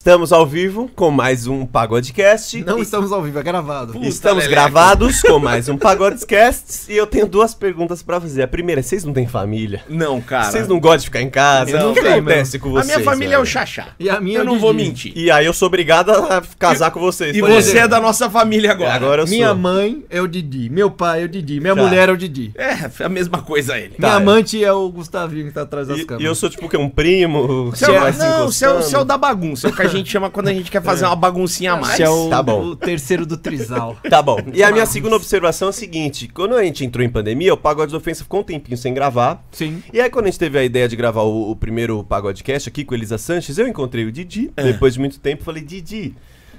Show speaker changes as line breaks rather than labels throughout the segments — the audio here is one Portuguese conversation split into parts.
Estamos ao vivo com mais um Pagodecast.
Não
E-
estamos ao vivo, é gravado.
Puta
Estamos
leleca.
gravados com mais um Pagodecast. E eu tenho duas perguntas pra fazer. A primeira é: vocês não têm família?
Não, cara.
Vocês não gostam de ficar em casa?
Não,
o que
tem,
acontece com
A
vocês?
minha família é o
velho?
Xaxá.
E a minha
eu
é o
não vou
Didi.
mentir.
E aí eu sou obrigado a casar com vocês.
E
por
você
exemplo.
é da nossa família agora.
Agora eu
Minha
sou.
mãe é o Didi, meu pai é o Didi, minha
Tá.
mulher é o Didi.
É, a mesma coisa ele.
Tá,
minha
é.
amante é o Gustavinho que tá atrás das
E,
câmeras.
e eu sou tipo o quê? Um primo?
Você é,
vai se
não, você é, o-
encostando?
você é o da bagunça. É o que a gente chama quando a gente quer fazer uma baguncinha a mais.
Você é o,
Tá bom.
o terceiro do Trisal.
Tá bom. E a minha segunda observação é a seguinte: quando a gente entrou em pandemia, o Pagode da Ofensa ficou um tempinho sem gravar.
Sim.
E aí, quando a gente teve a ideia de gravar o, o primeiro Pagodecast aqui com Elisa Sanches, eu encontrei o Didi.
É.
Depois de muito tempo, falei: Didi,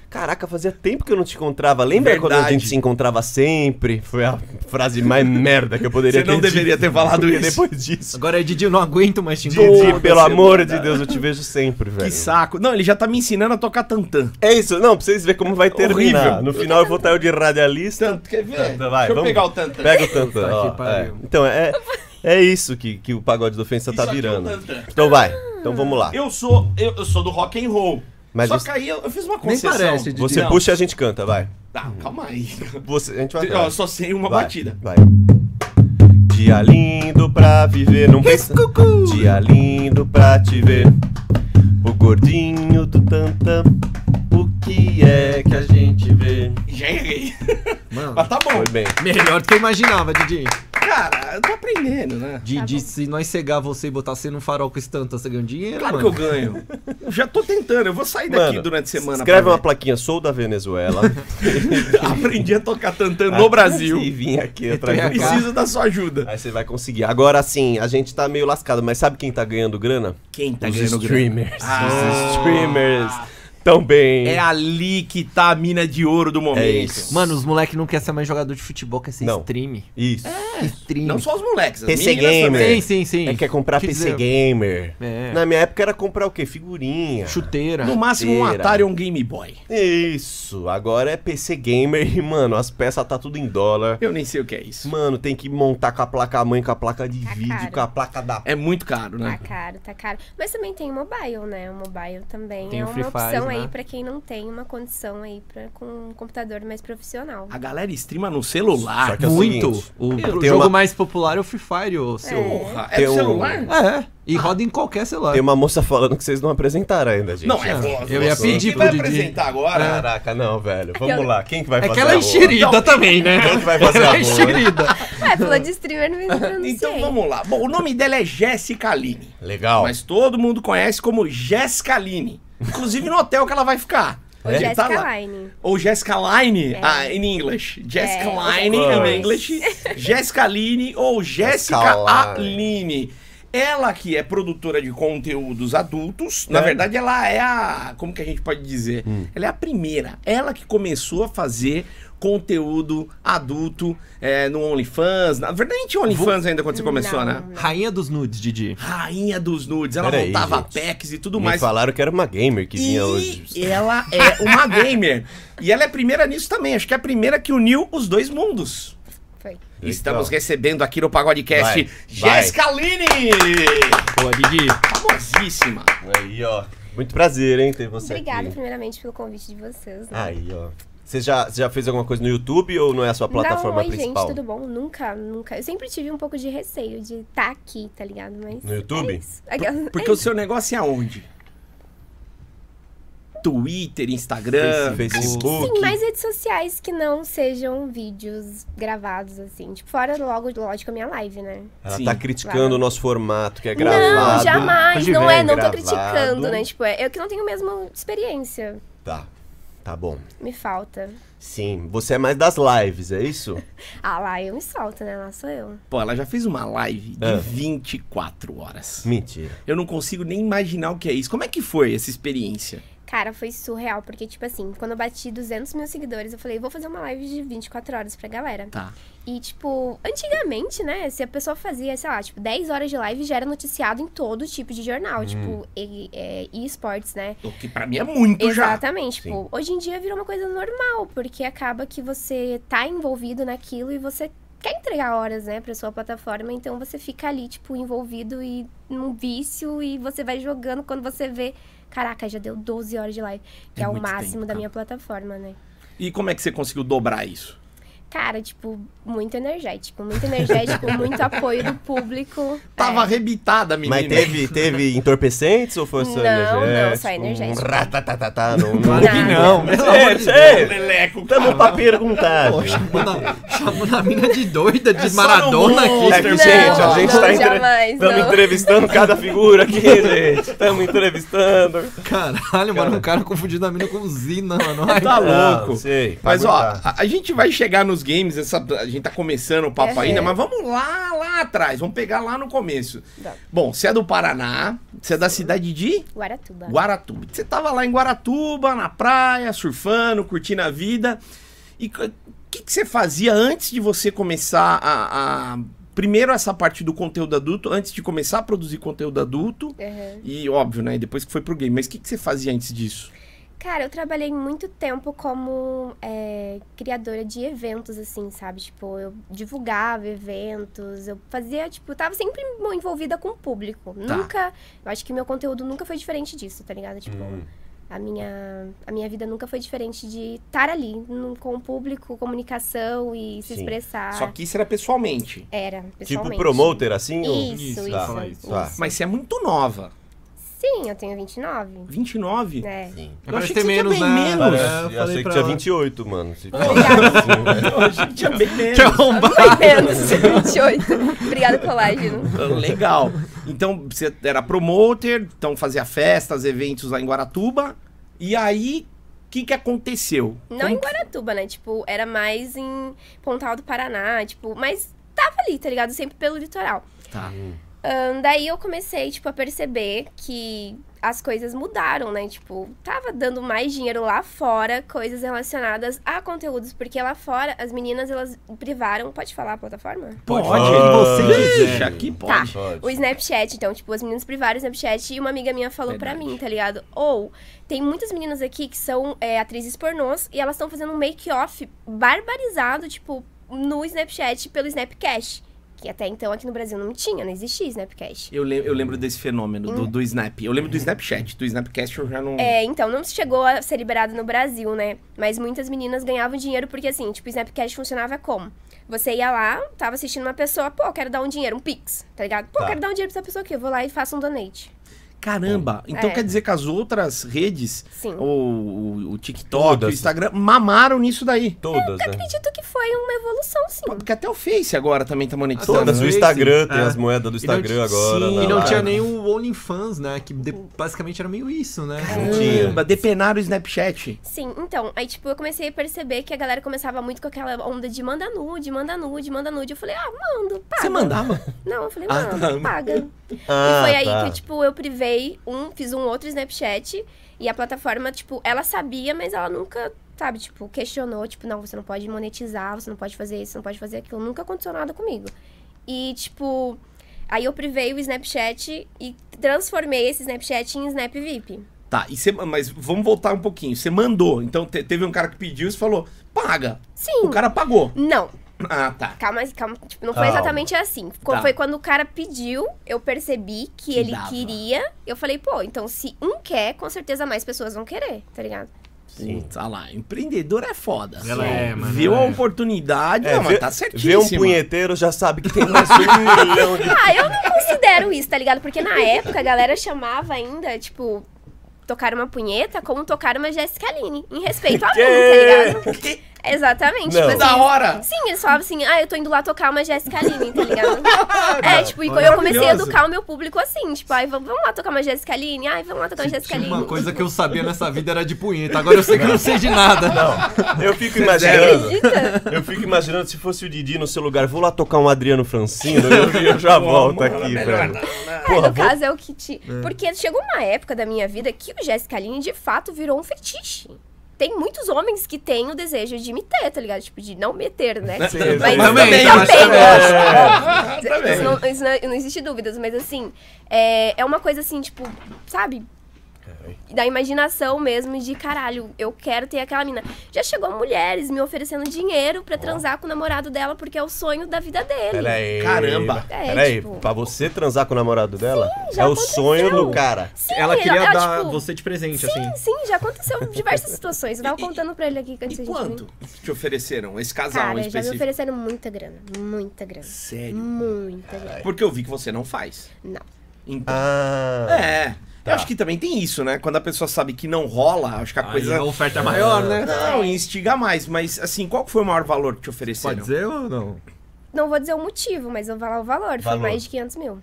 caraca, fazia tempo que eu não te encontrava. Lembra quando a
Verdade.
gente se encontrava sempre? Foi a frase mais merda que eu poderia
Você não
dito.
deveria ter falado isso.
Depois disso.
Agora é Didi, eu não aguento mais te
Didi,
encontrar.
pelo amor de Deus, eu te vejo sempre, velho.
Que saco. Não, ele já tá me ensinando a tocar tantã.
É isso, não, pra vocês verem como vai terminar.
Horrível.
No final eu vou estar eu de radialista.
Tanto, quer ver?
Tanta, vai,
Deixa eu
vamos.
pegar o tantã.
Pega o tantã.
Puta
ó,
que pariu.
é. Então, é, é isso que, que o pagode da ofensa tá
Isso aqui é o
virando.
tantã.
então vai, então vamos lá.
Eu sou eu, eu sou do rock and roll.
Mas
Só
você-
que aí eu, eu fiz uma concessão.
parece, Didi.
Você
Não.
puxa e a gente canta, vai.
Tá, calma aí.
Você, a gente vai
Eu só sei uma
vai,
batida.
Vai. Dia lindo pra viver, não pensa. Dia lindo pra te ver. O gordinho do tantã. O que é que a gente vê?
Já errei.
Mano,
Mas tá bom.
Foi bem.
melhor do que eu imaginava, Didi.
Tá
Cara, eu tô aprendendo, né?
Didi, se nós cegar você e botar você num farol com estanta, você ganha dinheiro,
Claro que
mano.
eu ganho. Eu já tô tentando, eu vou sair daqui
Mano,
durante a semana.
Escreve
pra
uma
ver.
plaquinha, sou da Venezuela.
Aprendi a tocar tantã
Ah,
no Brasil.
E vim aqui atrás
Vem
do
cá.
Preciso da sua ajuda.
Aí você vai conseguir. Agora sim, a gente tá meio lascado, mas sabe quem tá ganhando grana?
Quem tá
Os
ganhando
streamers.
Ah.
Os streamers. Também.
É ali que tá a mina de ouro do momento.
É isso.
Mano, os moleque não quer ser mais jogador de futebol, quer ser
Não.
stream.
Isso.
É.
Stream.
Não só os moleques, as
PC
meninas
gamer.
também.
Sim, sim, sim.
É, quer comprar
Que
PC
dizer,
Gamer.
É.
Na minha época era comprar o quê? Figurinha.
Chuteira.
No máximo um
Carteira.
Atari ou um Game Boy.
Isso. Agora é PC Gamer e, mano, as peças tá tudo em dólar.
Eu nem sei o que é isso.
Mano, tem que montar com a placa mãe, com a placa de
Tá
vídeo,
caro.
com a placa da
É muito caro,
Tá
né?
caro, tá caro. Mas também tem o mobile, né? O mobile também
Tem
é
o
uma
Free
opção
Fire, né?
aí pra quem não tem uma condição aí pra, com um computador mais profissional.
A galera streama no celular.
Só que é o
Muito.
seguinte,
O,
eu
o
tenho
jogo
uma-
mais popular é o Free Fire, ô seu.
Porra, é
Tem
do
um-
celular?
É, e roda em qualquer celular.
Tem uma moça falando que vocês não apresentaram ainda, gente.
Não, é
Ah,
voz.
eu ia
você
pedir
que
pro
vai
Didi.
apresentar agora.
Caraca, não, velho. Vamos lá. Quem que vai
É
fazer
que ela é
a rola?
enxerida também, né?
Quem que vai fazer a
ela é
rola?
enxerida.
Ah, falou de streamer, não me pronunciei.
Então vamos lá. Bom, o nome dela é Jéssica Aline.
Legal.
Mas todo mundo conhece como Jéssica Aline. Inclusive no hotel que ela vai ficar.
Ô,
Ele tá
Jessica
lá.
Line.
Ou Jessica Line
É.
ah, in English. Jessica
É,
Line
Jessica
in
Line.
English. Jessica Line ou Jessica
Jessica
Aline. Ela que é produtora de conteúdos adultos, na
É.
verdade ela é a, como que a gente pode dizer? Ela é a primeira, ela que começou a fazer conteúdo adulto é, no OnlyFans. Na verdade é nem tinha OnlyFans ainda quando você começou,
Não,
né?
não.
Rainha dos nudes, Didi.
Rainha dos nudes, ela
Peraí,
montava
gente.
packs e tudo
Me
mais.
falaram que era uma gamer que vinha hoje.
E ela é uma gamer. E ela é a primeira nisso também. Acho que é a primeira que uniu os dois mundos.
Foi.
Legal.
Estamos recebendo aqui no Pagodecast
Vai,
Jéssica Aline.
Boa, Didi.
Famosíssima.
Aí, ó. Muito prazer, hein, ter você
Obrigada,
aqui. Ah,
primeiramente, pelo convite de vocês. né?
Aí, ó. Você já, você já fez alguma coisa no YouTube ou não é a sua
Dá um
plataforma
oi,
principal?
gente, tudo bom? Nunca, nunca. Eu sempre tive um pouco de receio de estar aqui, tá ligado? Mas.
No YouTube?
é isso. Aquela-
Porque o seu negócio é aonde? Twitter, Instagram,
Face-
Sim,
Facebook.
mais redes sociais que não sejam vídeos gravados, assim. Tipo, fora logo, lógico, a minha live, né?
Ela
Sim.
tá criticando
Claro.
o nosso formato, que é gravado.
Não, jamais.
Hoje
Não
vem
é, não tô
gravado.
criticando, né? Tipo, é, eu que não tenho a mesma experiência.
Tá. Tá bom.
Me falta.
Sim. Você é mais das lives, é isso?
Ah, lá eu me solto, né? Lá sou eu.
Pô, ela já fez uma live de
Ah.
24 horas.
Mentira.
Eu não consigo nem imaginar o que é isso. Como é que foi essa experiência?
Cara, foi surreal, porque, tipo assim, quando eu bati 200 mil seguidores, eu falei, vou fazer uma live de 24 horas pra galera.
Tá.
E, tipo, antigamente, né? Se a pessoa fazia, sei lá, tipo, 10 horas de live, já era noticiado em todo tipo de jornal.
Hum.
Tipo, e, é, e esportes, né?
O que pra mim é muito já.
Exatamente. Tipo, hoje em dia virou uma coisa normal, porque acaba que você tá envolvido naquilo e você quer entregar horas, né, pra sua plataforma, então você fica ali, tipo, envolvido e num vício e você vai jogando quando você vê. Caraca, já deu 12 horas de live, que
É
é, o
muito
máximo
tempo,
da
cara.
minha plataforma, né?
E como é que você conseguiu dobrar isso?
Cara, tipo, muito energético. Muito energético, muito apoio do público.
Tava
É.
arrebitada, menina.
Mas teve, teve entorpecentes ou foi só
Não,
energético?
não, só energético.
Um ratatatá, não.
Claro que
Nada.
não, pelo amor de
Ei,
Deus.
ei,
Leleco,
Tamo pra perguntar.
Pô,
gente.
chamou na, chamou na mina de doida, de
só
Maradona
no
aqui.
monstro.
É que, gente, a
Não,
gente
não,
tá entre...
jamais,
tamo
não.
entrevistando cada figura aqui, gente. Estamos entrevistando.
Caralho, mano, um cara confundindo a mina com zina, mano. Ai,
Tá louco.
Não, sei, pra
Mas ó,
aguentar.
a, a gente vai chegar nos games, essa, a gente tá começando o papo
É.
ainda, mas vamos lá, lá atrás, vamos pegar lá no começo.
Tá.
Bom, você é do Paraná, você é da cidade de
Guaratuba.
Guaratuba. Você tava lá em Guaratuba, na praia, surfando, curtindo a vida. E c- o que, que você fazia antes de você começar a, a- Primeiro essa parte do conteúdo adulto, antes de começar a produzir conteúdo adulto.
Aham.
E óbvio, né? Depois que foi pro game. Mas o que, que você fazia antes disso?
Cara, eu trabalhei muito tempo como é, criadora de eventos, assim, sabe? Tipo, eu divulgava eventos, eu fazia, tipo, eu tava sempre mo- envolvida com o público.
Tá.
Nunca. Eu acho que meu conteúdo nunca foi diferente disso, tá ligado? Tipo.
Hum.
A minha, a minha vida nunca foi diferente de estar ali no- com o público, comunicação e se
Sim.
expressar.
Só que isso era pessoalmente.
Era,
Tipo
pessoalmente.
promoter, assim? ou-
Isso,
Isso,
isso.
tá,
isso,
isso, tá.
Mas você é muito nova.
Sim, eu tenho 29.
29?
É.
Sim.
Eu achei
Parece
que
ter
você tinha
menos,
bem
né?
menos.
Parece,
É, eu
eu
falei
achei que
pra
tinha
ela.
28, mano. Se- assim, né?
Eu achei que tinha bem menos.
Que arrombado.
Foi menos, 28. Obrigada, né? colágeno.
Legal. Então, você era promoter, então fazia festas, eventos lá em Guaratuba. E aí, o que, que aconteceu?
Não em Guaratuba, né? Tipo, era mais em Pontal do Paraná, tipo, mas tava ali, tá ligado? Sempre pelo litoral.
Tá.
Ahn, daí eu comecei, tipo, a perceber que as coisas mudaram, né? Tipo, tava dando mais dinheiro lá fora, coisas relacionadas a conteúdos, porque lá fora as meninas elas privaram. Pode falar a plataforma?
Pode,
Pode.
você
Sim.
quiser. Tá. aqui pode.
O Snapchat, então, tipo, as meninas privaram o Snapchat e uma amiga minha falou pra
Verdade.
mim, tá ligado? Ou, tem muitas meninas aqui que são é, atrizes pornôs e elas estão fazendo um make-off barbarizado, tipo, no Snapchat pelo Snapcash. Que até então aqui no Brasil não tinha, não existia Snapcash.
Eu, lem- eu lembro desse fenômeno do, do Snap. Eu lembro do Snapchat. Do Snapcast eu já não.
Hum. É, então não chegou a ser liberado no Brasil, né? Mas muitas meninas ganhavam dinheiro porque assim, tipo, o Snapcast funcionava como? Você ia lá, tava assistindo uma pessoa, pô, quero dar um dinheiro, um pix, tá ligado? Pô,
Tá.
quero dar um dinheiro pra essa pessoa aqui, eu vou lá e faço um donate.
Caramba! Então
É.
quer dizer que as outras redes,
Sim.
ou o, o TikTok,
Todas.
o Instagram, mamaram nisso daí.
Todas, né?
Acredito que foi uma evolução, sim.
Porque até o Face agora também tá monetizando.
Todas. O
né?
Instagram tem
É.
as moedas do
E não
Instagram
ti-
agora. tá
sim,
na
E não
live.
tinha nem o OnlyFans, né? Que de- basicamente era meio isso, né?
Não tinha.
Caramba, depenaram o Snapchat.
Sim, então, aí tipo, eu comecei a perceber que a galera começava muito com aquela onda de manda nude, manda nude, manda nude. Eu falei, ah, mando, paga.
Você mandava?
Não, eu falei,
Ah,
mando,
tá.
paga.
Ah,
e foi aí
tá.
que, tipo, eu privei um, fiz um outro Snapchat e a plataforma, tipo, ela sabia, mas ela nunca, sabe, tipo, questionou, tipo, não, você não pode monetizar, você não pode fazer isso, você não pode fazer aquilo, nunca aconteceu nada comigo. E, tipo, aí eu privei o Snapchat e transformei esse Snapchat em Snap VIP.
Tá, e você- mas vamos voltar um pouquinho. Você mandou, então te- teve um cara que pediu e você falou, paga.
Sim.
O cara pagou.
Não,
Ah, tá.
Calma, calma. Tipo, não foi
Calma.
exatamente assim. Co-
Tá.
Foi quando o cara pediu, eu percebi que
Que
ele
dava.
queria. Eu falei, pô, então se um quer, com certeza mais pessoas vão querer, tá ligado?
Sim.
Tá lá, empreendedor é foda.
Ela é, mano,
Viu
ela
a
é.
oportunidade,
É,
não,
vê,
mas tá
vê um
certíssimo.
punheteiro, já sabe que tem mais um milhão de...
Ah, eu não considero isso, tá ligado? Porque na época a galera chamava ainda, tipo, tocar uma punheta como tocar uma Jessica Aline. Em respeito a mim,
Quê?
tá ligado? Exatamente.
Não.
Tipo
Da
assim,
hora!
Sim, eles falavam assim, ah, eu tô indo lá tocar uma Jessica Aline, tá ligado? é, tipo, e quando eu
maravilhoso.
comecei a educar o meu público assim, tipo, ai, vamos vamos lá tocar uma Jessica Aline, ai, vamos lá tocar uma Jessica
Tinha
Aline.
uma coisa que eu sabia nessa vida era de punheta. Agora eu sei que eu não sei de nada.
Não, eu fico
Você é
imaginando...
acredita?
Eu fico imaginando se fosse o Didi no seu lugar. Vou lá tocar um Adriano Francino, eu, eu já
Pô,
volto
mano,
aqui,
melhor
velho.
não, né?
É,
Porra,
no
vou-
caso é o que te. Porque chegou uma época da minha vida que o Jessica Aline de fato virou um fetiche. Tem muitos homens que têm o desejo de me ter, tá ligado? Tipo, de não meter, né?
Sim,
Mas
também,
também,
também,
mas também.
lógico.
Ah, tá bem.
Isso não, isso não- não existe dúvidas, mas assim, é, é uma coisa assim, tipo, sabe? da imaginação mesmo de caralho, eu quero ter aquela mina. Já chegou mulheres me oferecendo dinheiro pra transar com o namorado dela porque é o sonho da vida dele.
Peraí.
Caramba.
É,
Peraí,
tipo-
pra você transar com o namorado dela,
já
é o
aconteceu.
sonho do cara.
Sim,
ela queria
ela-
dar
tipo,
você de presente, assim.
Sim, sim, já aconteceu em diversas situações. Eu tava contando pra ele aqui antes
E
da gente
quanto
vir.
te ofereceram? Esse casal em
Cara, já me
específico?
ofereceram muita grana. Muita grana.
Sério?
Muita grana.
Porque eu vi que você não faz.
Não.
Então,
Ah.
é.
tá.
Eu acho que também tem isso, né? Quando a pessoa sabe que não rola, acho que a
Aí
coisa.
a oferta é maior, né?
Não, instiga mais. Mas, assim, qual que foi o maior valor que te ofereceram?
Pode dizer ou não?
Não vou dizer o motivo, mas eu vou falar o valor. Foi
Valor.
mais de 500 mil.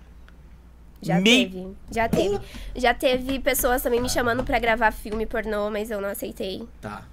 Já
Me-
teve. Já teve. Já teve pessoas também me chamando pra gravar filme pornô, mas eu não aceitei.
Tá.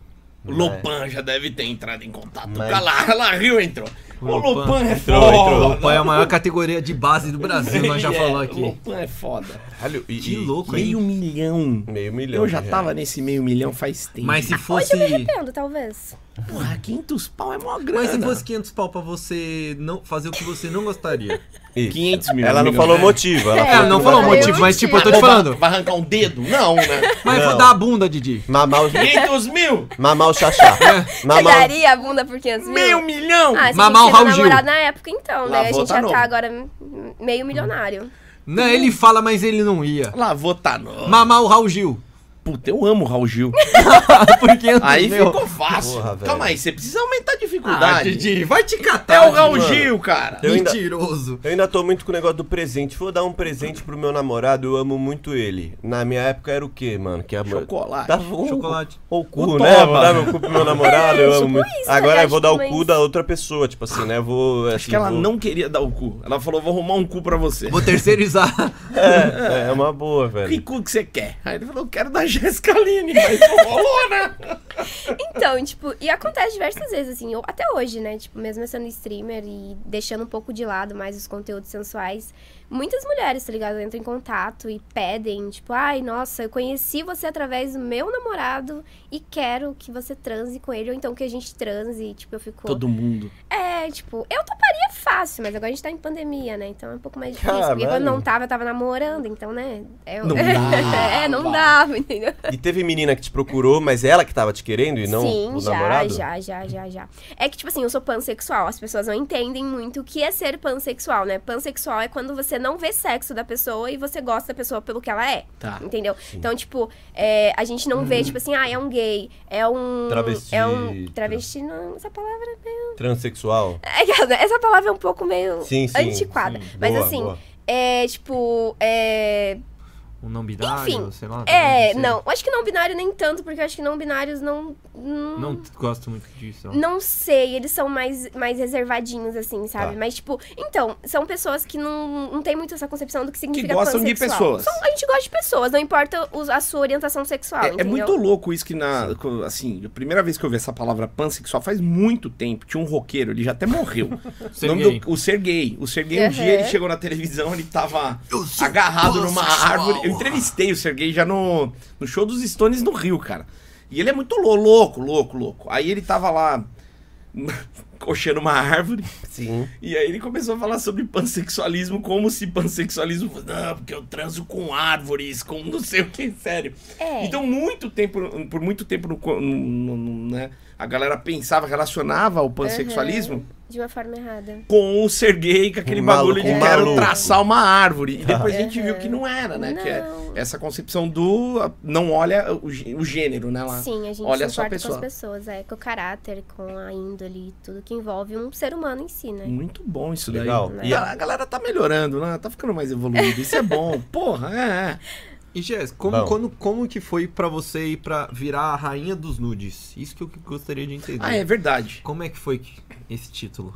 O Lopan já deve ter entrado em contato
Mas-
com a Lara. Ela riu, entrou. O
Lopan-
Lopan é
Entrou,
foda.
entrou.
Pai é a maior categoria de base do Brasil, nós já
Ele é-
falamos
O
aqui. um
Lopan é foda.
Caralho, e,
Que
e-
louco, hein?
Meio milhão.
Meio milhão.
Eu já
de
tava
reais.
nesse meio milhão faz tempo.
né? Mas se
Hoje
fosse.
eu me arrependo, talvez.
Porra, 500 pau é mó grana.
Mas se fosse 500 pau pra você não fazer o que você não gostaria?
Isso.
500 mil,
Ela não
milhão,
falou
né?
motivo. Ela
É,
Ela não
que
falou o
vai-
motivo,
motivo, mas tipo, eu tô
Ah,
te
vai-
falando.
Vai arrancar um dedo? Não, né?
Mas
Não.
vou dar a bunda, Didi.
Mamar o,
500 mil?
mamar o xaxá.
É.
Você
Mamar o...
daria a bunda por 500 mil?
Meio milhão?
Ah, se
Mamar o
você
Raul Gil.
namorado na época, então, né?
Lavou,
a gente
tá
já
novo.
tá agora hum, meio milionário.
Não, Né? ele fala, mas ele não ia.
Lavou, tá novo.
Mamar o Raul Gil.
Puta, eu amo o Raul Gil.
Por 500
Aí
mil.
ficou fácil.
Porra, velho.
Calma aí, você precisa aumentar a
Ah,
dificuldade.
Didi, vai te catar.
é o Raul
mano.
Gil, cara.
Eu ainda-
Mentiroso.
Eu ainda tô muito com o negócio do presente. Vou dar um presente pro meu namorado, eu amo muito ele. Na minha época era o quê, mano? Que a...
Chocolate.
Tá
Dá um-
Chocolate.
Ou cu,
Ou
né?
toma.
Vou dar meu cu pro meu namorado, eu amo
É, tipo
muito.
isso,
Agora
né?
eu vou dar o
Tipo
cu
isso.
da outra pessoa, tipo assim, né? Vou.
Acho que ela não queria dar o cu. Ela falou, vou arrumar um cu pra você.
Vou terceirizar.
É, é, é uma boa,
Que
velho.
cu que você quer? Aí ele falou, eu quero da Jéssica Aline, mas não rolou, né?
Então, tipo, e acontece diversas vezes, assim, ou até hoje, né? Tipo, mesmo eu sendo streamer e deixando um pouco de lado mais os conteúdos sensuais, muitas mulheres, tá ligado? Entram em contato e pedem, tipo, ai, nossa, eu conheci você através do meu namorado e quero que você transe com ele, ou então que a gente transe, tipo, eu fico.
mundo.
É, tipo, eu toparia fácil, mas agora a gente tá em pandemia, né? Então é um pouco mais difícil. Porque
Caralho.
quando não tava, eu tava namorando, então, né? Eu...
Não dava.
é, não dava, entendeu?
E teve menina que te procurou, mas ela que tava te querendo e não
Sim,
o
já,
namorado?
já, já, já, já. É que, tipo assim, eu sou pansexual. As pessoas não entendem muito o que é ser pansexual, né? Pansexual é quando você não vê sexo da pessoa e você gosta da pessoa pelo que ela é.
Tá.
Entendeu? Então, tipo, é, a gente não vê, tipo assim, ah, é um gay, é um.
Uhum. Travesti.
É um. Travesti, não, essa palavra é meio.
Transsexual?
É que Essa palavra é um pouco meio
Sim, sim.
antiquada.
Sim.
Mas
Boa,
assim,
boa.
é tipo. É.
Um não binário,
Enfim,
sei lá.
É,
sei.
não. Acho que não binário nem tanto, porque eu acho que não binários não. Não,
Não gosto muito disso.
Tá.
não.
não sei, eles são mais, mais reservadinhos, assim, sabe?
Tá.
Mas, tipo, então, são pessoas que não, não tem muito essa concepção do que significa
gostam de
pansexual.
pessoas.
São- a gente gosta de pessoas, não importa os- a sua orientação sexual,
É, é
entendeu?
muito louco isso que na. co- Assim, a primeira vez que eu vi essa palavra pansexual faz muito tempo. Tinha um roqueiro, ele já até morreu. o, nome
Serguei.
do- o Serguei. O Serguei, um
Uhum.
dia ele chegou na televisão, ele tava
Eu sou
agarrado numa
pansexual.
árvore. Eu entrevistei o Serguei já no, no show dos Stones no Rio, cara. E ele é muito lou- louco, louco, louco. Aí ele tava lá coxando uma árvore.
Sim.
E aí ele começou a falar sobre pansexualismo, como se pansexualismo fosse, não, porque eu transo com árvores, com não sei o que, sério.
É.
Então, muito tempo, por muito tempo, no co- no- no- no- né, a galera pensava, relacionava o pansexualismo
De uma forma errada.
com o ser gay, com aquele
Um
bagulho
maluco,
de
um
quero
maluco.
traçar uma árvore. E depois a gente
Uhum.
viu que não era, né? Que é
Não.
essa concepção do. a- Não olha o, gê- o gênero, né? Lá.
Sim, a gente
Olha
se
só a
importa com
pessoa.
as pessoas, é, com o caráter, com a índole, tudo que envolve um ser humano em si, né?
Muito bom isso
Legal.
daí.
E
a, a galera tá melhorando, né? Tá ficando mais evoluída. Isso é bom. Porra, é. é.
E Jéssica,
Bom.
como, quando- como que foi pra você ir pra virar a rainha dos nudes? Isso que eu que gostaria de entender.
Ah, é verdade.
Como é que foi que- esse título?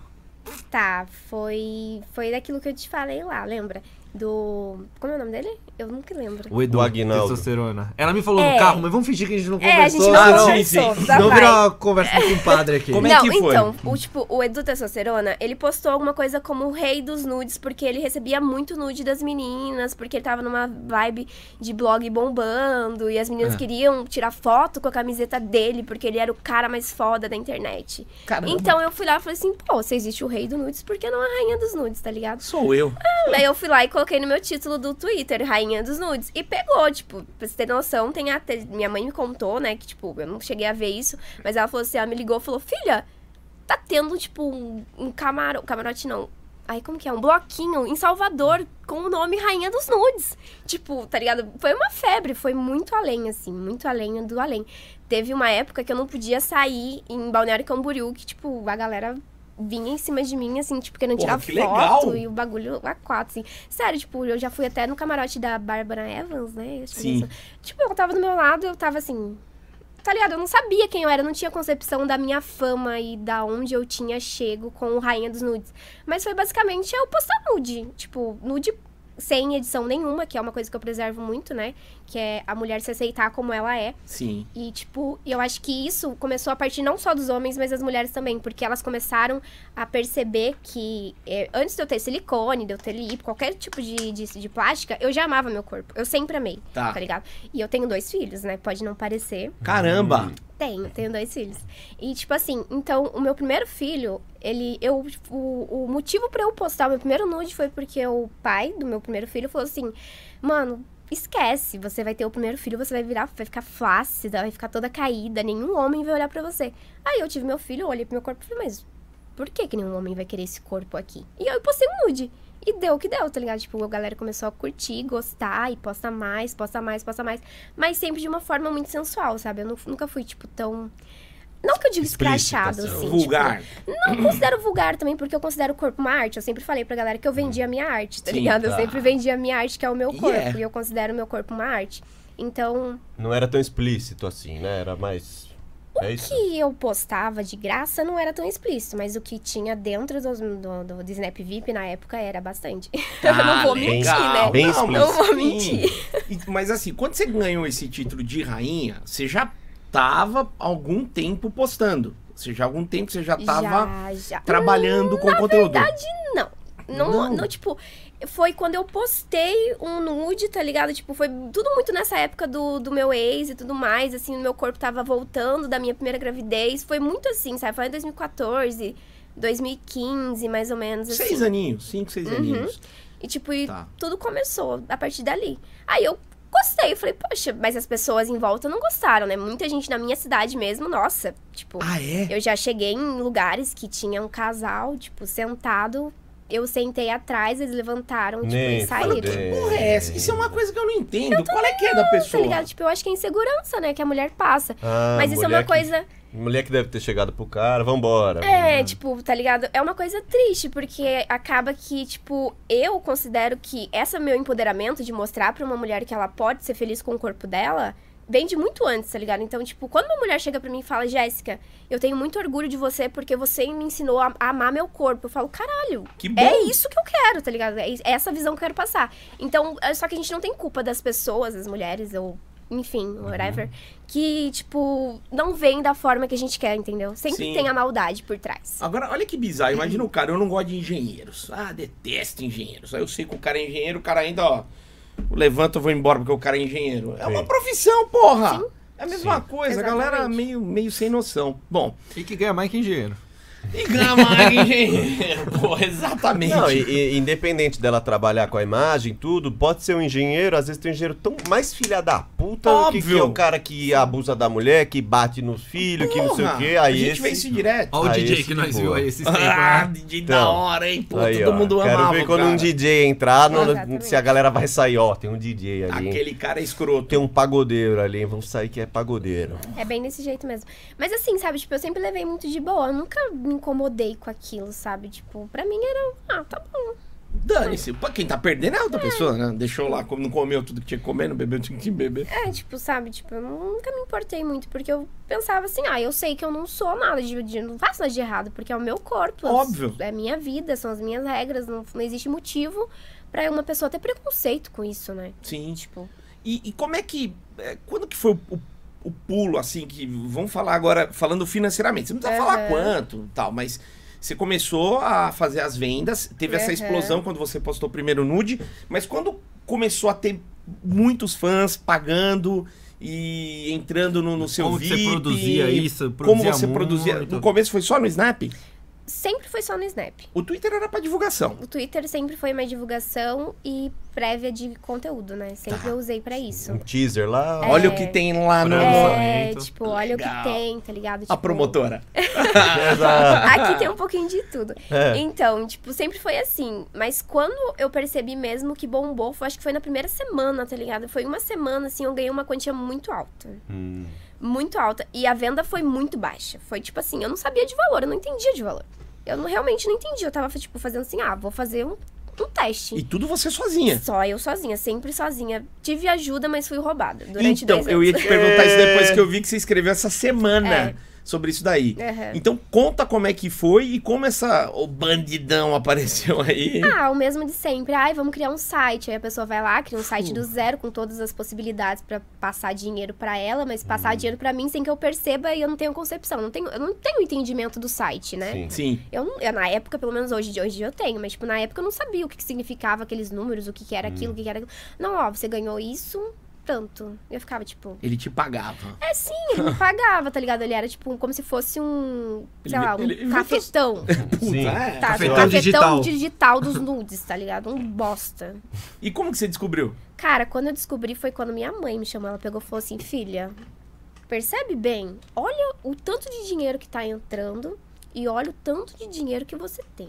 Tá, foi. Foi daquilo que eu te falei lá, lembra? Do. Como é o nome dele? Eu nunca lembro.
O Edu,
O Aguinaldo.
testosterona. Ela me falou
É.
no carro, mas vamos fingir que a gente não conversou.
É, a gente não
Ah,
conversou,
sim, sim.
já
Não
vai.
vira uma conversa com o padre aqui.
Como é
não,
que foi?
então, o tipo, o Edu Testosterona, ele postou alguma coisa como o rei dos nudes, porque ele recebia muito nude das meninas, porque ele tava numa vibe de blog bombando, e as meninas
É.
Ah.
queriam tirar foto com a camiseta dele, porque ele era o cara mais foda da internet.
Caramba.
Então eu fui lá e falei assim, pô, se existe o rei dos nudes, por que não a rainha dos nudes, tá ligado?
Sou eu.
Daí eu fui lá e coloquei no meu título do Twitter, Rainha dos Nudes. E pegou, tipo, pra você ter noção, tem até. Minha mãe me contou, né? Que, tipo, eu não cheguei a ver isso, mas ela falou assim, ela me ligou e falou, filha, tá tendo, tipo, um, um camaro- Camarote não. Aí, como que é? Um bloquinho em Salvador com o nome Rainha dos Nudes. Tipo, tá ligado? Foi uma febre, foi muito além, assim, muito além do além. Teve uma época que eu não podia sair em Balneário Camboriú, que, tipo, a galera vinha em cima de mim, assim, tipo, querendo
Porra,
tirar
que
foto
legal!
e o bagulho a quatro, assim. Sério, tipo, eu já fui até no camarote da Bárbara Evans, né? Acho que
Sim.
isso. Tipo, eu tava do meu lado, eu tava assim. Tá ligado? Eu não sabia quem eu era, eu não tinha concepção da minha fama e da onde eu tinha chego com o Rainha dos Nudes. Mas foi basicamente é eu postar nude. Tipo, nude sem edição nenhuma, que é uma coisa que eu preservo muito, né? Que é a mulher se aceitar como ela é.
Sim.
E, tipo, eu acho que isso começou a partir não só dos homens, mas das mulheres também. Porque elas começaram a perceber que é, antes de eu ter silicone, de eu ter lipo, qualquer tipo de, de, de plástica, eu já amava meu corpo. Eu sempre amei,
Tá.
tá ligado? E eu tenho dois filhos, né? Pode não parecer.
Caramba.
Tenho, tenho dois filhos. E, tipo assim, então, o meu primeiro filho, ele. Eu, o, o motivo pra eu postar o meu primeiro nude foi porque o pai do meu primeiro filho falou assim: Mano, esquece, você vai ter o primeiro filho, você vai virar, vai ficar flácida, vai ficar toda caída, nenhum homem vai olhar pra você. Aí eu tive meu filho, eu olhei pro meu corpo e falei, mas por que que nenhum homem vai querer esse corpo aqui? E eu postei um nude. E deu o que deu, tá ligado? Tipo, a galera começou a curtir, gostar e posta mais, posta mais, posta mais. Mas sempre de uma forma muito sensual, sabe? Eu nu- nunca fui, tipo, tão. Não que eu digo
Explícita,
escrachado,
assim.
assim.
Vulgar.
Tipo, não considero vulgar também, porque eu considero o corpo uma arte. Eu sempre falei pra galera que eu vendia a minha arte, tá
Sim,
ligado?
tá.
Eu sempre vendia a minha arte, que é o meu
E
corpo.
é.
E eu considero o meu corpo uma arte. Então,
Não era tão explícito assim, né? Era mais. é isso?
que eu postava de graça não era tão explícito, mas o que tinha dentro do, do, do, do Snap VIP na época era bastante. eu não vou mentir,
legal.
né?
Bem
Não,
explícito.
Não vou
sim.
mentir.
E- Mas assim, quando você ganhou esse título de rainha, você já tava algum tempo postando. Ou seja, há algum tempo você já tava
já, Hum, já.
trabalhando com conteúdo.
Não,
Não.
não. tipo, foi quando eu postei um nude, tá ligado? Tipo, foi tudo muito nessa época do, do meu ex e tudo mais, assim, meu corpo tava voltando da minha primeira gravidez. Foi muito assim, sabe? Foi em 2014, 2015, mais ou menos, assim.
Seis aninhos, cinco, seis
Uhum.
aninhos.
E tipo, e
Tá.
tudo começou a partir dali. Aí eu gostei, falei, poxa, mas as pessoas em volta não gostaram, né? Muita gente na minha cidade mesmo, nossa, tipo,
Ah, é?
eu já cheguei em lugares que tinha um casal, tipo, sentado, eu sentei atrás, eles levantaram, tipo,
Nem
e saíram.
fudendo.
Porra, é essa? Isso é uma coisa que eu não entendo. Qual é que é da
Tá
pessoa?
ligado? Tipo, eu acho que é insegurança, né? Que a mulher passa.
Ah,
Mas isso é
mulher
uma
que-
coisa.
Mulher que deve ter chegado pro cara, vambora.
É, tipo, tá ligado? É uma coisa triste, porque acaba que, tipo, eu considero que esse meu empoderamento de mostrar pra uma mulher que ela pode ser feliz com o corpo dela vem de muito antes, tá ligado? Então, tipo, quando uma mulher chega pra mim e fala, Jéssica, eu tenho muito orgulho de você porque você me ensinou a a amar meu corpo, eu falo, caralho,
Que bom.
é isso que eu quero, tá ligado? É is- é essa visão que eu quero passar. Então, é só que a gente não tem culpa das pessoas, das mulheres, ou enfim, whatever, que, tipo, não vem da forma que a gente quer, entendeu? Sempre
Sim.
tem a maldade por trás.
Agora, olha que bizarro. Imagina o cara, eu não gosto de engenheiros. Ah, detesto engenheiros. Aí eu sei que o cara é engenheiro, o cara ainda, ó. Levanta, eu vou embora porque o cara é engenheiro. É uma
Sim.
profissão, porra! É a mesma
Sim.
coisa, a galera
Exatamente.
meio, meio sem noção. Bom,
E que ganha mais que engenheiro.
e gramar engenheiro, porra, exatamente.
Não, e, e independente dela trabalhar com a imagem, tudo, pode ser um engenheiro, às vezes tem um engenheiro tão mais filha da puta do que, que
Óbvio.
é o cara que abusa da mulher, que bate nos filhos, que não sei o
Porra,
quê. Aí
a gente
esse...
vê isso direto.
Olha o
Ah,
DJ
esse
que
de
nós
boa.
viu aí esses tempos.
Ah,
né?
DJ da
Então,
hora, hein? Pô,
Aí,
todo
ó,
mundo
quero
amava
ver
o
quando um
cara.
DJ entrar, não-
Exatamente.
se a galera vai sair, ó, tem um DJ ali, hein?
Aquele cara é escroto.
tem um pagodeiro ali, hein? vamos sair que é pagodeiro.
É bem desse jeito mesmo. Mas assim, sabe, tipo, eu sempre levei muito de boa. Eu nunca me incomodei com aquilo, sabe? Tipo, pra mim era. Ah, tá bom.
Dane-se. Pô, Quem tá perdendo é outra pessoa, né? Deixou lá, como não comeu tudo que tinha que comer, não bebeu tudo que tinha que beber.
É, tipo, sabe, tipo, eu nunca me importei muito, porque eu pensava assim, ah, eu sei que eu não sou nada de. de- não faço nada de errado, porque é o meu corpo. eu-
Óbvio.
É minha vida, são as minhas regras. Não, não existe motivo pra uma pessoa ter preconceito com isso, né?
Sim.
Tipo.
E, e como é que. é, Quando que foi o, o- o pulo, assim, que. Vamos falar agora, falando financeiramente. Você não precisa falar
Aham.
quanto e tal, mas. Você começou a fazer as vendas, teve essa
Aham.
explosão quando você postou o primeiro nude, mas quando começou a ter muitos fãs pagando e entrando no, no seu
Como que
vídeo.
você produzia isso? Produzia
Como você
muito.
produzia? No começo foi só no Snap?
sempre foi só no Snap.
O Twitter era pra divulgação.
O Twitter sempre foi uma divulgação e prévia de conteúdo, né? Sempre eu usei pra isso.
Um teaser lá.
Olha o que tem lá no.
É,
Lançamento.
tipo, olha o
Legal.
que tem, tá ligado?
A
Tipo,
promotora.
Exato.
Aqui tem um pouquinho de tudo.
É.
Então, tipo, sempre foi assim. Mas quando eu percebi mesmo que bombou, foi, acho que foi na primeira semana, tá ligado? Foi uma semana, assim, eu ganhei uma quantia muito alta.
Hum.
Muito alta. E a venda foi muito baixa. Foi tipo assim, eu não sabia de valor, eu não entendia de valor. Eu não, realmente não entendi. Eu tava, tipo, fazendo assim, ah, vou fazer um, um teste.
E tudo você sozinha.
Só eu sozinha, sempre sozinha. Tive ajuda, mas fui roubada. Durante
então,
dois
eu ia
anos.
te perguntar isso depois que eu vi que você escreveu essa semana
É.
sobre isso daí.
Aham.
Então conta como é que foi e como essa o bandidão apareceu aí.
Ah, o mesmo de sempre. Ai, vamos criar um site. Aí a pessoa vai lá, cria um site do zero com todas as possibilidades pra passar dinheiro pra ela, mas passar dinheiro pra mim sem que eu perceba e eu não tenho concepção. Não tenho, eu não tenho entendimento do site, né?
Sim.
Sim.
Eu, não- eu, na época, pelo menos hoje, de hoje eu tenho, mas tipo, na época eu não sabia o que, que significava aqueles números, o que, que era
Hum.
aquilo, o que, que era aquilo. Não, ó, você ganhou isso, tanto. Eu ficava tipo,
Ele te pagava.
é sim, ele me pagava, tá ligado? Ele era tipo como se fosse um, sei
Ele-
lá, um
ele- ele-
cafetão.
Sim.
é.
Tá,
Cafetão
um cafetão
digital.
digital dos nudes, tá ligado? Um bosta.
E como que você descobriu?
Cara, quando eu descobri foi quando minha mãe me chamou. Ela pegou e falou assim: Filha, percebe bem? Olha o tanto de dinheiro que tá entrando e olha o tanto de dinheiro que você tem.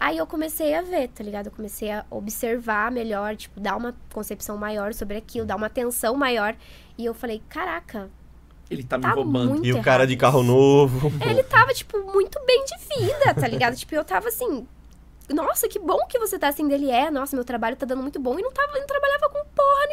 Aí eu comecei a ver, tá ligado? Eu comecei a observar melhor, tipo, dar uma concepção maior sobre aquilo, dar uma atenção maior. E eu falei: Caraca,
Ele tá me
tá
roubando.
muito.
E o cara
errado
de carro novo.
ele tava, tipo, muito bem de vida, tá ligado? tipo, eu tava assim. Nossa, que bom que você tá assim dele. É, nossa, meu trabalho tá dando muito bom. E não, tava, não trabalhava com porra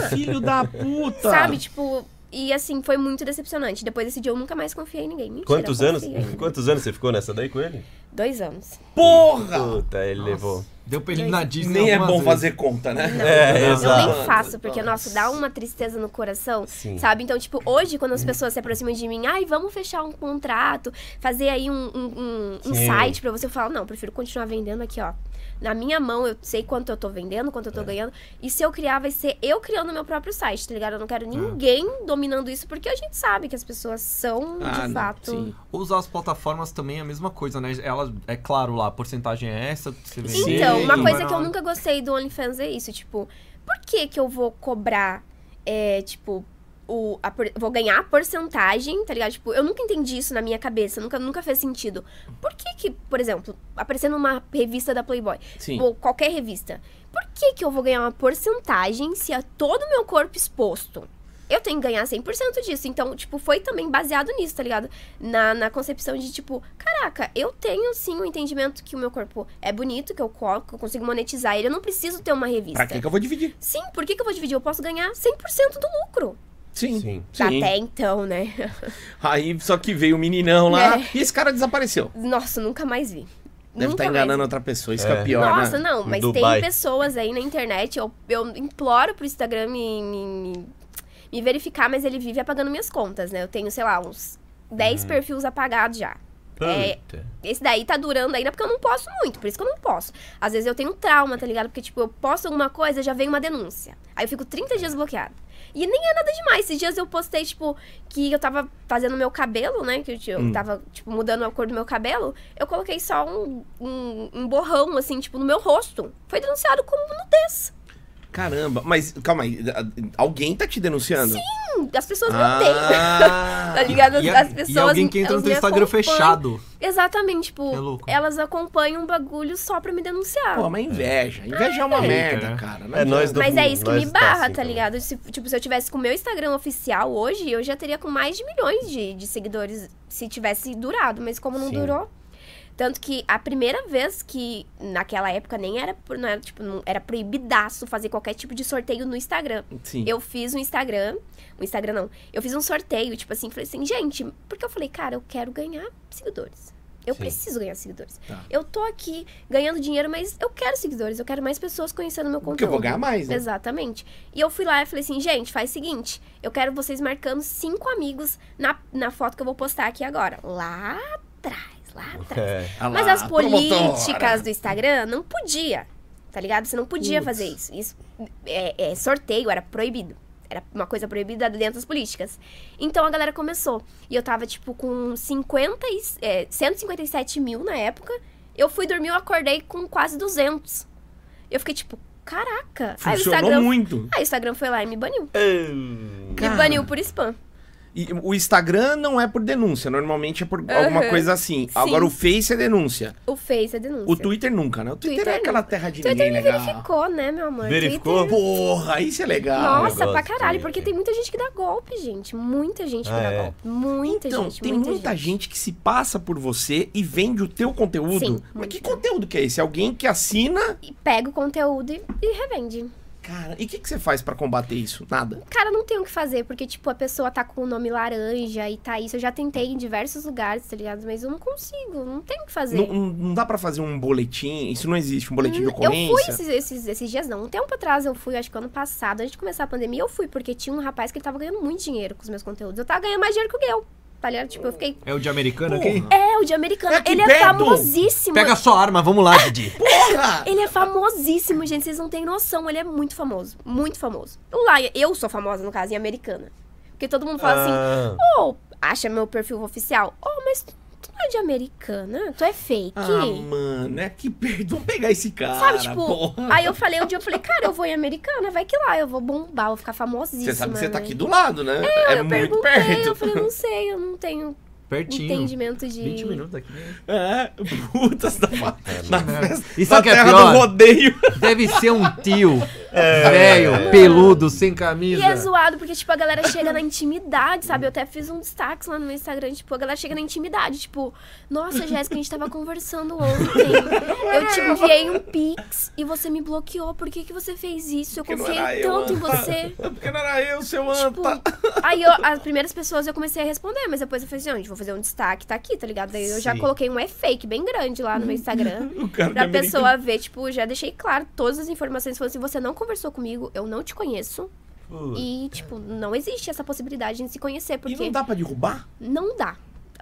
nenhuma,
Filho da puta!
Tá.
sabe? Tipo, e assim, foi muito decepcionante. Depois desse dia eu nunca mais confiei em ninguém. Mentira,
Quantos
eu
anos?
confiei ainda.
Quantos anos você ficou nessa daí com ele?
Dois anos.
Porra!
Puta, ele levou.
Deu pra ele ir na Disney
Nem é
algumas
bom
vezes.
fazer conta, né?
É,
Não,
exato.
Eu nem faço, porque,
Nossa.
nossa, dá uma tristeza no coração,
Sim.
sabe? Então, tipo, hoje, quando as pessoas se aproximam de mim, ai, vamos fechar um contrato, fazer aí um, um, um, um
Sim.
site pra você, eu falo, não, prefiro continuar vendendo aqui, ó. Na minha mão, eu sei quanto eu tô vendendo, quanto eu tô ganhando. E se eu criar, vai ser eu criando meu próprio site, tá ligado? Eu não quero ninguém dominando isso, porque a gente sabe que as pessoas são,
Ah,
de
não,
fato.
sim.
Usar as plataformas também é a mesma coisa, né? Ela, é claro lá, a porcentagem é essa, você vende
Sim,
Então, uma
vai
coisa
na
que eu
hora.
nunca gostei do OnlyFans é isso, tipo, por que que eu vou cobrar, é, tipo, o, a por- vou ganhar a porcentagem, tá ligado? Tipo, eu nunca entendi isso na minha cabeça, nunca, nunca fez sentido. Por que que, por exemplo, aparecendo uma revista da Playboy,
Sim.
ou Tipo, qualquer revista, por que que eu vou ganhar uma porcentagem se é todo o meu corpo exposto? Eu tenho que ganhar 100% disso. Então, tipo, foi também baseado nisso, tá ligado? Na, na concepção de, tipo, caraca, eu tenho sim o entendimento que o meu corpo é bonito, que eu, co- que eu consigo monetizar ele, eu não preciso ter uma revista.
Pra que que eu vou dividir?
Sim, por que, que eu vou dividir? Eu posso ganhar 100% do lucro.
Sim.
Sim.
Até então, né?
Aí só que veio o meninão lá
É.
e esse cara desapareceu.
Nossa, nunca mais vi.
Deve
nunca
estar enganando
mais vi.
outra pessoa, isso que é
É.
pior,
Nossa,
né?
não, mas
Dubai.
tem pessoas aí na internet, eu, eu imploro pro Instagram me, me, me- me verificar, mas ele vive apagando minhas contas, né? Eu tenho, sei lá, uns
Uhum.
10 perfis apagados já. É,
Puta.
Esse daí tá durando ainda porque eu não posso muito, por isso que eu não posso. Às vezes eu tenho trauma, tá ligado? Porque, tipo, eu posto alguma coisa, já vem uma denúncia. Aí eu fico 30 dias bloqueada. E nem é nada demais. Esses dias eu postei, tipo, que eu tava fazendo meu cabelo, né? Que eu, tinha- eu
Hum.
tava, tipo, mudando a cor do meu cabelo. Eu coloquei só um, um, um borrão, assim, tipo, no meu rosto. Foi denunciado como nudez.
Caramba, mas calma aí, a- alguém tá te denunciando? Ah. Sim,
um. As pessoas não têm.
ah,
Tá ligado?
E,
As
e
pessoas.
alguém que entra no
elas
teu
me
Instagram
acompanham.
fechado.
Exatamente, tipo,
É louco.
elas acompanham um bagulho só pra me denunciar.
Pô, mas inveja. Inveja é uma
é.
merda,
Eita, né?
cara.
É, nós
adianta.
do-
Mas é isso que
nós
me
tá
barra,
assim
tá
também.
ligado? Se, tipo, se eu tivesse com o meu Instagram oficial hoje, eu já teria com mais de milhões de, de seguidores se tivesse durado, mas como não
Sim.
durou. Tanto que a primeira vez que, naquela época, nem era, por- não era, tipo, não, era proibidaço fazer qualquer tipo de sorteio no Instagram.
Sim.
Eu fiz um Instagram, um Instagram não, eu fiz um sorteio, tipo assim, falei assim, gente, porque eu falei, cara, eu quero ganhar seguidores. Eu
Sim.
preciso ganhar seguidores.
Tá.
Eu tô aqui ganhando dinheiro, mas eu quero seguidores, eu quero mais pessoas conhecendo meu conteúdo.
Porque eu vou ganhar mais, né?
Exatamente. E eu fui lá e falei assim, gente, faz o seguinte, eu quero vocês marcando cinco amigos na, na foto que eu vou postar aqui agora. Lá atrás, lá atrás.
É.
Ah lá,
Mas as
promotora.
políticas do Instagram não podia, tá ligado? Você não podia
Putz.
fazer isso. Isso é, é sorteio, era proibido. Era uma coisa proibida dentro das políticas. Então a galera começou. E eu tava, tipo, com 50 e, é, 157 mil na época. Eu fui dormir, eu acordei com quase 200. Eu fiquei, tipo, caraca. Aí Ah,
Funcionou
o Instagram,
muito.
aí o Instagram foi lá e me baniu.
Cara.
Me baniu por spam.
E o Instagram não é por denúncia, normalmente é por alguma
Aham.
coisa assim.
Sim.
Agora o Face é denúncia.
O Face é denúncia.
O Twitter nunca, né? O Twitter,
Twitter
é aquela
nunca.
terra de
Twitter
ninguém
me
legal.
verificou, né, meu amor?
Verificou?
Twitter-
Porra, isso é legal.
Nossa,
eu
pra
gosto
caralho,
de-
porque tem muita gente que dá golpe, gente. Muita gente que
Ah,
dá
é.
golpe. Muita
então,
gente,
tem
muita, gente.
que se passa por você e vende o teu conteúdo.
Sim,
Mas que
muita.
conteúdo que é esse? Alguém que assina.
E pega o conteúdo e, e revende.
Cara, e o que, que você faz pra combater isso? Nada.
Cara, não tem o que fazer, porque, tipo, a pessoa tá com o nome laranja e tá isso. Eu já tentei em diversos lugares, tá ligado? Mas eu não consigo, não tem o que fazer.
Não, não- não dá pra fazer um boletim. Isso não existe, um boletim de
Hum, Eu
ocorrência.
fui esses, esses- esses dias, não. Um tempo atrás eu fui, acho que ano passado, antes de começar a pandemia, eu fui, porque tinha um rapaz que ele tava ganhando muito dinheiro com os meus conteúdos. Eu tava ganhando mais dinheiro que o Gale. Tá ligado? Tipo, eu fiquei.
É o de americano
Porra.
aqui?
É, o de americano.
É aqui
ele é
perto!
famosíssimo.
Pega a sua arma, vamos lá, Didi.
Porra!
Ele é famosíssimo, gente. Vocês não têm noção. Ele é muito famoso. Muito famoso. Lá, eu sou famosa, no caso, em americana. Porque todo mundo fala assim,
Ah,
ô, acha meu perfil oficial? Ô, mas tu tu não é de americana? Tu é fake?
Ah, mano, é que perdo. Vamos pegar esse cara.
Sabe, tipo,
porra.
aí eu falei um dia, eu falei, cara, eu vou em americana, vai que lá, eu vou bombar, vou ficar famosíssima.
Você sabe que você tá
né?
aqui do lado, né? É,
Eu
muito
perguntei, eu
perto.
falei, não sei, eu não tenho
Pertinho.
entendimento de...
20 minutos aqui.
É, putas da na festa.
E
da
sabe o que é
terra
pior?
do rodeio.
Deve ser um tio
É.
velho, peludo, sem camisa.
É. E é zoado, porque, tipo, a galera chega na intimidade, sabe? Eu até fiz um destaque lá no meu Instagram, tipo, a galera chega na intimidade, tipo, nossa, Jéssica, a gente tava conversando ontem. Eu te enviei um Pix e você me bloqueou. Por que, que você fez isso? Eu
Porque não era
confiei
eu, tá.
tanto em
Anta.
você.
Porque não era eu, seu
Tipo,
anta.
aí eu- as primeiras pessoas eu comecei a responder, mas depois eu falei assim, "Não, gente, vou fazer um destaque, tá aqui, tá ligado? Daí eu já
Sim.
coloquei um é fake bem grande lá no meu Instagram.
o cara
Pra
que é americano.
pessoa ver, tipo, já deixei claro todas as informações. Falei assim, você não conversou comigo, eu não te conheço.
pô,
E, tipo, não existe essa possibilidade de se conhecer,
É. E
porque
não
não dá.
dá pra derrubar?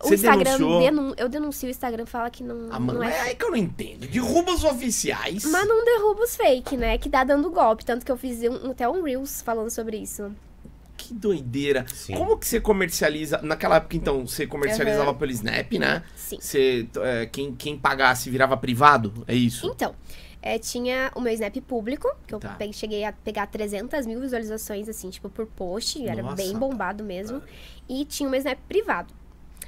O
Você
Instagram,
denunciou?
denun- eu denuncio, o Instagram fala que não,
Ah,
não
mano,
é.
é aí que eu não entendo. Derruba os oficiais.
Mas não derruba os fake, né? Que dá dando golpe. Tanto que eu fiz um, até um Reels falando sobre isso.
Que doideira.
Sim.
Como que você comercializa? Naquela época, então, você comercializava pelo Snap, né?
Sim.
Você, é, quem, quem pagasse virava privado? É isso?
Então, é, tinha o meu Snap público, que eu
Tá.
pe- cheguei a pegar 300 mil visualizações, assim, tipo, por post, era
Nossa. Tá.
bem bombado mesmo. E tinha o meu Snap privado.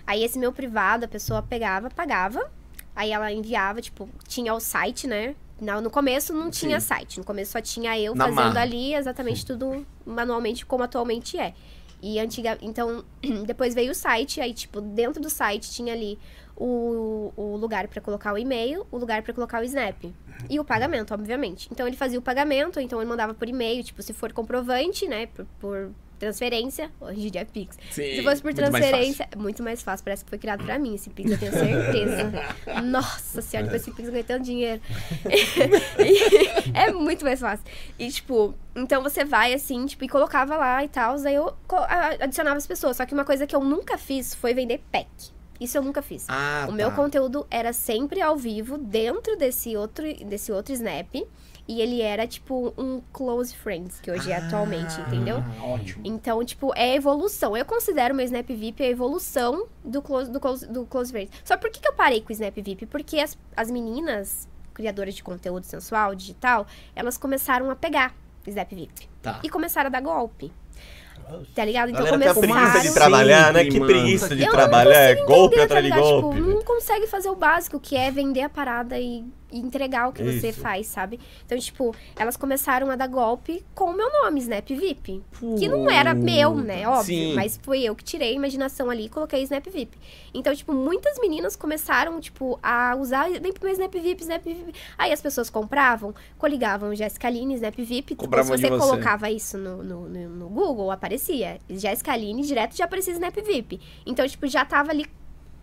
Aí esse meu privado, a pessoa pegava, pagava, aí ela enviava, tipo, tinha o site, né? Na- No começo não tinha
Sim.
site, no começo só tinha eu
Na
fazendo
marra.
ali exatamente tudo manualmente como atualmente é. E antiga, então depois veio o site, aí tipo, dentro do site tinha ali o, o lugar pra colocar o e-mail, o lugar pra colocar o Snap. E o pagamento, obviamente. Então ele fazia o pagamento, então ele mandava por e-mail, tipo, se for comprovante, né? Por, por transferência, hoje em dia é Pix.
Sim.
Se fosse por
muito mais
transferência, é muito mais fácil. Parece que foi criado pra mim esse Pix, eu tenho certeza. Nossa senhora, depois esse Pix eu ganhei tanto dinheiro. E- é muito mais fácil. E, tipo, então você vai assim, tipo, e colocava lá e tal. Daí eu co- a- adicionava as pessoas. Só que uma coisa que eu nunca fiz foi vender pack. Isso eu nunca fiz.
Ah,
O meu
tá.
conteúdo era sempre ao vivo, dentro desse outro, desse outro Snap. E ele era, tipo, um close friends, que hoje é atualmente,
Ah,
entendeu?
Ótimo.
Então, tipo, é a evolução. Eu considero o meu Snap VIP a evolução do Close, do close, do close Friends. Só por que, que eu parei com o Snap VIP? Porque as, as meninas, criadoras de conteúdo sensual, digital, elas começaram a pegar o Snap VIP.
Tá.
E começaram a dar golpe. Tá ligado? Então
galera tem a preguiça
começaram...
de trabalhar, né?
Sempre,
Que
mano.
preguiça de
Eu não
trabalhar. É
consigo
golpe
entender, tá
atrás de
ligado?
golpe.
Tipo,
velho.
não consegue fazer o básico, que é vender a parada e, e entregar o que você
Isso.
faz, sabe? Então, tipo, elas começaram a dar golpe com o meu nome, Snap VIP. Que não era meu, né? Óbvio.
Hum, Sim.
Mas foi eu que tirei a imaginação ali e coloquei Snap VIP. Então, tipo, muitas meninas começaram, tipo, a usar. Vem pro meu Snap VIP, Snap VIP. Aí as pessoas compravam, coligavam Jéssica Aline, Snap VIP. Depois,
Cobravam
se
de
você
você.
colocava isso no, no, no- no Google, aparecia. Jéssica Aline, direto já aparecia Snap VIP. Então, tipo, já tava ali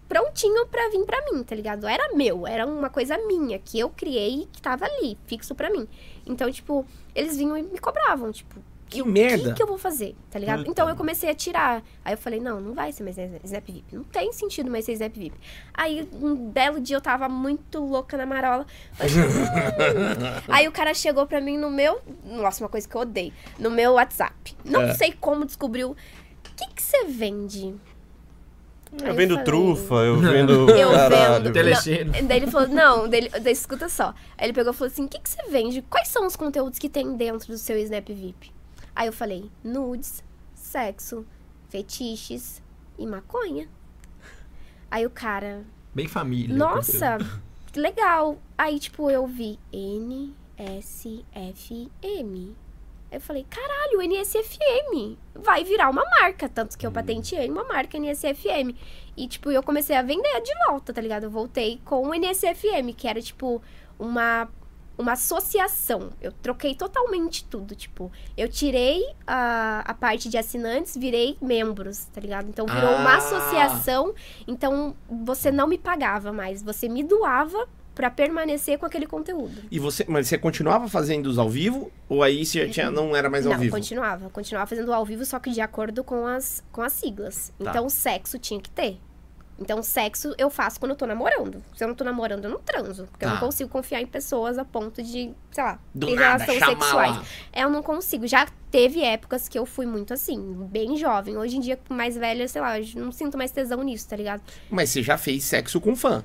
prontinho pra vir pra mim, tá ligado? Era meu, era uma coisa minha, que eu criei e que tava ali, fixo pra mim. Então, tipo, eles vinham e me cobravam, tipo,
Que
O
merda.
que, que eu vou fazer? Tá ligado?
Puta.
Então eu comecei a tirar. Aí eu falei, não, não vai ser mais Snap VIP. Não tem sentido mais ser Snap VIP. Aí um belo dia eu tava muito louca na marola. Falei, "Hum." Aí o cara chegou pra mim no meu. Nossa, uma coisa que eu odeio. No meu WhatsApp. Não
É.
sei como descobriu. O que que você vende? É Aí
Eu vendo
falei,
trufa, eu vendo.
Eu
Caralho.
vendo.
Telecine.
Não, daí ele falou, não, daí, ele- daí escuta só. Aí ele pegou e falou assim: o que, que você vende? Quais são os conteúdos que tem dentro do seu Snap VIP? Aí eu falei: nudes, sexo, fetiches e maconha. Aí o cara,
Bem família.
nossa, que legal. Aí, tipo, eu vi NSFM. Aí Eu falei, caralho, NSFM vai virar uma marca. Tanto que eu patenteei uma marca NSFM. E, tipo, eu comecei a vender de volta, tá ligado? Eu voltei com o NSFM, que era, tipo, uma, uma associação. Eu troquei totalmente tudo. Tipo, eu tirei a, a parte de assinantes, virei membros, tá ligado? Então virou uma
Ah.
associação. Então você não me pagava mais, você me doava pra permanecer com aquele conteúdo.
E você, mas você continuava fazendo os ao vivo? Ou aí você já tinha, não era mais ao
Uhum. não,
vivo?
continuava. Continuava fazendo ao vivo, só que de acordo com as, com as siglas.
Tá.
Então, sexo tinha que ter. Então, sexo eu faço quando eu tô namorando. Se eu não tô namorando, eu não transo. Porque eu
Tá.
não consigo confiar em pessoas a ponto de, sei lá,
Do
ter
nada,
relações
chamar
sexuais.
lá.
É, Eu não consigo. Já teve épocas que eu fui muito assim, bem jovem. Hoje em dia, mais velha, sei lá, eu não sinto mais tesão nisso, tá ligado?
Mas você já fez sexo com fã.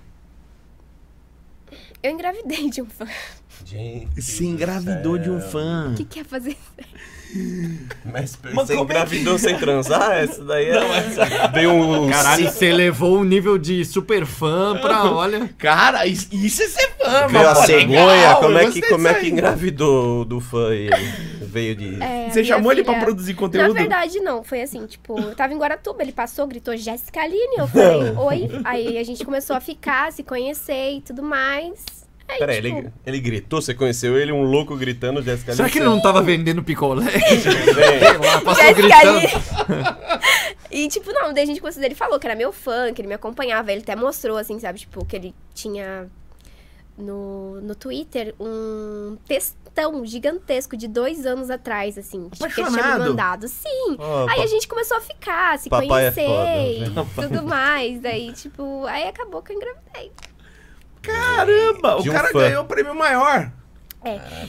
Eu engravidei de um fã
Gente
Você
do
engravidou de um
céu.
fã.
que quer fazer
Mas
Mas
você
como é
engravidou sem transar? Essa daí é. Deu um.
Caralho, você levou um nível de super fã pra, olha...
Cara, isso, isso é ser fã,
Veio a
mano.
cegonha,
Legal,
como
eu
é, que,
gostei
como é
disso
que
aí.
engravidou do fã ele? Veio de.
É, a
Você
minha
chamou ele pra
filha-
produzir
Na
conteúdo?
verdade, não. Foi assim, tipo, eu tava em Guaratuba, ele passou, gritou Jéssica Aline, eu falei, oi. Aí a gente começou a ficar, se conhecer e tudo mais. Aí,
Peraí,
tipo,
ele, ele gritou, você conheceu ele, um louco gritando, Jessica
Será
Lange,
que ele não tava vendendo picolé?
Vem.
Lá, passou
Jéssica
gritando.
Aline. e, tipo, não, daí a gente conheceu, ele falou que era meu fã, que ele me acompanhava. Ele até mostrou, assim, sabe, tipo, que ele tinha no, no Twitter um textão gigantesco de dois anos atrás, assim. tipo, Que ele tinha me
Apaixonado.
mandado. Sim.
Ó,
Aí
pa-
a gente começou a ficar, se
Papai é
conhecer
foda,
e tudo mais. Daí, tipo, aí acabou que eu engravidei.
Caramba,
De
o
um
cara
fã.
ganhou o prêmio maior.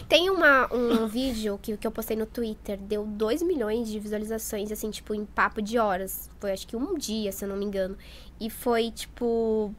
Tem uma, um vídeo que, que eu postei no Twitter, deu 2 milhões de visualizações, assim, tipo, em papo de horas. Foi acho que um dia, se eu não me engano. E foi, tipo.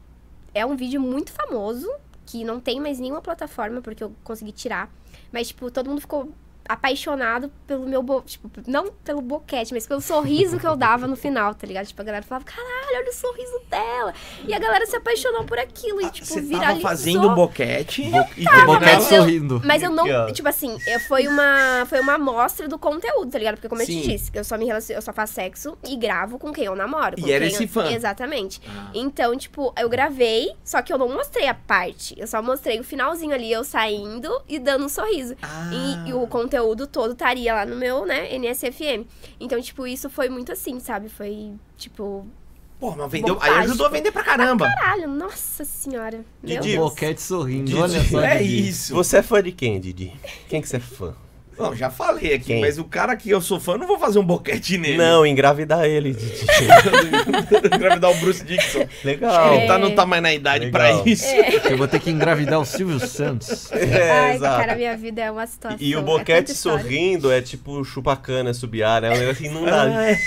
É um vídeo muito famoso, que não tem mais nenhuma plataforma, porque eu consegui tirar. Mas, tipo, todo mundo ficou apaixonado pelo meu. bo- Tipo, não pelo boquete, mas pelo sorriso que eu dava no final, tá ligado? Tipo, a galera falava, caralho, olha o sorriso dela. E a galera se apaixonou por aquilo e, tipo,
Ah, Você tava
viralizou.
fazendo boquete. e
O Boquete
mas eu-
sorrindo.
Mas eu não,
Aqui, ó.
tipo assim, eu- foi uma foi uma amostra do conteúdo, tá ligado? Porque como eu
Sim.
te disse, eu só me relacio- eu só faço sexo e gravo com quem eu namoro,
E
com
era
quem
esse
eu-
fã.
Exatamente.
Ah.
Então, tipo, eu gravei, só que eu não mostrei a parte. Eu só mostrei o finalzinho ali eu saindo e dando um sorriso.
Ah.
E, e
Ah.
o conteúdo todo estaria lá no meu, né, NSFM. Então, tipo, isso foi muito assim, sabe? Foi tipo,
Pô, mas vendeu. Aí
Vontade.
ajudou a vender pra caramba.
caralho, nossa senhora.
Didi,
Meu
O
Deus.
Boquete sorrindo,
Didi.
olha só.
É
Didi.
isso.
Você é fã de quem, Didi? Quem que você é fã?
Não, já falei aqui,
Quem?
mas o cara que eu sou fã, eu não vou fazer um boquete nele.
Não, engravidar ele, Didi.
Engravidar o Bruce Dixon.
Legal.
Ele tá, não
É.
tá mais na idade
Legal.
pra isso.
Eu vou ter que engravidar o Silvio Santos.
É,
Ai,
exato.
cara, minha vida é uma situação.
E o
é
boquete
tanta história.
sorrindo é tipo chupacana, subiar, né? É um negócio que não dá.
Ah, é.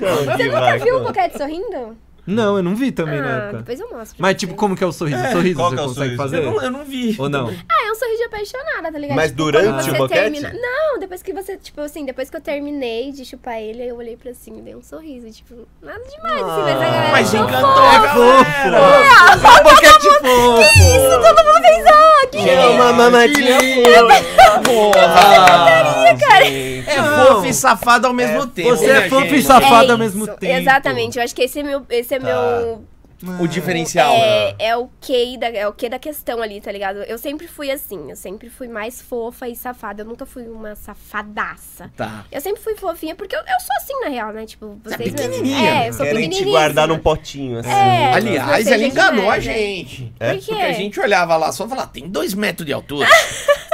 Não, que vai,
Viu o
não.
boquete sorrindo?
Não, eu não vi também na
Ah,
época.
depois eu mostro.
Mas
pra
tipo,
vocês.
como que é o sorriso? O sorriso
qual
você
que é o
consegue
sorriso?
eu,
fazer?
não, eu não vi.
Ou não?
Ah, é um sorriso de apaixonada, tá ligado?
Mas
Tipo,
durante
quando
o
você
boquete?
termina- Não, depois que você, tipo assim, depois que eu terminei de chupar ele, eu olhei pra cima e dei um sorriso. Tipo, nada demais,
Ah.
assim, mas a galera.
Mas
achou
encantou
fofo.
a galera.
O boquete fofo!
Isso, todo mundo fez, ah, que
É uma mamadinha
tá Porra!
cara.
É
Não.
fofo e safado ao mesmo tempo.
Você
né,
é fofo e
gente?
safado
É
ao mesmo
isso,
tempo.
Exatamente, eu acho que esse é meu. Esse é
Tá.
meu
O diferencial.
É, é o que da, é o que da questão ali, tá ligado? Eu sempre fui assim, eu sempre fui mais fofa e safada. Eu nunca fui uma safadaça.
Tá.
Eu sempre fui fofinha, porque eu, eu sou assim, na real, né? Tipo, vocês
é
mesmos-
pequenininha.
É, eu sou
Querem te
pequenininha.
guardar num potinho, assim.
É.
Aliás,
Você
ela
já
enganou a
demais, né?
gente.
É? Por quê?
Porque a gente olhava lá só e falava, tem dois metros de altura.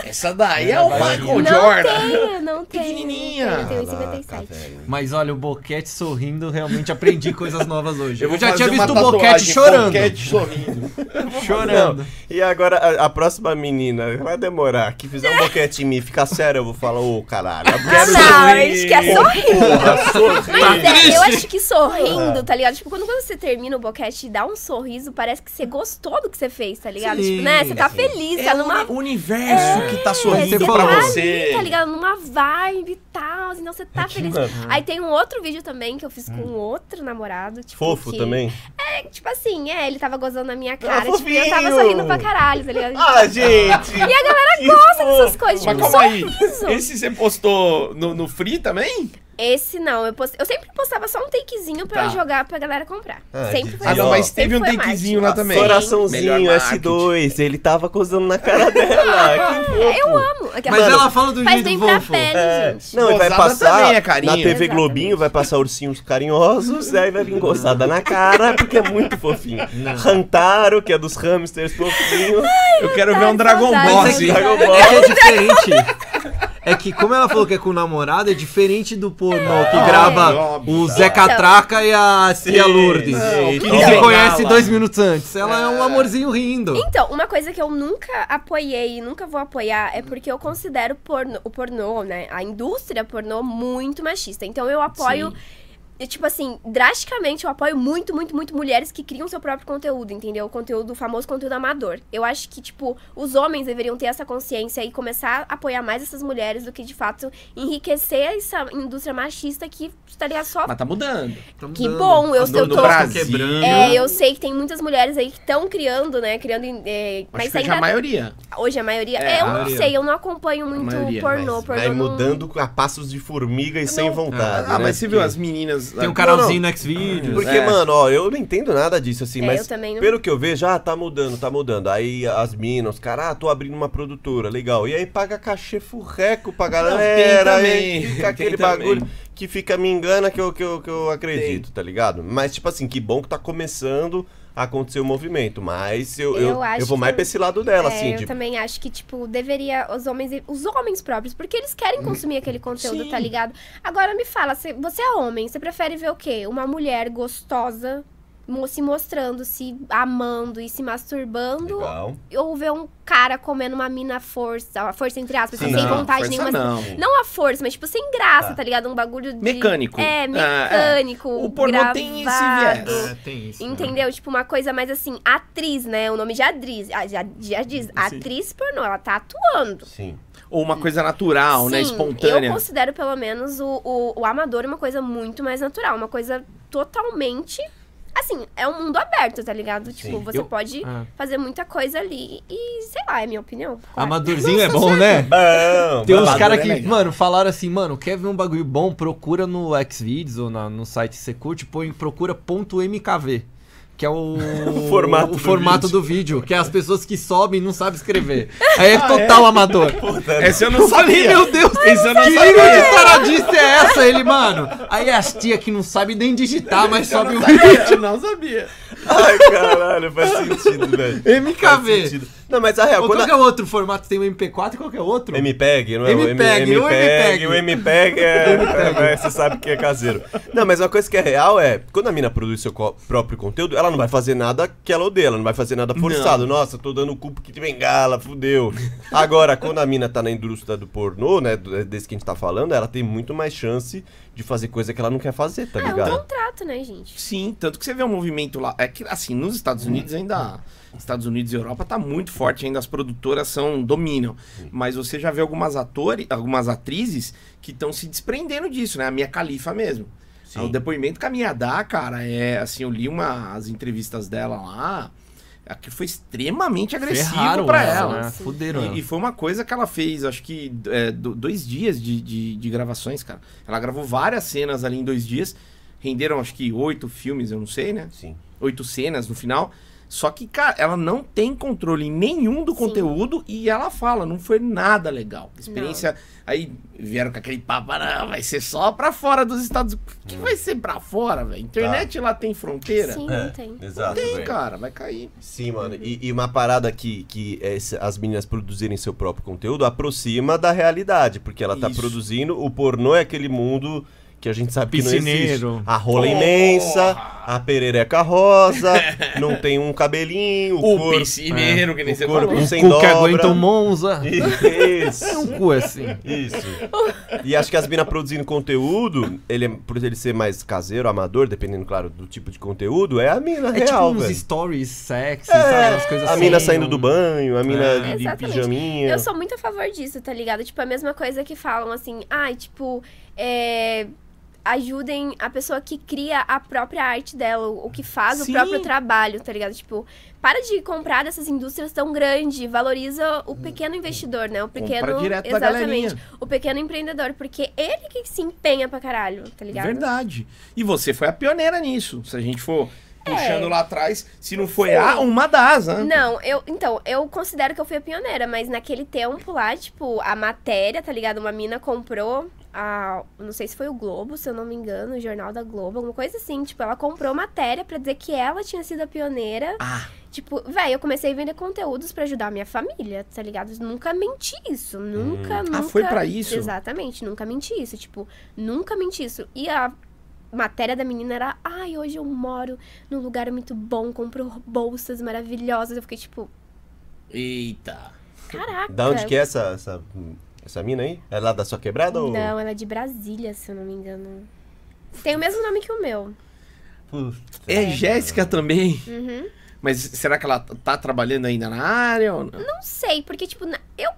essa daí é o
vai-
Michael
não
Jordan.
tenho, não tenho.
Pequenininha.
Eu tenho 57.
velho.
Mas olha, o Boquete sorrindo, realmente aprendi coisas novas hoje. Eu, já
fazer
tinha
uma
visto o
tatuagem,
Boquete chorando.
Boquete sorrindo.
Chorando.
E agora a, a próxima menina, vai demorar, que fizer um boquete em mim, fica sério, eu vou falar, ô caralho, é eu
Ah,
quero
não,
sorrir,
acho que é sorrindo.
porra, sorrir.
Mas é, eu acho que sorrindo, tá ligado? Tipo, quando quando você termina o boquete e dá um sorriso, parece que você gostou do que você fez, tá ligado?
Sim,
tipo, né? Você tá feliz, tá numa
o universo que
É,
tá sorrindo
você
pra
falou.
você.
tá ligado? Numa vibe e tal, então você tá feliz. Aí tem um outro vídeo também que eu fiz com outro namorado. Tipo,
Fofo
que-
também.
É, tipo assim, é, ele tava gozando na minha cara. tipo,
fofinho!
eu tava sorrindo pra caralho, tá ligado?
Ah, gente!
E a galera gosta dessas coisas,
Mas
tipo, um
calma aí,
sorriso. Esse...
esse você postou no, no Free também?
não, eu, post... eu sempre postava só um takezinho pra
Tá.
eu jogar pra galera comprar.
Ah,
sempre
que
foi
Ah, não,
ó.
assim.
mas teve um
Sempre foi
takezinho lá
mais.
também.
Coraçãozinho,
Melhor marketing.
S2, ele tava cozando na cara dela. que fofo.
Eu amo. Aquela
Mas
Mano,
ela fala do
é Faz
jeito
bem pra
fofo.
pele,
É,
gente.
Não, e vai
Gozada
passar
também é carinho.
na TV
Exatamente.
Globinho, vai passar ursinhos carinhosos, aí vai vir gozada na cara, porque é muito fofinho. Rantaro, que é dos hamsters fofinho.
Eu quero ver um
Saudade,
Dragon
Mas
Ball,
saudade.
é
assim.
que,
Dragon
é que é diferente. É que, como ela falou que é com o namorado, é diferente do pornô que grava
óbvio.
o Zé Catraca e a Cia Lourdes.
não,
que
que
se
legal.
conhece dois minutos antes. Ela é um amorzinho rindo.
Então, uma coisa que eu nunca apoiei e nunca vou apoiar é porque eu considero porno- o pornô, né? A indústria pornô muito machista. Então eu apoio. e, Tipo assim, drasticamente eu apoio muito, muito, muito mulheres que criam seu próprio conteúdo, entendeu? O conteúdo, o famoso conteúdo amador. Eu acho que, tipo, os homens deveriam ter essa consciência e começar a apoiar mais essas mulheres do que, de fato, enriquecer essa indústria machista que estaria só
Mas tá mudando.
Que bom, eu-
estou
eu tô-
quebrando.
É, eu sei que tem muitas mulheres aí que estão criando, né? Criando. é,
Acho
mas
que hoje é a
ainda.
maioria.
Hoje a maioria.
É, a
É, eu
maioria.
não sei, eu não acompanho muito
maioria,
pornô.
mas
pornô
Vai
não-
mudando a passos de formiga e sem vontade.
Ah,
né?
mas você viu as meninas...
Tem um
ah,
canalzinho no Xvideos.
Porque,
É.
mano, ó, eu não entendo nada disso, assim,
É,
mas
eu também não-
pelo que eu vejo, ah, tá mudando, tá mudando. Aí as minas, os caras, ah, tô abrindo uma produtora, legal. E aí paga cachê furreco pra galera,
tem
e
também,
fica aquele
tem também.
bagulho que fica me engana que eu, que eu, que eu acredito, tá ligado? Mas, tipo assim, que bom que tá começando a acontecer o movimento, mas eu, eu,
Eu
eu,
acho
vou mais
que-
pra esse lado dela,
É,
assim,
eu
tipo,
também acho que, tipo, deveria os homens, os homens próprios, porque eles
Hum,
querem consumir aquele conteúdo,
Sim.
tá ligado? Agora me fala, cê- você é homem, você prefere ver o quê? Uma mulher gostosa mo- se mostrando, se amando e se masturbando,
legal.
ou ver um cara comendo uma mina à força, à força entre aspas,
Sim.
sem
Não,
vontade
força
nenhuma,
não.
Não a força, mas tipo, sem graça,
Tá.
tá ligado? Um bagulho de...
Mecânico.
É,
Ah,
mecânico,
O pornô tem esse
gravado.
viés.
É, tem isso. né?
Entendeu? Tipo, uma coisa mais assim, atriz, né? O nome de atriz, ah, já, já diz, atriz pornô, ela tá atuando.
Sim.
Ou uma coisa natural, né?
Sim,
Espontânea.
Eu considero, pelo menos, o, o, o amador uma coisa muito mais natural, uma coisa totalmente... Assim, é um mundo aberto, tá ligado? Tipo,
Sim.
você
Eu-
pode
Ah.
fazer muita coisa ali e, sei lá, é minha opinião. claro.
Amadorzinho é bom, né?
Bom,
Tem uns
babado,
caras
né?
que,
legal.
mano, falaram assim, mano, quer ver um bagulho bom, procura no Xvideos ou na- no site que você curte, põe procura.mkv, que é o,
O formato do
formato
vídeo.
do vídeo, que é as pessoas que sobem e não sabem escrever. Aí é total amador.
Puta,
Essa eu não sabia.
Meu Deus,
Esse eu não
que
sabia.
língua de taradice é essa, ele, mano? Aí as tia que não sabe nem digitar, mas
Eu
sobe
não
o vídeo.
sabia, eu não sabia.
Ai, caralho, faz sentido, velho. Faz
MKV.
sentido. Não, mas a real,
Ou
quando
qual
a-
que é o outro formato? Tem o MP4 e qual que é o outro?
MPEG, não é?
MPEG,
o
o
MPEG,
MPEG.
o MPEG é, é, você sabe que é caseiro. Não, mas uma coisa que é real é, quando a mina produz seu co- próprio conteúdo, ela não vai fazer nada que ela odeia, ela não vai fazer nada forçado. Nossa, tô dando o cupo que de bengala, fudeu. Agora, quando a mina tá na indústria do pornô, né, do- desse que a gente tá falando, ela tem muito mais chance de fazer coisa que ela não quer fazer, tá
Ah, é um
ligado?
contrato, né, gente?
Sim, tanto que você vê um movimento lá. É que, assim, nos Estados Unidos ainda. Estados Unidos e Europa tá muito forte ainda, as produtoras são dominam. Mas você já vê algumas atores, algumas atrizes que estão se desprendendo disso, né? A minha califa mesmo.
Sim.
O depoimento que a minha dá, cara, é assim, eu li uma, as entrevistas dela lá, aquilo foi extremamente agressivo pra ela.
né? Fuderam ela.
E, e foi uma coisa que ela fez, acho que é, do- dois dias de, de, de gravações, cara. Ela gravou várias cenas ali em dois dias. Renderam, acho que, oito filmes, eu não sei, né?
Sim.
Oito cenas no final. Só que, cara, ela não tem controle nenhum do
Sim.
conteúdo e ela fala, não foi nada legal. A Experiência. Aí vieram com aquele papo, não, vai ser só pra fora dos Estados Unidos. O que vai ser pra fora, velho?
Tá.
Internet lá tem fronteira?
Sim,
É,
não tem.
Exato.
Tem,
velho.
cara, vai cair.
Sim, mano. E, e uma parada que, que é esse- as meninas produzirem seu próprio conteúdo aproxima da realidade, porque ela tá
Isso.
produzindo. O pornô é aquele mundo que a gente sabe que não
Piscineiro.
existe. A rola
Porra!
imensa, a perereca rosa, não tem um cabelinho, o,
O,
corpo. é,
piscineiro, que nem
o
você
corpo
falou.
sem
cu que
dobra.
aguenta um Monza. É
Isso.
um cu assim.
Isso. E acho que as minas produzindo conteúdo, ele, é- por ele ser mais caseiro, amador, dependendo, claro, do tipo de conteúdo, é a mina
É
real,
tipo uns
velho. É.
stories sexy, sabe? As coisas
A
assim.
mina saindo do banho, a mina
É.
de, de
Exatamente.
pijaminha.
Eu sou muito a favor disso, tá ligado? Tipo, é a mesma coisa que falam assim, ai, tipo, é, ajudem a pessoa que cria a própria arte dela, o o que faz
Sim.
o próprio trabalho, tá ligado? Tipo, para de comprar dessas indústrias tão grandes, valoriza o pequeno investidor, né? O pequeno.
Hum. Compra direto da
exatamente.
galerinha.
O pequeno empreendedor, porque ele que se empenha pra caralho, tá ligado?
Verdade. E você foi a pioneira nisso. Se a gente for puxando lá atrás, se não foi
É. Sim.
a, uma das, né?
Não, eu. Então, eu considero que eu fui a pioneira, mas naquele tempo lá, tipo, a matéria, tá ligado? Uma mina comprou. A, não sei se foi o Globo, se eu não me engano, o Jornal da Globo, alguma coisa assim. Tipo, ela comprou matéria pra dizer que ela tinha sido a pioneira.
Ah.
Tipo, velho, eu comecei a vender conteúdos pra ajudar a minha família, tá ligado? Nunca menti isso. Nunca, nunca.
Ah, foi pra isso?
Exatamente, nunca menti isso. Tipo, nunca menti isso. E a matéria da menina era, ai, hoje eu moro num lugar muito bom, compro bolsas maravilhosas. Eu fiquei tipo,
Eita.
caraca.
Da onde que é essa, essa, essa mina aí? É lá da sua quebrada ou.
Não, ela é de Brasília, se eu não me engano. Tem o mesmo nome que o meu.
Puta.
É Jéssica também.
Uhum.
Mas será que ela t- tá trabalhando ainda na área? Ou não?
Não sei, porque, tipo, na- eu.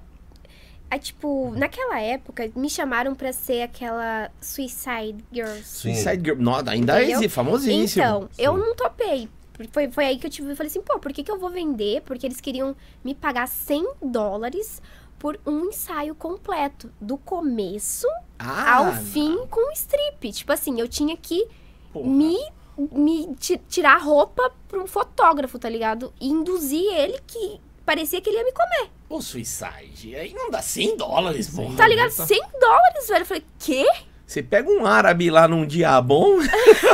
ah, tipo, naquela época, me chamaram pra ser aquela Suicide Girls.
Sim.
Suicide Girl. Nossa, ainda é
Entendeu?
exi- famosíssimo.
Então, eu
Sim.
não topei. Porque Foi, foi aí que eu tive. Eu falei assim, pô, por que, que eu vou vender? Porque eles queriam me pagar 100 dólares por um ensaio completo. Do começo
ah,
ao fim com strip. Tipo assim, eu tinha que
porra.
me, me ti- tirar a roupa pra um fotógrafo, tá ligado? E induzir ele que parecia que ele ia me comer.
Pô, Suicide. Aí não dá 100 dólares, porra.
Tá ligado? 100 dólares, velho. Eu falei, quê?
Você pega um árabe lá num dia bom,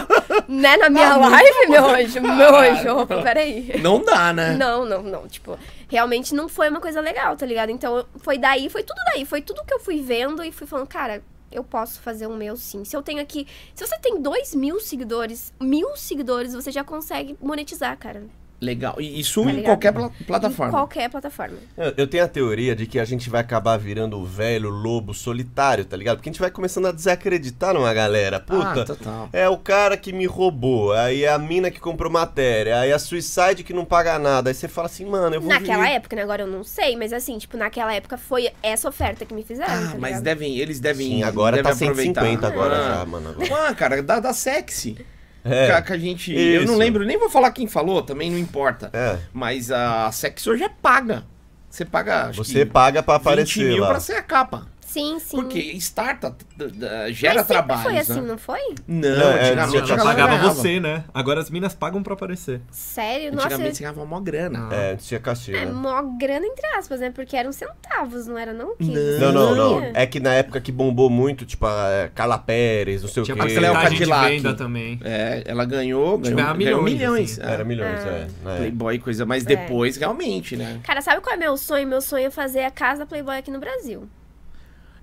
Né? Na minha
Ah, muito
live, meu anjo, meu anjo.
caro.
Opa, peraí.
não dá, né?
Não, não, não. Tipo, realmente não foi uma coisa legal, tá ligado? Então, eu- foi daí, foi tudo daí. Foi tudo que eu fui vendo e fui falando, cara, eu posso fazer o meu sim. Se eu tenho aqui. Se você tem dois mil seguidores, mil seguidores, você já consegue monetizar, cara.
Legal. E isso
Tá
em
ligado?
qualquer pla-
Em
plataforma.
qualquer plataforma.
Eu- Eu tenho a teoria de que a gente vai acabar virando o velho lobo solitário, tá ligado? Porque a gente vai começando a desacreditar numa galera. Puta.
Ah, total.
É o cara que me roubou, aí é a mina que comprou matéria, aí a suicide que não paga nada. Aí você fala assim, mano, eu vou.
Naquela
vir.
época, né? Agora eu não sei, mas assim, tipo, naquela época foi essa oferta que me fizeram.
Ah,
tá
mas
ligado?
devem, eles devem.
Sim, agora
devem
tá 150
aproveitar.
agora
Ah.
já, mano. Agora.
Ah, cara, dá, dá sexy.
É,
Que, a- que a gente. Eu não
Isso.
lembro, nem vou falar quem falou, também não importa.
é.
Mas a sexy hoje é paga. Você paga. Acho
Você
que
paga pra
20
aparecer
mil
lá.
pra ser a capa.
Sim, sim.
Porque starta, t- t- t-
mas
gera
sempre
trabalho.
foi assim,
né?
não foi?
Não,
Não, é, antigamente
antigamente a
Ela
galera
pagava
ganhava.
você, né? Agora as minas pagam pra aparecer.
Sério, nossa.
Antigamente você ganhava mó grana.
É, tinha cachê,
É
né?
mó grana, entre aspas, né? Porque eram centavos, não era não? Que
Não, não, não.
É.
É que na época que bombou muito, tipo, a Carla Pérez, não sei
Tinha
é o quê.
Cleo
porcentagem de
Cadillac.
venda também.
É, ela
Tipo,
ganhou, ganhou,
Ganhava
ganhou milhões.
milhões, assim.
é.
Era milhões, é. é.
Playboy, coisa, mas
É.
depois, realmente, né?
Cara, sabe qual é meu sonho? Meu sonho é fazer a casa Playboy aqui no Brasil.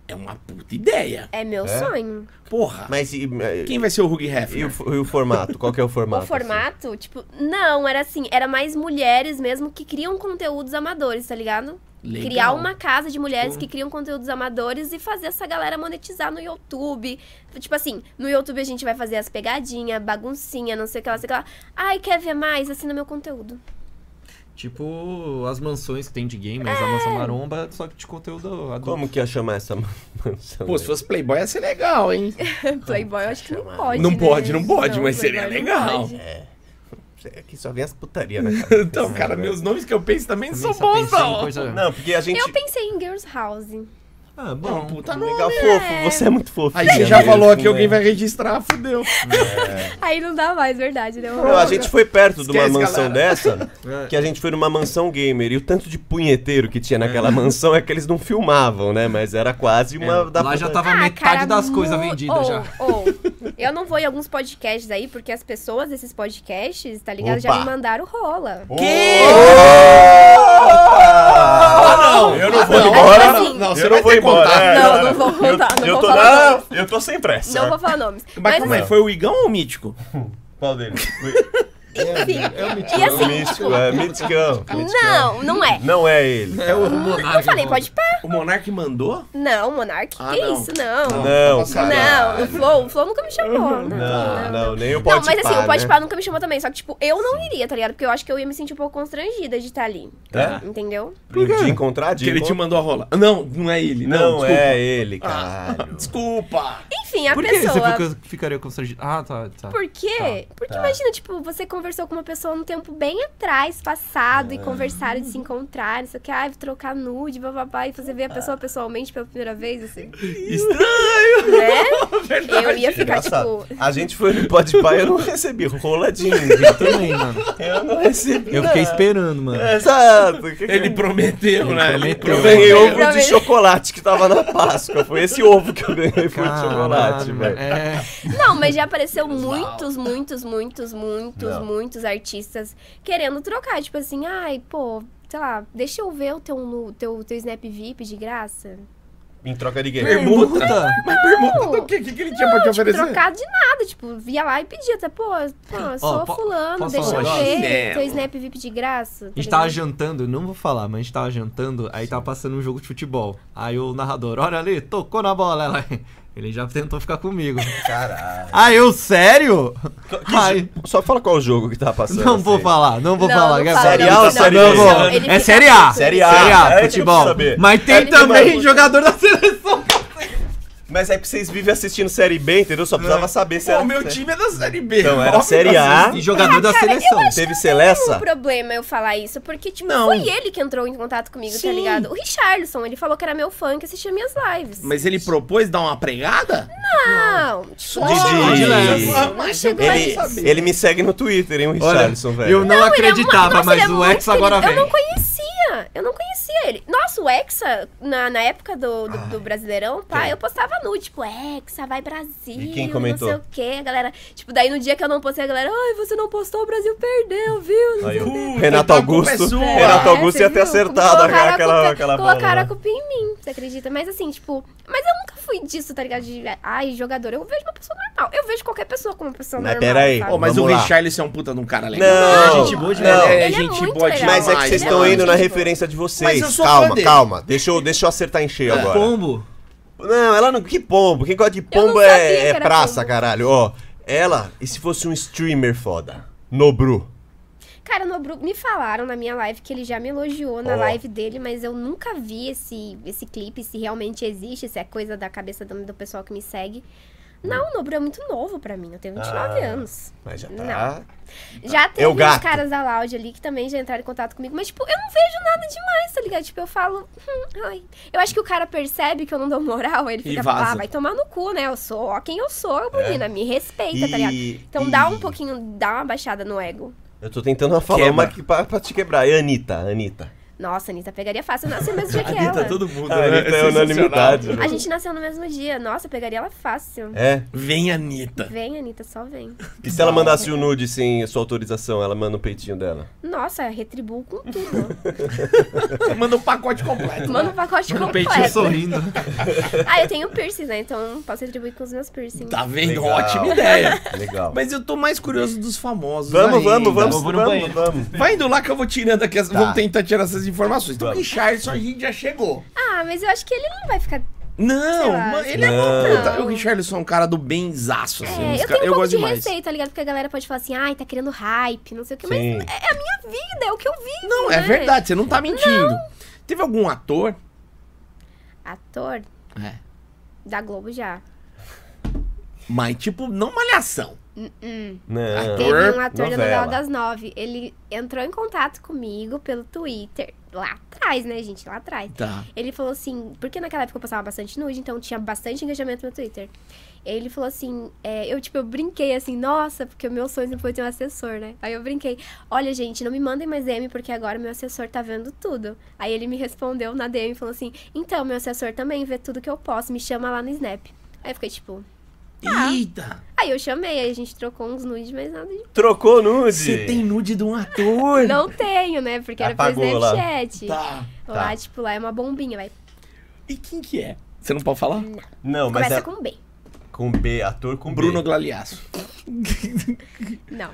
É uma puta ideia.
É meu
É?
sonho.
Porra.
Mas e, e,
Quem é vai ser o Hugh
e o,
Hefner?
e o formato? Qual que é o formato?
assim.
o formato, tipo, não, era assim, era mais mulheres mesmo que criam conteúdos amadores, tá ligado?
Legal.
Criar uma casa de mulheres
Tipo-
que criam conteúdos amadores e fazer essa galera monetizar no YouTube. Tipo assim, no YouTube a gente vai fazer as pegadinhas, baguncinha, não sei o que lá, sei o que lá. Ai, quer ver mais? Assina meu conteúdo.
Tipo as mansões que tem de game.
Mas a mansão maromba, só que de conteúdo
assim?
adulto.
É. Como que ia chamar essa mansão?
Pô, se fosse Playboy ia ser legal, hein?
Playboy, eu acho que não pode.
Não
né?
pode, não pode, mas seria
Playboy não
legal.
pode.
É que só vem as putaria, né, cara?
Então, cara, meus nomes que eu penso também não
Também
são
só
bons,
pensei em
não.
coisa-
Não, porque a gente...
Eu pensei em Girls House.
Ah,
Não,
bom.
puta não.
Legal, fofo. Você é muito né? fofo.
tá Aí você já falou aqui, alguém vai registrar, fudeu.
Aí não dá mais, verdade, né?
Não, a gente foi perto de uma
Esquece,
mansão
galera.
dessa, que a gente foi numa mansão gamer. E o tanto de punheteiro que tinha naquela mansão é que eles não filmavam, né? Mas era quase
É.
uma... da
é. Lá já
puta-
tava Ah, metade das coisas
Ah, mu-
vendidas
ou,
já.
ou. eu não vou em alguns podcasts aí, porque as pessoas desses podcasts, tá ligado? Já
Opa.
me mandaram rola.
não! Eu não vou
Ah, não,
embora.
assim,
não, você
eu
vai
não vou
ter
embora.
contato.
é,
Não, não vou contar, não
Eu, eu,
vou
tô
falar.
na, eu tô sem pressa.
Não vou falar nomes.
Mas como é?
assim-
Foi o Igão ou o Mítico?
Qual deles?
enfim.
É o
E
O
assim,
místico, é míticão.
não, não é.
Não é ele.
É o
Eu falei, pode pá.
O Monark mandou?
Não, Monark,
Ah,
que
não.
isso? Não. Não,
Não,
Não,
cara.
o Flow, o Flow nunca me chamou. Não,
Não, não, nem o
Não,
pode
mas assim,
pá,
o Pode
né?
Pá nunca me chamou também. Só que, tipo, eu não iria, tá ligado? Porque eu acho que eu ia me sentir um pouco constrangida de estar ali.
É?
Entendeu?
De encontrar, de
Que ele te
encontrar.
mandou a rola. Não, não é ele. Não,
Não,
desculpa.
é ele,
Ah,
caralho.
desculpa.
Enfim, a
Por que
pessoa.
você fica- ficaria constrangido? Ah, tá, tá.
Por quê? Porque imagina, tipo, você conversou com uma pessoa num tempo bem atrás, passado, e conversaram de se encontrar, não sei o que, ai, vou trocar nude, bababá, e você vê a pessoa pessoalmente pela primeira vez, assim.
Estranho.
Né?
Verdade.
Eu ia ficar,
Engraçado.
tipo.
A gente foi no Pode Pá e eu não recebi rola de
Eu também, mano.
Eu não É, recebi.
Eu fiquei esperando, mano.
Exato. Que é que-
Ele prometeu, né? Ele
prometeu.
Eu ganhei
prometeu.
ovo de chocolate que tava na Páscoa. Foi esse ovo que eu ganhei, foi de chocolate,
Caralho,
velho.
É.
Não, mas já apareceu muitos, muitos, muitos, muitos,
Não.
muitos artistas querendo trocar. Tipo assim, ai, pô, sei lá, deixa eu ver o teu, nu- teu, teu Snap VIP de graça.
Em troca de game.
Permuta.
Puta.
Mas permuta do que? O que, que ele tinha pra te
Tipo,
oferecer?
trocado de nada, tipo, via lá e pedia, tá, pô, pô eu sou
po-
fulano,
posso
deixa
falar
eu
um
negócio?
ver
Não.
teu Snap VIP de graça. tá
A gente tava
ligado?
jantando, não vou falar, mas a gente tava jantando, aí tava passando um jogo de futebol. Aí o narrador, olha ali, tocou na bola. Ela, ele já tentou ficar comigo.
Caralho.
Aí eu, sério? Ai,
Só fala qual jogo que tava passando.
não vou
assim.
falar, não vou
Não,
falar.
não
Gabriel.
fala,
Série A
não,
ou
não,
Série
Não
B?
vou.
não, ele
é
fica
Série A.
puto,
Série
ele
A.
Série A,
É, isso que eu
futebol.
preciso saber.
Mas tem
Ele fica
também
puto.
jogador da seleção.
Mas é que vocês vivem assistindo Série B, entendeu? Só precisava saber se
Pô,
era...
o meu time é da Série B.
Então, era
Óbvio
Série
que
A.
assiste.
E jogador da seleção.
Teve
Não é um
Celessa?
problema eu falar isso, porque, tipo,
Não.
foi ele que entrou em contato comigo, tá
Sim.
ligado? O Richarlison, ele falou que era meu fã, que assistia minhas lives.
Mas ele propôs dar uma pregada?
Não,
Didi.
tipo, ele
Ele-
não chegou a isso.
Ele, ele me segue no Twitter, hein, o
Olha,
Richarlison, velho.
eu não,
Ele é mu-
acreditava,
Nossa,
mas
ele é
o
muito
Ex agora
querido.
vem.
Eu não conhecia, eu não conhecia ele. Nossa, o Hexa, na, na época do, do, do Brasileirão, pá, eu postava nu, tipo, Hexa, vai Brasil,
E quem comentou?
não sei o quê, a galera. Tipo, daí no dia que eu não postei, a galera, ai, você não postou, o Brasil perdeu, viu?
Aí, o
Puta,
Renato
então a culpa é
Augusto,
sua.
Renato
É,
Augusto
você
ia ter
viu?
acertado
Colocaram
aquela,
culpa-
aquela bola. né?
Colocaram
lá.
a culpa em mim, você acredita? Mas assim, tipo, mas eu nunca fui disso, tá ligado? De, ai, jogador, eu vejo uma pessoa normal. Eu vejo qualquer pessoa como uma pessoa
Mas
normal.
peraí,
sabe?
Pô, mas
Vamos
o
lá.
Richarlison é um puta de um cara legal.
Não,
Gente boa
não.
É,
Ele é
gente
muito
boa
legal.
demais, né?
Mas é que vocês
Ele
estão
é
indo na
muito
referência de vocês.
Mas eu sou fã
calma,
dele.
calma. Deixa eu, deixa eu acertar em cheio agora.
É Pombo.
Não, ela não. Que pombo? Quem gosta de
não
pombo
sabia que
é, é
era
praça,
pombo.
caralho. Ó, ela, e se fosse um streamer foda? Nobru.
Cara, no Bru- me falaram na minha live que ele já me elogiou na
Ó.
live dele, mas eu nunca vi esse, esse clipe, se realmente existe, se é coisa da cabeça do, do pessoal que me segue. Não, o Nobru é muito novo pra mim, eu tenho 29
Ah.
anos.
Mas já tá.
Não. Já teve
o
os
gato.
caras da Loud ali que também já entraram em contato comigo, mas tipo, eu não vejo nada demais, tá ligado? Tipo, eu falo, hum, ai. Eu acho que o cara percebe que eu não dou moral, ele
E
fica,
vaza.
pá, vai tomar no cu, né? Eu sou, ó, quem eu sou, menina, me respeita, tá ligado?
É. E-
Então
e-
dá um pouquinho, dá uma baixada no ego.
Eu tô tentando falar
Quebra.
uma aqui pra, pra te quebrar. É Anitta, Anitta.
Nossa, Anitta, pegaria fácil, eu nasci no mesmo dia que ela.
mundo, né?
A Anitta é unanimidade.
A
né?
gente nasceu no mesmo dia. Nossa, eu pegaria ela fácil.
É.
Vem, Anitta.
Vem, Anitta, só vem.
E se ela mandasse o nude sem sua autorização, ela manda o peitinho dela?
Nossa, retribuo com tudo.
Manda um pacote completo.
Manda um pacote
O peitinho
completo.
sorrindo.
Ah, eu tenho piercing, né? Então posso retribuir com os meus piercings.
Tá vendo?
Legal.
Ótima ideia.
Legal.
Mas eu tô mais curioso dos famosos.
Vamos,
ainda.
vamos, vamos,
Eu vou no
vamos,
banheiro.
vamos.
Vai indo lá que eu vou tirando aqui. as-
Tá.
Vamos tentar tirar essas informações. Então, o
Vamos.
Richardson a gente já chegou.
Ah, mas eu acho que ele não vai ficar.
Não,
Sei lá.
mano, ele é
Não.
uma puta. O Richardson é um cara do benzaço, assim.
É,
uns cara-
eu tenho um pouco
gosto
de
demais.
receio, tá ligado? Porque a galera pode falar assim, ai, tá criando hype, não sei o que.
Sim.
Mas é a minha vida, é o que eu vivo.
Não,
né?
é verdade, você não tá mentindo. Teve algum ator?
Ator
É.
da Globo já.
Mas, tipo, não malhação.
Não.
Teve um ator
novela.
da novela das nove. Ele entrou em contato comigo pelo Twitter. lá atrás, né, gente? Lá atrás.
Tá.
Ele falou assim, porque naquela época eu passava bastante nude, então tinha bastante engajamento no Twitter. Ele falou assim, é, eu tipo, eu brinquei assim, nossa, porque o meu sonho sempre foi ter um assessor, né? Aí eu brinquei, olha gente, não me mandem mais DM porque agora meu assessor tá vendo tudo. Aí ele me respondeu na DM e falou assim, então meu assessor também vê tudo que eu posso, me chama lá no Snap. Aí eu fiquei tipo,
Eita!
aí eu chamei, aí a gente trocou uns nudes, mas nada de...
Trocou nude.
Você tem nude de um ator?
Não tenho, né? Porque era pro
Apagou lá.
Snapchat.
Tá.
Lá,
Tá.
tipo, lá é uma bombinha, vai.
E quem que é? Você não pode falar?
Hum.
Não, mas
Começa
é
com B.
com B, ator com
Bruno
B.
Glaliasso.
Não.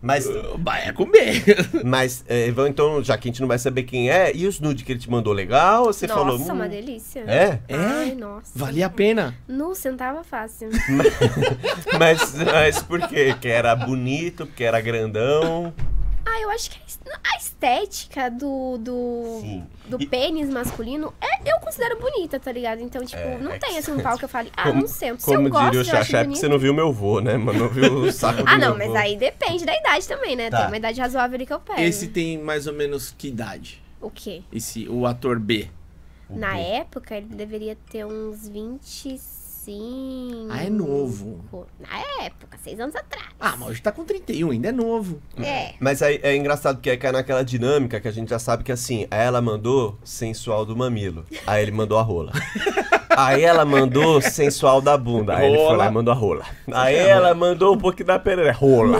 Mas,
Vai é comer.
mas é, vamos então, já que a gente não vai saber quem é, e os nude que ele te mandou legal? Você
nossa,
falou.
uma
hum,
delícia.
É?
É?
Ai, nossa.
Valia a pena.
Nu, sentava fácil.
Mas, mas por quê? Porque era bonito, porque era grandão.
ah, eu acho que a est- a estética do. do.
Sim.
do
E-
pênis masculino é, eu considero bonita, tá ligado? Então, tipo,
É,
não
é
tem
que-
assim um pau que eu fale, ah,
Como-
não sento. Se
Como
eu gosto,
diria o
eu acho
Xaxá, é porque
bonito.
você não viu meu vô, né, mano? Não viu o saco do
Ah, não,
meu
mas
vô.
aí depende da idade também, né?
Tá.
Tem uma idade razoável ali que eu pego.
Esse tem mais ou menos que idade?
O quê?
Esse, o ator B.
Na época, ele deveria ter uns 25.
Ah, é novo.
Na época, seis anos atrás.
Ah, mas hoje tá com 31, ainda é novo.
É.
Mas aí é engraçado porque aí cai naquela dinâmica que a gente já sabe que assim, aí ela mandou sensual do mamilo. Aí ele mandou a rola. Aí ela mandou sensual da bunda. Aí ele foi lá
Rola.
e mandou a rola. Aí ela mandou um pouquinho da pereira. Rola.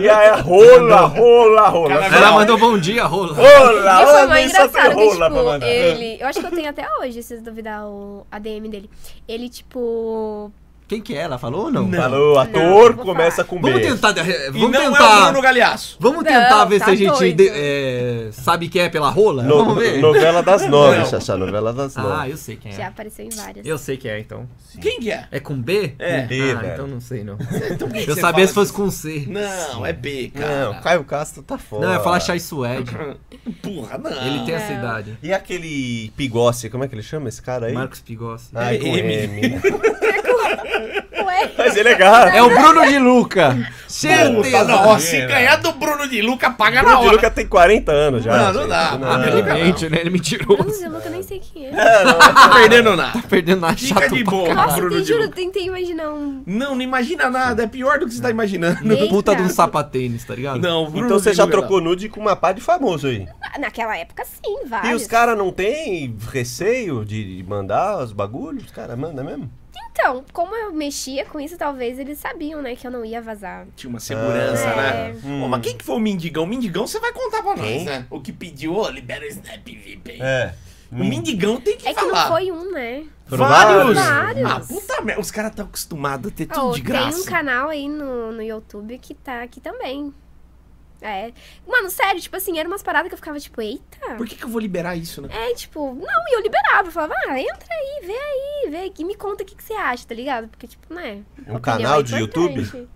E aí é rola, rola, rola.
Ela mandou bom dia, rola.
Rola,
E foi
rola,
mais
nem só tem
é engraçado que,
é rola pra
tipo,
mandar.
ele... Eu acho que eu tenho até hoje, se duvidar, o ADM dele. Ele, tipo...
Quem que é? Ela falou ou não?
Falou,
Não,
ator
não vou
começa
falar.
com
Vamos
B.
tentar. eh,
E
Vamos
não é o
tentar.
Bruno Galhaço.
Vamos
Não,
tentar ver
tá
se a gente
doido.
de- eh, sabe que é pela rola?
No-
Vamos ver.
Novela das nove,
Não.
Xaxá, novela das
Ah,
nove.
eu sei quem é.
Já apareceu em várias.
Eu sei quem é, então.
Quem que é?
É com B?
É.
Com B,
ah,
velho.
então não sei, não.
Então por que
Eu
você
sabia
fala
se fosse
disso?
com C.
Não, é B, cara.
Não, Caio Castro tá fora.
Não, eu ia falar Chai Suede.
Porra, não.
Ele tem essa
Não.
idade.
E aquele Pigossi, como é que ele chama esse cara aí?
Marcos Pigossi.
Ah.
Ai, com
M. É,
M.
Ué?
Mas ele é gato.
É o Bruno de Luca.
Puta,
Certeza.
não, ó, se ganhar do Bruno de Luca, paga na
O
é hora.
Luca tem 40 anos já.
Não, não
gente.
dá. é
Ele mente, né? Ele me tirou.
Bruno de Luca, eu nem sei quem é.
Não tá perdendo nada.
Perdendo na
Fica
chata.
de
pra
boa,
caralho.
Nossa,
Bruno
tem,
de
juro,
Luca.
tentei imaginar um...
Não, não imagina nada. É pior do que você tá imaginando.
No puta de um
Eita.
sapatênis, tá ligado?
Não, Bruno
Então você
de
já
Luca,
trocou nude com uma pá de famoso aí.
Ah, Naquela época, sim, vários.
E os caras não têm receio de mandar os bagulhos? Os caras mandam mesmo?
Então, como eu mexia com isso, talvez eles sabiam, né, que eu não ia vazar.
Tinha uma segurança,
Ah,
né?
é.
Hum.
Ô, mas quem que foi o mendigão? O mendigão você vai contar pra nós,
Quem?
né? O que pediu, ô, libera o Snap VIP. aí.
É.
O mendigão tem que
É que
falar.
não foi um, né?
Foram
Vários?
vários.
Ah, puta merda. Os caras estão acostumados a ter tudo
Oh,
de
Tem um
graça.
canal aí no, no YouTube que tá aqui também. É. Mano, sério, tipo assim, eram umas paradas que eu ficava tipo, eita.
Por que, que eu vou liberar isso, né?
É, tipo, não, e eu liberava. Eu falava, ah, entra aí, vê aí, vê aqui, me conta o que, que você acha, tá ligado? Porque, tipo, né?
Um
opinião
canal
é
de YouTube?
importante.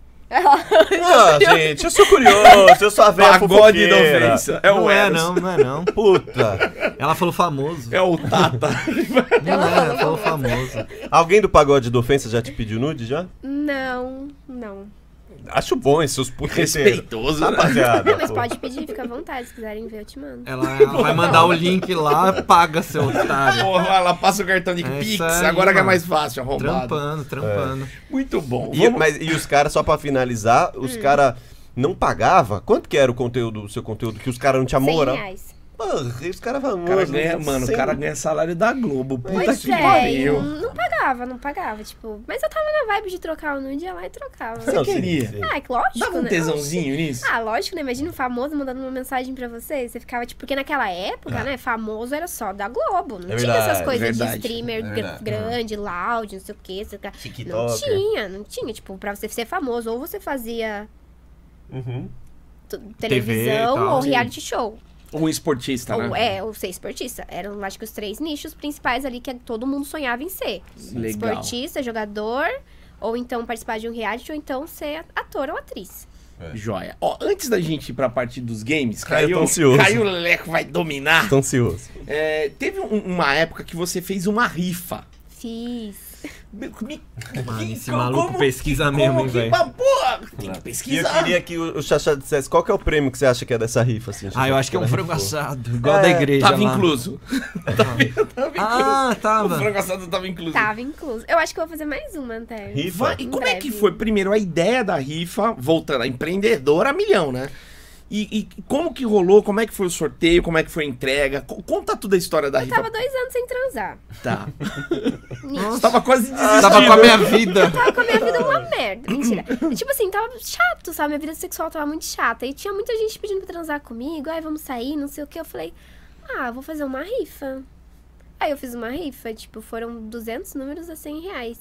Não, gente, eu sou curioso, eu sou a velha
Pagode da
fofoqueira.
ofensa. É o
não é,
Eros.
não, não é, não.
Puta.
Ela falou famoso.
É o Tata.
Não é, ela falou famoso.
Alguém do pagode da ofensa já te pediu nude já?
Não, não.
Acho bom esses seus puteteiros.
Respeitoso, né?
Rapaziada.
Não, mas
pô.
pode pedir, fica à vontade. Se quiserem ver, eu te
É,
mando.
Ela vai mandar o link lá, paga seu otário.
Porra, ela passa o cartão de
Essa
Pix,
aí,
agora que é
mano.
mais fácil, arrombado.
Trampando, trampando.
Muito bom.
E,
Vamos-
mas, e os caras, só pra finalizar, os
Hum.
caras não pagava? Quanto que era o conteúdo, o seu conteúdo? Que os caras não
tá
tinham
100
moral?
reais.
Porra, e os caras famosos.
O cara ganha, mano,
sem-
o cara ganha salário da Globo. Puta
Pois
que
é, e não,
pariu.
não pagava, não pagava, tipo. Mas eu tava na vibe de trocar o nude ia lá e trocava.
Não,
Você
sim,
queria?
sim.
Ah, é que lógico,
Dava um
né?
tesãozinho nisso?
Ah, lógico, né? Imagina um famoso mandando uma mensagem pra você. Você ficava, tipo, porque naquela época, né? Famoso era só da Globo. Não
Ah. É
tinha
verdade,
essas coisas
verdade,
de streamer
é
gr-
verdade. né?
grande, loud, não sei o quê. sei lá. Não
TikToker.
tinha, não tinha. Tipo, pra você ser famoso, ou você fazia
Uhum.
t- televisão
tal,
ou
sim.
reality show.
Um
Tá
esportista,
ou,
né?
é, ou ser esportista. Eram, acho que, os três nichos principais ali que todo mundo sonhava em ser.
Legal.
Esportista, jogador, ou então participar de um reality, ou então ser ator ou atriz.
É.
Joia. Ó, antes da gente ir pra parte dos games,
Caio
Caio,
tá ansioso.
Caio Leleco vai dominar.
Tô ansioso.
É, teve um- uma época que você fez uma rifa.
Fiz.
Me, me-
Mano,
que-
esse
co-
maluco
como-
pesquisa
como
mesmo, hein,
que-
velho.
mas, Porra, Tá, tem que
E eu
pesquisar.
queria que o o Xaxá dissesse qual que é o prêmio que você acha que é dessa rifa, assim. Xaxá?
Ah, eu acho que é um frango assado, igual da
É,
igreja.
Tava
lá.
incluso. tava, tava incluso.
Ah,
o
tava.
Um frango assado tava
Uhum.
incluso.
Tava incluso. Eu acho que eu vou fazer mais uma até.
Rifa?
Vai, e
Em
como é que
breve.
foi, primeiro, a ideia da rifa, voltando, a empreendedora a milhão, né? E, e como que rolou? Como é que foi o sorteio? Como é que foi a entrega? Co- conta toda a história da
Eu
rifa.
tava dois anos sem transar.
Tá.
Nisso.
Você tava quase desistindo.
Ah, Tava com a minha vida.
Tava com a minha vida uma merda. Mentira. E, tipo assim, tava chato, sabe? Minha vida sexual tava muito chata. E tinha muita gente pedindo pra transar comigo. Ai, vamos sair, não sei o que. Eu falei, ah, vou fazer uma rifa. Aí eu fiz uma rifa, tipo, foram 200 números a 100 reais.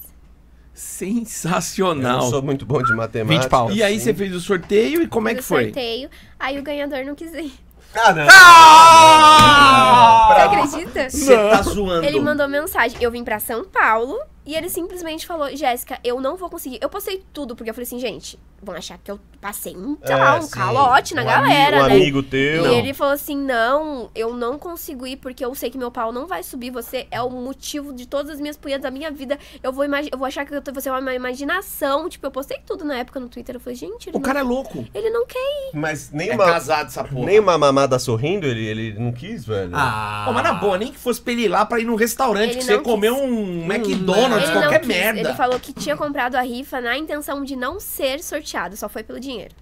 Eu não
Sensacional.
sou muito bom de matemática.
20 pau.
E aí
assim.
você fez o sorteio e como é
Fiz
que
o
foi?
sorteio. Aí o ganhador não quis ir.
Ah, não.
Ah!
Ah.
Você acredita?
Você tá zoando.
Ele mandou mensagem. Eu vim pra São Paulo e ele simplesmente falou: Jéssica, eu não vou conseguir. Eu postei tudo, porque eu falei assim, gente, vão achar que eu passei um, sei
É,
lá, um
sim.
calote na
Um
galera,
ami- um
né?
amigo teu.
E ele falou assim: não, eu não consigo ir porque eu sei que meu pau não vai subir. Você é o motivo de todas as minhas punhadas da minha vida. Eu vou, imagi- eu vou achar que eu tô- você é uma imaginação. Tipo, eu postei tudo na época no Twitter. Eu falei: gente, ele,
O cara é louco.
não, ele não quer.
Mas
É
nenhuma,
casado essa porra.
nenhuma mamada sorrindo ele, ele não quis, velho.
Ah.
Pô, mas na boa, né? nem que fosse pra ele ir lá pra ir num restaurante
Ele
que você
não quis.
comeu um
Hum,
McDonald's,
ele não
qualquer
quis.
merda.
Ele falou que tinha comprado a rifa na intenção de não ser sorteado. Só foi pelo dinheiro.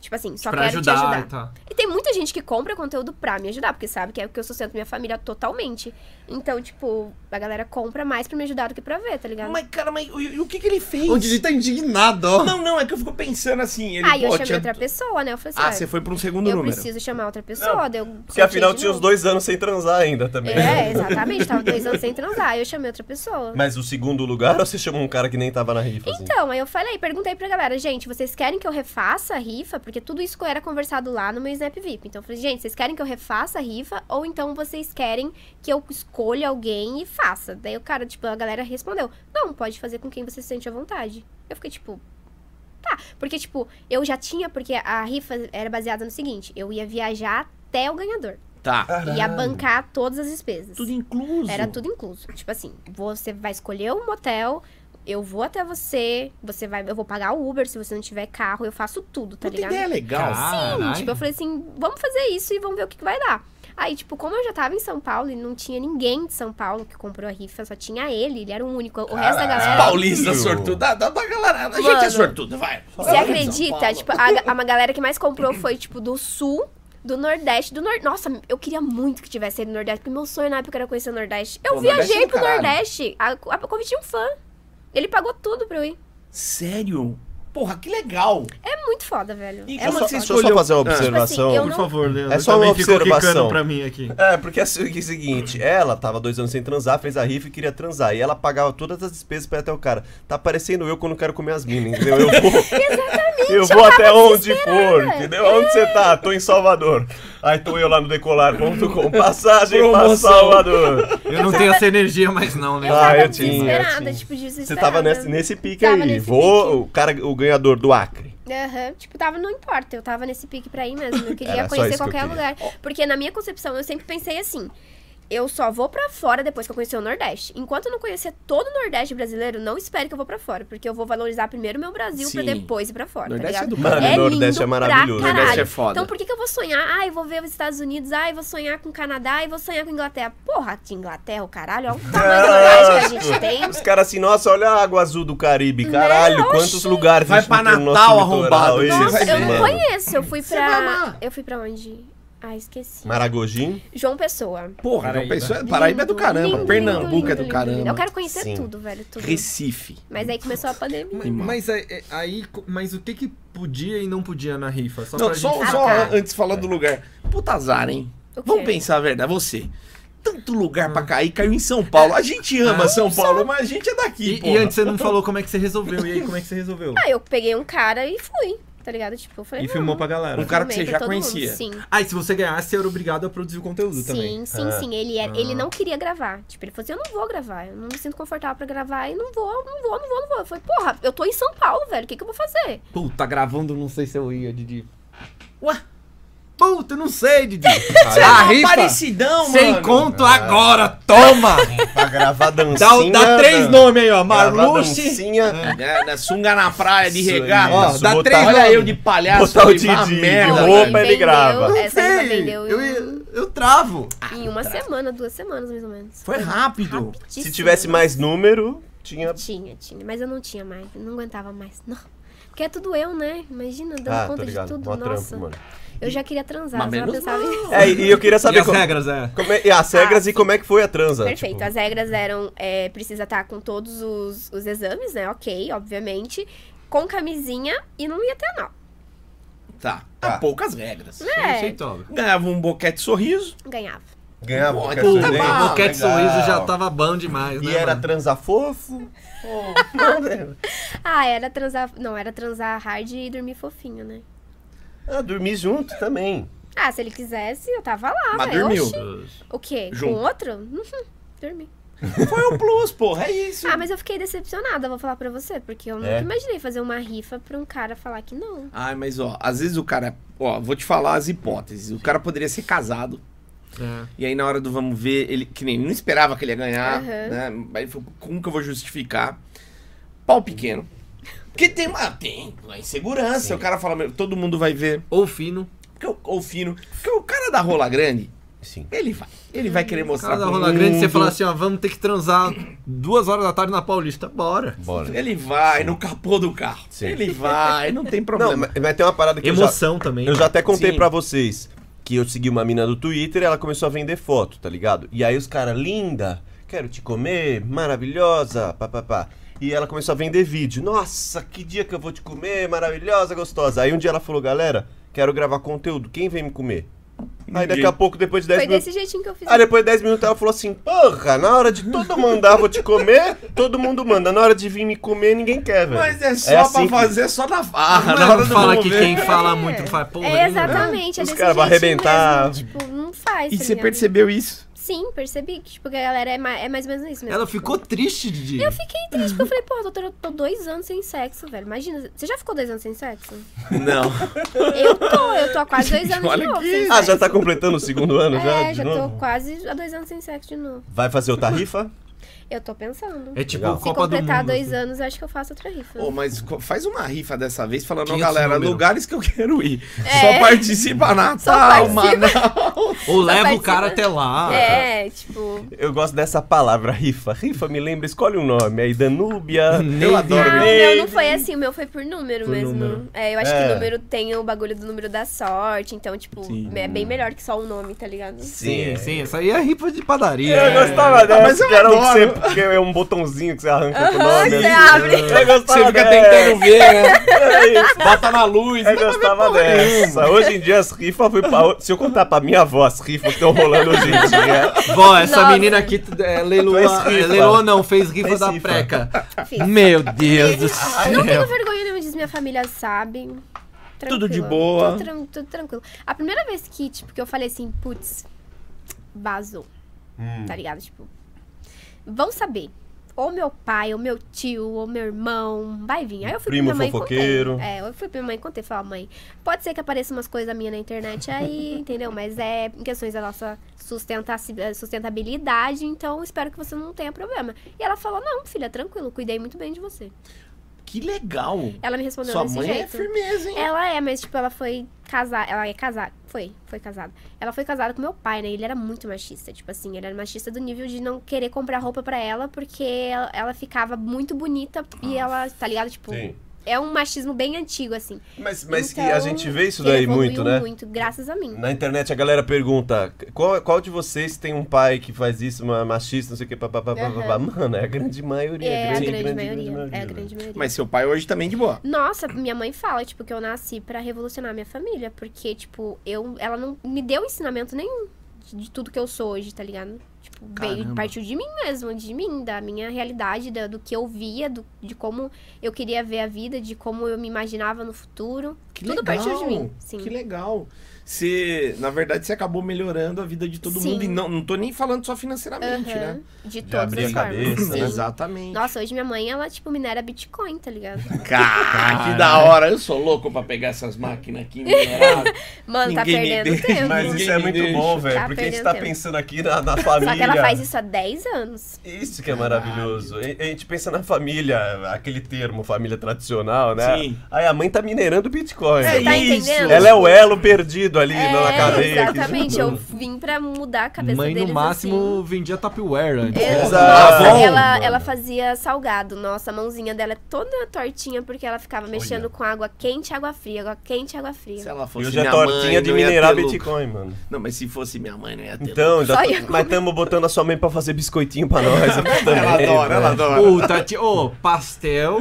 Tipo assim, só
pra
quero
ajudar,
te
então.
ajudar.
e
tá.
tal.
E tem muita gente que compra conteúdo pra me ajudar, porque sabe que é o que eu sustento minha família totalmente. Então, tipo, a galera compra mais pra me ajudar do que pra ver, tá ligado?
Mas, cara, mas e, e o que que ele fez?
O Didi tá indignado, ó.
Não, não, é que eu fico pensando assim. Ele,
Aí eu
pô,
chamei
tinha-
outra pessoa, né? Eu falei assim,
Ah,
"Olha,
você foi pra um segundo
eu
número.
preciso chamar outra pessoa. daí eu
Porque afinal
sorteei
tinha uns
de novo.
dois anos sem transar ainda também.
É, exatamente. Tava dois anos sem transar, aí eu chamei outra pessoa.
Mas o segundo lugar ou você chamou um cara que nem tava na rifa, assim?
Então, aí eu falei, perguntei pra galera, gente, vocês querem que eu refaça a rifa? Porque tudo isso era conversado lá no meu Snap VIP. Então eu falei, gente, vocês querem que eu refaça a rifa? Ou então vocês querem que eu escolha alguém e faça? Daí o cara, tipo, a galera respondeu, não, pode fazer com quem você se sente à vontade. Eu fiquei, tipo, tá. Porque, tipo, eu já tinha, porque a rifa era baseada no seguinte, eu ia viajar até o ganhador.
Tá.
Ia bancar todas as despesas.
Tudo incluso.
Era tudo incluso. Tipo assim, você vai escolher um motel, eu vou até você, você vai, eu vou pagar o Uber se você não tiver carro, eu faço tudo, tá
Puta
ligado?
ideia legal.
Sim, tipo, eu falei assim, vamos fazer isso e vamos ver o que, que vai dar. Aí, tipo, como eu já tava em São Paulo e não tinha ninguém de São Paulo que comprou a rifa, só tinha ele, ele era o único. O resto da galera.
Paulista sortuda. Dá pra galera. A gente é
Mano.
sortuda, vai.
Você acredita? Tipo, a, a uma galera que mais comprou foi, tipo, do sul, do Nordeste, do Nordeste. Nossa, eu queria muito que tivesse ido no Nordeste, porque meu sonho na época era conhecer o Nordeste. Eu
Pô, Nordeste é
viajei
do
pro
caralho.
Nordeste. A, a, eu convidei um fã. Ele pagou tudo pra eu ir.
Sério? Porra, que legal.
É muito foda, velho.
E
é
como
muito
que você
Deixa eu
foda.
só
escolheu-
fazer uma
Ah.
observação.
Tipo assim, eu
Por
não-
favor, Leandro.
É só
também
uma
ficou
observação.
quicando pra mim aqui.
É, porque assim, é o seguinte, ela tava dois anos sem transar, fez a rifa e queria transar. E ela pagava todas as despesas pra ir até o cara. Tá parecendo eu quando quero comer as minas, entendeu? Eu vou. Exatamente. Eu vou até onde for, entendeu? Onde você tá? Tô em Salvador. Aí tô eu lá no decolar.com. Passagem pra
Promoção.
Salvador.
Eu não tenho essa energia mais não, né?
Eu
Ah,
tava
eu tinha, eu
desesperada,
tinha.
tipo,
Você
desesperada.
tava nesse, nesse pique
Tava
aí.
nesse
vou.
pique.
O cara, o ganhador do Acre.
Aham, tipo, tava, não importa, eu tava nesse pique pra ir mesmo. Eu queria
Era só
conhecer
isso que eu
qualquer
queria.
lugar. Porque na minha concepção, eu sempre pensei assim: eu só vou pra fora depois que eu conhecer o Nordeste. Enquanto eu não conhecer todo o Nordeste brasileiro, não espere que eu vou pra fora. Porque eu vou valorizar primeiro o meu Brasil pra
Sim.
depois ir pra fora.
Nordeste
tá
é do
ligado?
Mano, o Nordeste é
lindo pra
maravilhoso.
caralho.
Nordeste é foda.
Então por que, que eu vou sonhar? Ai, vou ver os Estados Unidos, ai, vou sonhar com o Canadá, ai, vou sonhar com a Inglaterra. Porra, de Inglaterra, o caralho, olha o tamanho do Nordeste que a gente tem.
Os caras assim, nossa, olha a água azul do Caribe. Caralho, quantos lugares a
Vai
gente não
pra
tem no
Natal,
nosso litoral.
arrombado.
Isso,
Nossa, eu não
mano.
conheço. Eu fui
Você vai
pra.
amar.
Eu fui pra onde? Ah, esqueci.
Maragojim?
João Pessoa.
Porra,
Paraíba.
Paraíba. Pessoa, Paraíba é do
Lindo,
caramba.
lindo,
Pernambuco
lindo,
é do
lindo,
caramba.
lindo. Eu quero conhecer
Sim.
tudo, velho, tudo.
Recife.
Mas aí começou a pandemia.
Mas, mas aí- é- aí, co- mas o que que podia e não podia na rifa? Só
Não,
pra
só,
gente...
só
Ah, tá.
antes de falar do lugar. Puta azar, hein?
O quê?
Vamos pensar a verdade. Você. Tanto lugar pra cair, caiu em São Paulo. A gente ama
Ah,
São Paulo, mas a gente é
E,
daqui,
e
pô.
antes você não falou como é que você resolveu. E aí, como é que você resolveu?
Aí eu peguei um cara e fui, tá ligado? Tipo, eu falei.
E
não,
filmou pra galera.
Um cara que
filmei
você
pra
já
todo mundo.
conhecia.
Sim.
Ah, e se você ganhasse, você era obrigado a produzir o conteúdo também.
Sim, sim,
Ah.
sim. Ele, era, ele não queria gravar. Tipo, ele falou assim: eu não vou gravar. Eu não me sinto confortável pra gravar e não vou, não vou, não vou, não vou. Eu falei, porra, eu tô em São Paulo, velho. O que, que eu vou fazer?
Puta, gravando, não sei se eu ia, Didi.
Ué?
Puta,
puta, eu não sei, Didi.
Ah,
Ah, rifa.
parecidão, mano.
Sem conto
Ah.
agora, toma!
Pra gravar
Dá,
dancinha.
dá três
dan-
nomes aí, ó.
gravar
Marluxi.
dancinha.
É, da sunga na praia, de
Isso aí,
regata.
ó,
isso,
dá
botar-
três
Olha
nomes.
eu de palhaço.
Botar o
ali, vá
Didi de
merda,
roupa,
velho.
ele grava.
Essa rifa vendeu
eu,
em,
eu, travo.
em uma semana, duas semanas mais ou menos.
Ah, Foi rápido.
Se tivesse mais número, tinha.
Tinha, tinha. Mas eu não tinha mais. Não aguentava mais. Não. Porque é tudo eu, né? Imagina, dando
Ah, tô
conta de
ligado.
tudo.
Mó
Nossa.
trampo, mano.
Eu já queria transar,
Mas
só
menos
pensava em-
É, e eu queria
Sabe
saber
as
como,
regras, é.
como é- e as regras e como é que foi a transa.
Ah, Perfeito.
tipo.
As regras eram: é, precisa estar com todos os, os exames, né? Ok, obviamente. Com camisinha e não ia ter anal.
Tá.
Tá.
Há poucas regras.
Não
É,
sei, toma.
Ganhava um boquete sorriso.
ganhava.
Ganhava
Pô,
qualquer
puta,
sorvete.
Ah,
é o boquete
legal.
sorriso já tá- tava bom demais, né?
E era
mano?
transa fofo? né?
Ah, era transar. Não, era transar hard e dormir fofinho, né?
Ah, dormir junto também.
Ah, se ele quisesse, eu tava lá,
Mas
velho.
dormiu.
Oxi. O quê?
Junto.
Com outro? Uhum, Dormi.
Foi um plus, porra. É isso.
Ah, mas eu fiquei decepcionada, vou falar pra você, porque eu
É?
nunca imaginei fazer uma rifa pra um cara falar que não.
Ai, mas ó, às vezes o cara. Ó, vou te falar as hipóteses. O cara poderia ser casado.
É.
E aí na hora do vamos ver, ele que nem não esperava que ele ia ganhar,
Aham.
né? Mas ele falou, como que eu vou justificar? Pau pequeno. Porque tem uma, tem uma insegurança. O cara fala, meu, todo mundo vai ver.
Ou fino.
Porque o- ou fino. Porque o cara da rola grande,
Sim.
ele vai. Ele vai querer
O
mostrar
cara da
pro
Rola Grande, você
mundo.
fala assim, ó, vamos ter que transar duas horas da tarde na Paulista. Bora.
Bora.
Ele vai no capô do carro.
Sim.
Ele vai, não tem
Não,
um problema.
mas, mas tem uma parada que eu já,
Emoção também.
eu já até contei
Sim.
pra vocês. Que eu segui uma mina do Twitter e ela começou a vender foto, tá ligado? E aí os caras, linda, quero te comer, maravilhosa, papapá. E ela começou a vender vídeo. Nossa, que dia que eu vou te comer, maravilhosa, gostosa. Aí um dia ela falou, galera, quero gravar conteúdo, quem vem me comer? Aí daqui a pouco, depois de 10
Foi
minutos.
desse jeitinho que eu fiz.
Aí depois de 10 minutos ela falou assim: Porra, na hora de todo mandar, vou te comer, todo mundo manda. Na hora de vir me comer, ninguém quer, velho.
Mas é só
É assim que-
pra fazer, só na farra.
Mas
na hora
não
do
fala
vamos
que
ver.
quem fala muito fala porra.
É
nenhuma.
exatamente, é
Os
desse
caras vão
jeitinho
arrebentar.
mesmo, Tipo, não faz.
E
tá
você
ligado?
percebeu isso?
Sim, percebi que tipo, que a galera é mais, é mais ou menos isso mesmo.
Ela ficou triste, Didi.
Eu fiquei triste, porque eu falei, pô, doutora, eu tô dois anos sem sexo, velho. Imagina, você já ficou dois anos sem sexo?
Não.
Eu tô, eu tô há quase dois
Gente,
anos de
olha
novo.
que-
sem
Ah,
sexo.
já tá completando o segundo ano? já,
É,
de
já
novo?
tô quase há dois anos sem sexo de novo.
Vai fazer outra rifa?
Eu tô pensando.
É tipo
Legal.
a
Se
Copa do Mundo.
completar dois
assim.
anos, eu acho que eu faço outra rifa.
Ô, mas co- faz uma rifa dessa vez falando, ó,
500
galera,
número.
lugares que eu quero ir.
É.
Só participa Natal,
Só
Manaus.
Ou leva o
participa.
cara até lá.
é, tipo.
Eu gosto dessa palavra, rifa. Rifa me lembra, escolhe um nome. Aí Danúbia.
Neide.
eu adoro.
Ah, o
Neide.
meu não foi assim, o meu foi por número
Por
mesmo.
número.
É, eu acho
É.
que número tem o bagulho do número da sorte, então, tipo,
Sim.
é bem melhor que só o nome, tá ligado?
Sim, sim. Essa aí é rifa de padaria.
Eu
né?
gostava dessa,
Ah, mas é eu
que era um, que
adoro.
você, porque é um botãozinho que você arranca com o nome.
você
assim.
abre.
Eu gostava
Você fica
dessa.
tentando ver, né?
É isso.
Bota na luz.
Eu gostava dessa. Hoje em dia as rifas foi pra. outra- Se eu contar pra minha avó as rifas que estão rolando hoje em dia.
Vó, essa
Nossa.
menina aqui é, leilou,
Fez rifa.
é, leilou não, fez rifa
Fez
da
rifa.
preca.
Fiz.
Meu Deus do
Não tenho
céu.
vergonha nenhuma disso, minha família sabe.
É. Tudo
Tranquilo,
de boa.
Tudo, tran- tudo tranquilo. A primeira vez que, tipo, que eu falei assim, putz, vazou.
Hum.
Tá ligado? Tipo, vão saber. Ou meu pai, ou meu tio, ou meu irmão, vai vir. Aí eu fui
Primo
pra minha mãe e
fofoqueiro.
contei. É, eu fui pra minha mãe e contei. Falei, ó, mãe, pode ser que apareça umas coisas minhas na internet aí, entendeu? Mas é em questões da nossa sustentaci- eh, sustentabilidade, então espero que você não tenha problema. E ela falou, não, filha, tranquilo, cuidei muito bem de você.
Que legal.
Ela me respondeu
Sua
desse
mãe é
jeito.
firmeza, hein?
Ela é, mas tipo, ela foi casar, ela é casada, foi, foi casada. Ela foi casada com meu pai, né? Ele era muito machista, tipo assim, ele era machista do nível de não querer comprar roupa pra ela porque ela, ela ficava muito bonita e ela, tá ligado, tipo,
Sim.
é um machismo bem antigo assim.
Mas, mas que
Então,
a gente vê isso
ele
daí
evoluiu
muito, né?
Muito, graças a mim.
Na internet a galera pergunta: qual, qual de vocês tem um pai que faz isso, uma machista, não sei o que, papapá, papapá. Mano, é a grande maioria.
É a
grande,
grande,
grande,
maioria,
grande
é a
maioria. né?
grande maioria.
Mas seu pai hoje também de boa.
Nossa, minha mãe fala, tipo, que eu nasci pra revolucionar minha família, porque, tipo, eu, ela não me deu ensinamento nenhum de, de tudo que eu sou hoje, tá ligado? Tipo, veio,
Caramba.
partiu de mim mesmo, de mim, da minha realidade, da- do que eu via, do- de como eu queria ver a vida, de como eu me imaginava no futuro.
Que
Tudo
legal,
partiu de mim, sim.
Que legal. Você, na verdade, você acabou melhorando a vida de todo
Sim.
mundo. E não, não tô nem falando só financeiramente,
Aham,
né?
De
De
todas
abrir
as
a
formas.
cabeça,
sim.
né?
Exatamente.
Nossa, hoje minha mãe, ela, tipo, minera Bitcoin, tá ligado?
Cara, que da hora. Eu sou louco pra pegar essas máquinas aqui né? mineradas.
Mano, tá
Ninguém me
perdendo
deixa,
tempo.
Mas
Ninguém
isso é
me
muito
deixa.
bom, velho,
Tá
porque a gente
perdendo
tá
tempo.
pensando aqui na, na família.
Só que ela faz isso há 10 anos.
Isso que é maravilhoso. E- e A gente pensa na família, aquele termo, família tradicional, né?
Sim.
Aí a mãe tá minerando Bitcoin.
Você tá entendendo? É,
Ela é o elo perdido ali na- na cadeia. que
exatamente. Eu
juntou.
vim pra mudar a cabeça
Mãe, no
deles,
máximo, Tá
assim. É,
vendia Tupperware antes.
Exato.
Nossa,
Avon,
ela,
mano.
ela fazia salgado. Nossa, a mãozinha dela é toda tortinha porque ela ficava mexendo com água quente e água fria. Água quente e água fria.
Se ela fosse
Hoje é
minha mãe,
tortinha de
não ia
minerar
ter lucro.
Bitcoin, mano.
Não, mas se fosse minha mãe, não ia ter
Então, já
Só
tô-
ia comer.
mas estamos botando a sua mãe pra fazer biscoitinho pra nós. também,
Ela adora, ela
velho.
adora.
Puta, ti- ô, pastel.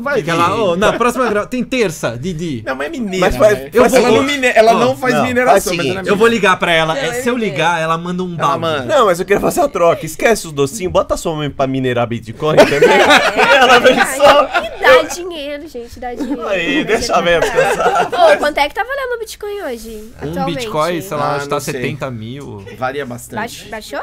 Vai
Fica lá,
vir.
ô, na próxima grava- Tem terça, Didi.
Minha mãe é mineira.
Mas faz-
velho.
eu vou-
ela não, mine- ela
Ó,
não faz
não, faz
mineração,
o
mas ela é
seguinte,
Eu vou ligar pra ela.
Não,
é,
eu
se eu
não
ligar, ela manda um
Ela
balde.
manda.
Não, mas eu queria fazer uma troca. Esquece os docinhos, bota a sua mãe pra minerar Bitcoin também. ela vem
Ai,
só.
E dá dinheiro, gente, dá dinheiro.
Aí,
Vai
deixa
ser
a velha
pra cá. Ô, quanto é que tá valendo o Bitcoin hoje?
Um
atualmente?
Bitcoin, sei lá,
Ah,
acho que tá
não sei.
70 mil.
Varia bastante.
Baix- baixou?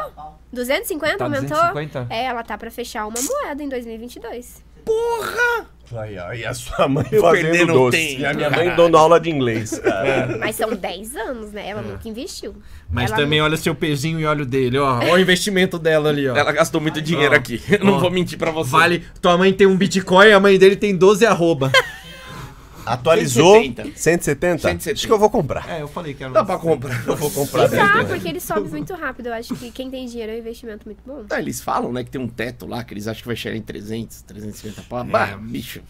250
Tá
aumentou?
250?
É, ela tá pra fechar uma moeda em 2022.
Aí, aí a sua mãe
Eu
fazendo
perdendo
doce.
tempo,
E a minha mãe É.
caralho.
dando aula de inglês, cara.
Mas são 10 anos, né?
É.
Ela nunca investiu.
Mas
Ela
também olha o seu pezinho e olha o dele, ó. Olha o investimento dela ali, ó.
Ela gastou muito dinheiro
Ó,
aqui. Eu não
ó.
vou mentir pra você.
Vale, tua mãe tem um Bitcoin, a mãe dele tem 12 arroba.
Atualizou.
170.
170.
170.
Acho que eu vou comprar.
É, eu falei que era
Dá pra comprar.
Eu vou comprar.
Tá,
mesmo.
porque ele sobe muito rápido. Eu acho que quem tem dinheiro é um investimento muito bom.
Ah, eles falam, né, que tem um teto lá, que eles acham que vai chegar em 300, 350 pau. Bah, bicho.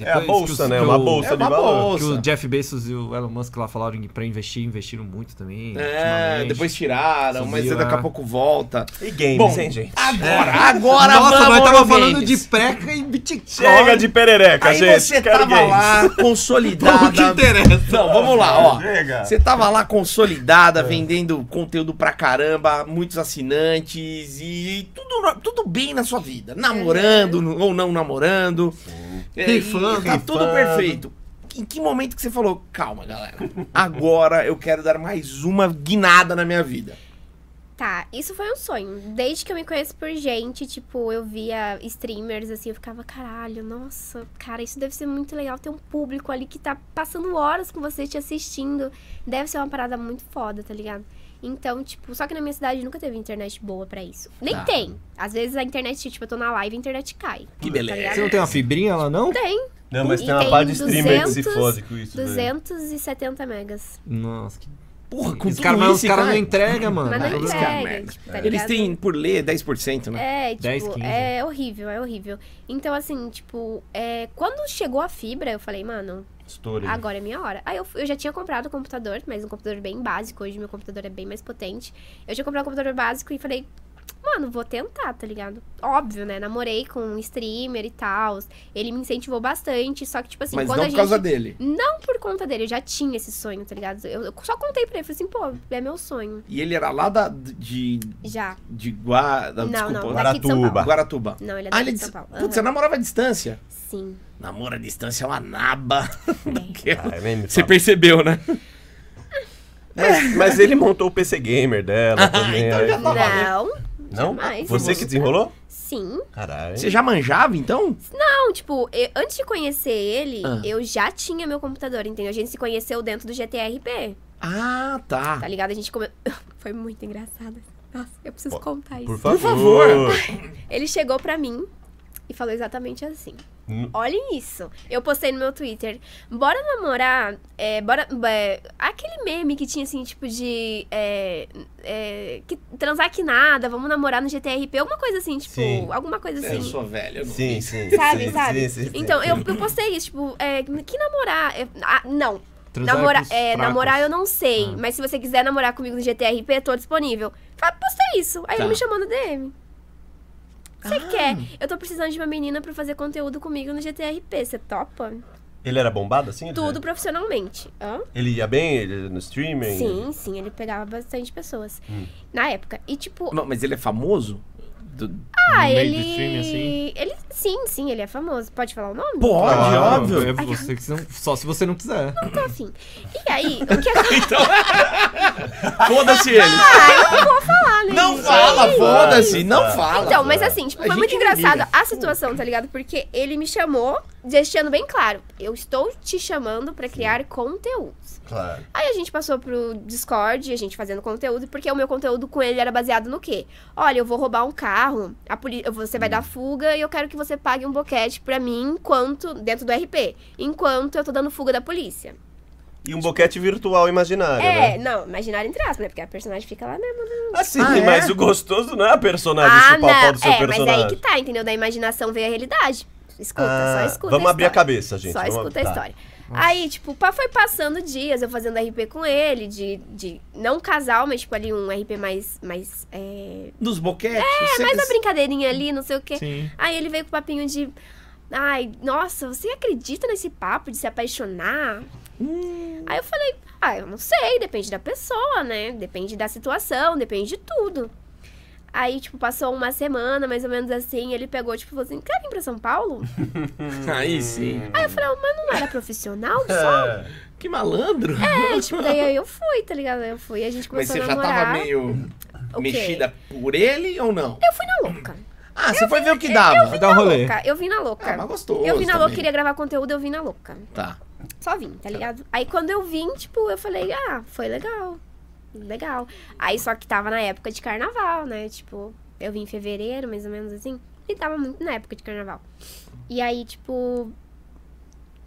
É a bolsa, né? Uma bolsa
É
de
uma
valor.
Que
Bolsa.
o Jeff Bezos e o Elon Musk lá falaram que pra investir, investiram muito também.
É,
ultimamente.
depois tiraram,
Subiu,
mas
é.
daqui a pouco volta.
E games,
Bom,
hein, gente?
Agora, agora
Nossa,
vamos,
nós tava
Games.
falando de preca e Bitcoin.
Chega de perereca,
Aí
gente.
você
Quero
tava
games.
lá
O é que
consolidada.
interessa? É.
Não, vamos lá, ó.
Chega.
Você tava lá consolidada, vendendo conteúdo pra caramba, muitos assinantes e tudo, tudo bem na sua vida. Namorando
É.
n- ou não namorando. É, e
Rifando.
Tá tudo
Rifando.
perfeito. Em que momento que você falou, calma, galera, agora eu quero dar mais uma guinada na minha vida?
Tá, isso foi um sonho. Desde que eu me conheço por gente, tipo, eu via streamers, assim, eu ficava, caralho, nossa, cara, isso deve ser muito legal ter um público ali que tá passando horas com você, te assistindo. Deve ser uma parada muito foda, tá ligado? Então, tipo, só que na minha cidade nunca teve internet boa pra isso. Nem
Tá.
tem. Às vezes a internet, tipo, eu tô na live e a internet cai. Tá
Que
Você
beleza.
não tem uma fibrinha lá, não?
Tem,
Não, mas
E
tem uma
tem
parte de streamer que se
200,
fode com isso. velho.
270 megas.
Nossa, que...
Porra, com
Os
tudo
caras
isso,
cara Ah, não
cara,
entregam, mano.
Mas
Mas
não
os caras,
entrega,
merda.
tipo, tá ligado?
Eles têm, por lei, 10%, né?
É, tipo,
10, 15.
é horrível, é horrível. Então, assim, tipo, é, quando chegou a fibra, eu falei, mano,
Estourei.
agora é minha hora. Aí eu, fu- eu já tinha comprado o computador, mas um computador bem básico, hoje meu computador é bem mais potente. Eu já comprei um computador básico e falei, mano, vou tentar, tá ligado? Óbvio, né? Namorei com um streamer e tal. Ele me incentivou bastante, só que, tipo assim,
Mas
quando
não
a
por
gente.
causa dele.
Não por conta dele, eu já tinha esse sonho, tá ligado? Eu, eu só contei pra ele, falei assim, pô, é meu sonho.
E ele era lá da, de,
Já.
de Gua, da,
Não,
desculpa,
não, daqui de São
Guaratuba.
Paulo.
Guaratuba.
Não, ele é
Ah,
daqui
ele
de
diz,
São Paulo.
putz, é você
Aham.
namorava à distância.
Sim.
Namoro à distância é uma naba. daquela.
Ah, nem me
Você
fala.
percebeu, né?
mas, mas ele montou o PC Gamer dela também.
Então já tá
né?
valendo.
Não,
Não?
Jamais.
Você que desenrolou?
sim.
Caralho.
Você já manjava, então?
Não, tipo, eu- antes de conhecer ele,
Ah.
eu já tinha meu computador, entendeu? A gente se conheceu dentro do GTRP,
Ah, tá.
tá ligado? A gente come... Foi muito engraçado. Nossa, eu preciso contar isso.
Por favor.
favor.
Ele chegou pra mim e falou exatamente assim.
Hum.
Olhem isso. Eu postei no meu Twitter. Bora namorar. é, bora. é, aquele meme que tinha assim, tipo, de. É, é, que, transar que nada, vamos namorar no GTRP, alguma coisa assim, tipo,
Sim. É,
alguma coisa assim.
Eu sou velho. eu não-
Sim, sim.
Sabe,
sim,
sabe?
sim, sim, sim.
Então, eu, eu postei isso, tipo, é, que namorar. é, ah, não.
Transar
Namora-
com os
é,
fracos.
namorar eu não sei,
Ah.
mas se você quiser namorar comigo no GTRP, tô disponível. Fa- Postei isso. Aí
Tá.
ele me chamou no DM. Você
Ah.
quer? Eu tô precisando de uma menina pra fazer conteúdo comigo no GTRP, você topa?
Ele era bombado assim?
Tudo profissionalmente. Hã?
Ele ia bem ele, no streaming?
Sim, sim, ele pegava bastante pessoas. Na época. E tipo,
Ma- Mas ele é famoso? Do-
ah,
meio do
ele.
streaming, assim?
Ele. Sim, sim, ele é famoso. Pode falar o nome?
Pode,
Claro,
óbvio.
É você que não, só se você não quiser.
Então, assim. E aí, o que acontece?
Então. É, Foda-se ele.
Ah, eu não vou falar, né?
Não
gente?
fala, foda-se.
Ai,
Não
tá.
fala.
Então, mas assim, tipo,
A
foi muito
gente não liga.
engraçada a situação, tá ligado? Porque ele me chamou, deixando bem claro, eu estou te chamando pra criar conteúdos.
Claro.
Aí a gente passou pro Discord, a gente fazendo conteúdo, porque o meu conteúdo com ele era baseado no quê? Olha, eu vou roubar um carro, a poli- eu- você
Hum.
vai dar fuga e eu quero que você pague um boquete pra mim enquanto dentro do RP, enquanto eu tô dando fuga da polícia.
E um boquete virtual imaginário,
É,
né?
não, imaginário entre aspas, né? Porque a personagem fica lá mesmo.
Assim,
Ah, é?
mas o gostoso não é a personagem,
Ah,
chupar o pau do seu
não. É, mas
personagem.
aí que tá, entendeu? Da imaginação veio a realidade. Escuta,
Ah,
só escuta.
Vamos
a
abrir a
história.
cabeça, gente.
Só
vamos
escuta a
tá.
história. Aí, tipo, pá, foi passando dias, eu fazendo RP com ele, de, de não casal, mas tipo ali um RP mais, mais, é,
Dos boquetes. cê-
mais uma brincadeirinha ali, não sei o quê.
Sim.
Aí ele veio com o papinho de, ai, nossa, você acredita nesse papo de se apaixonar?
Hum.
Aí eu falei, ah, eu não sei, depende da pessoa, né? Depende da situação, depende de tudo. Aí, tipo, passou uma semana, mais ou menos assim, ele pegou, tipo, falou assim, quer vir pra São Paulo?
Aí sim.
Aí eu falei, mas não era profissional
É.
só?
Que malandro.
É, tipo, daí aí eu fui, tá ligado? Aí Eu fui, a gente
Mas
começou
você
a
já
namorar.
tava meio
O quê?
mexida por ele ou não?
Eu fui na louca.
Ah, você foi ver o que dava.
Vai dar um
na
rolê.
tá louca. Eu vim na louca.
Ah, mas gostoso.
eu vim na louca,
também.
queria gravar conteúdo, eu vim na louca.
Tá.
Só vim, tá ligado? Aí quando eu vim, tipo, eu falei, ah, foi legal. Legal. Aí só que tava na época de carnaval, né? Tipo, eu vim em fevereiro, mais ou menos assim. E tava muito na época de carnaval. E aí, tipo,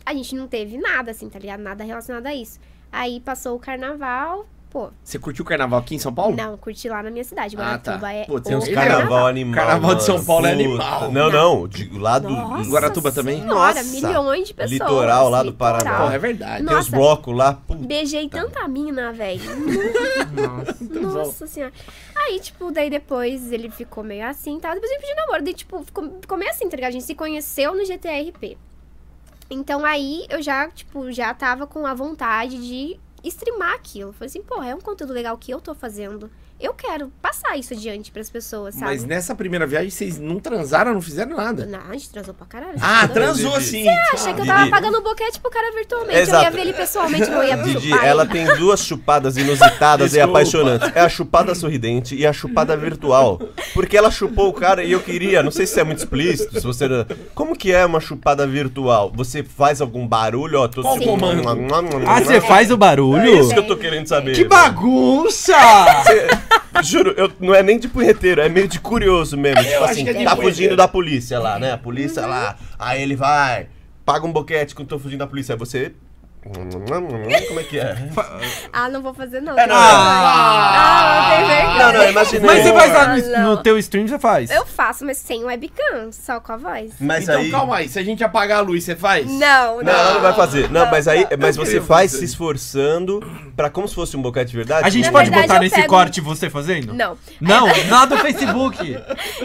a gente não teve nada, assim, tá ligado? Nada relacionado a isso. Aí passou o carnaval, pô,
Você curtiu o carnaval aqui em São Paulo?
Não, curti lá na minha cidade.
Ah,
Guaratuba
tá.
é.
Putz,
Tem
é
uns
outro
Carnaval.
carnaval animal.
Carnaval de São
mano.
Paulo é
Puta.
animal.
Não, não. De, lá do,
Nossa
lá
Guaratuba também?
Senhora,
Nossa.
milhões de pessoas.
Litoral lá do Paraná.
Litoral.
Porra, é verdade.
tem os
Nossa.
blocos lá. Puta.
Beijei tanta mina, velho. Nossa senhora. Aí, tipo, daí depois ele ficou meio assim, tá? Depois ele pediu namoro, daí, tipo, ficou, ficou meio assim, tá ligado? A gente se conheceu no GTRP. Então aí eu já, tipo, já tava com a vontade de streamar aquilo. Falei assim, porra, é um conteúdo legal que eu tô fazendo. Eu quero passar isso adiante pras pessoas, sabe?
Mas nessa primeira viagem vocês não transaram, não fizeram nada.
Não, a gente transou pra caralho.
Ah,
Tá
transou
Didi.
sim.
Achei É que eu
Didi.
tava pagando o boquete pro cara virtualmente. Eu ia
Exato.
ver ele pessoalmente, não
É
ia
Didi,
chupar
ela
ele.
tem duas chupadas inusitadas e
Desculpa.
apaixonantes. É a chupada sorridente e a chupada virtual. Porque ela chupou o cara e eu queria, não sei se é muito explícito, se você. Como que é uma chupada virtual? Você faz algum barulho, ó, todo
Qual o comando?
Ah, você faz o barulho?
É isso que eu tô querendo saber.
Que bagunça!
Juro, eu, não é nem de punheteiro, é meio de curioso mesmo. Tipo
acho
assim,
que é de
tá
punheteiro.
fugindo da polícia lá, né? A polícia lá. Aí ele vai, paga um boquete quando tô fugindo da polícia. Aí você. Como é que é?
Então,
Ah, não vou fazer não.
É, não,
Ah, não tem vergonha.
Não, não, imaginei.
Mas você faz lá
Ah,
no,
não.
no teu stream, você faz?
Eu faço, mas sem webcam, só com a voz.
Mas
Então
aí.
calma aí, se a gente apagar a luz, você faz?
Não, não.
Não, ela não vai fazer. Não, mas aí. Mas
Eu
você
queria
faz se
fazer.
esforçando pra como se fosse um boquete de verdade.
A gente
Na
pode
verdade,
botar
eu
nesse
pego-
corte você fazendo?
Não,
Não, lá do Facebook.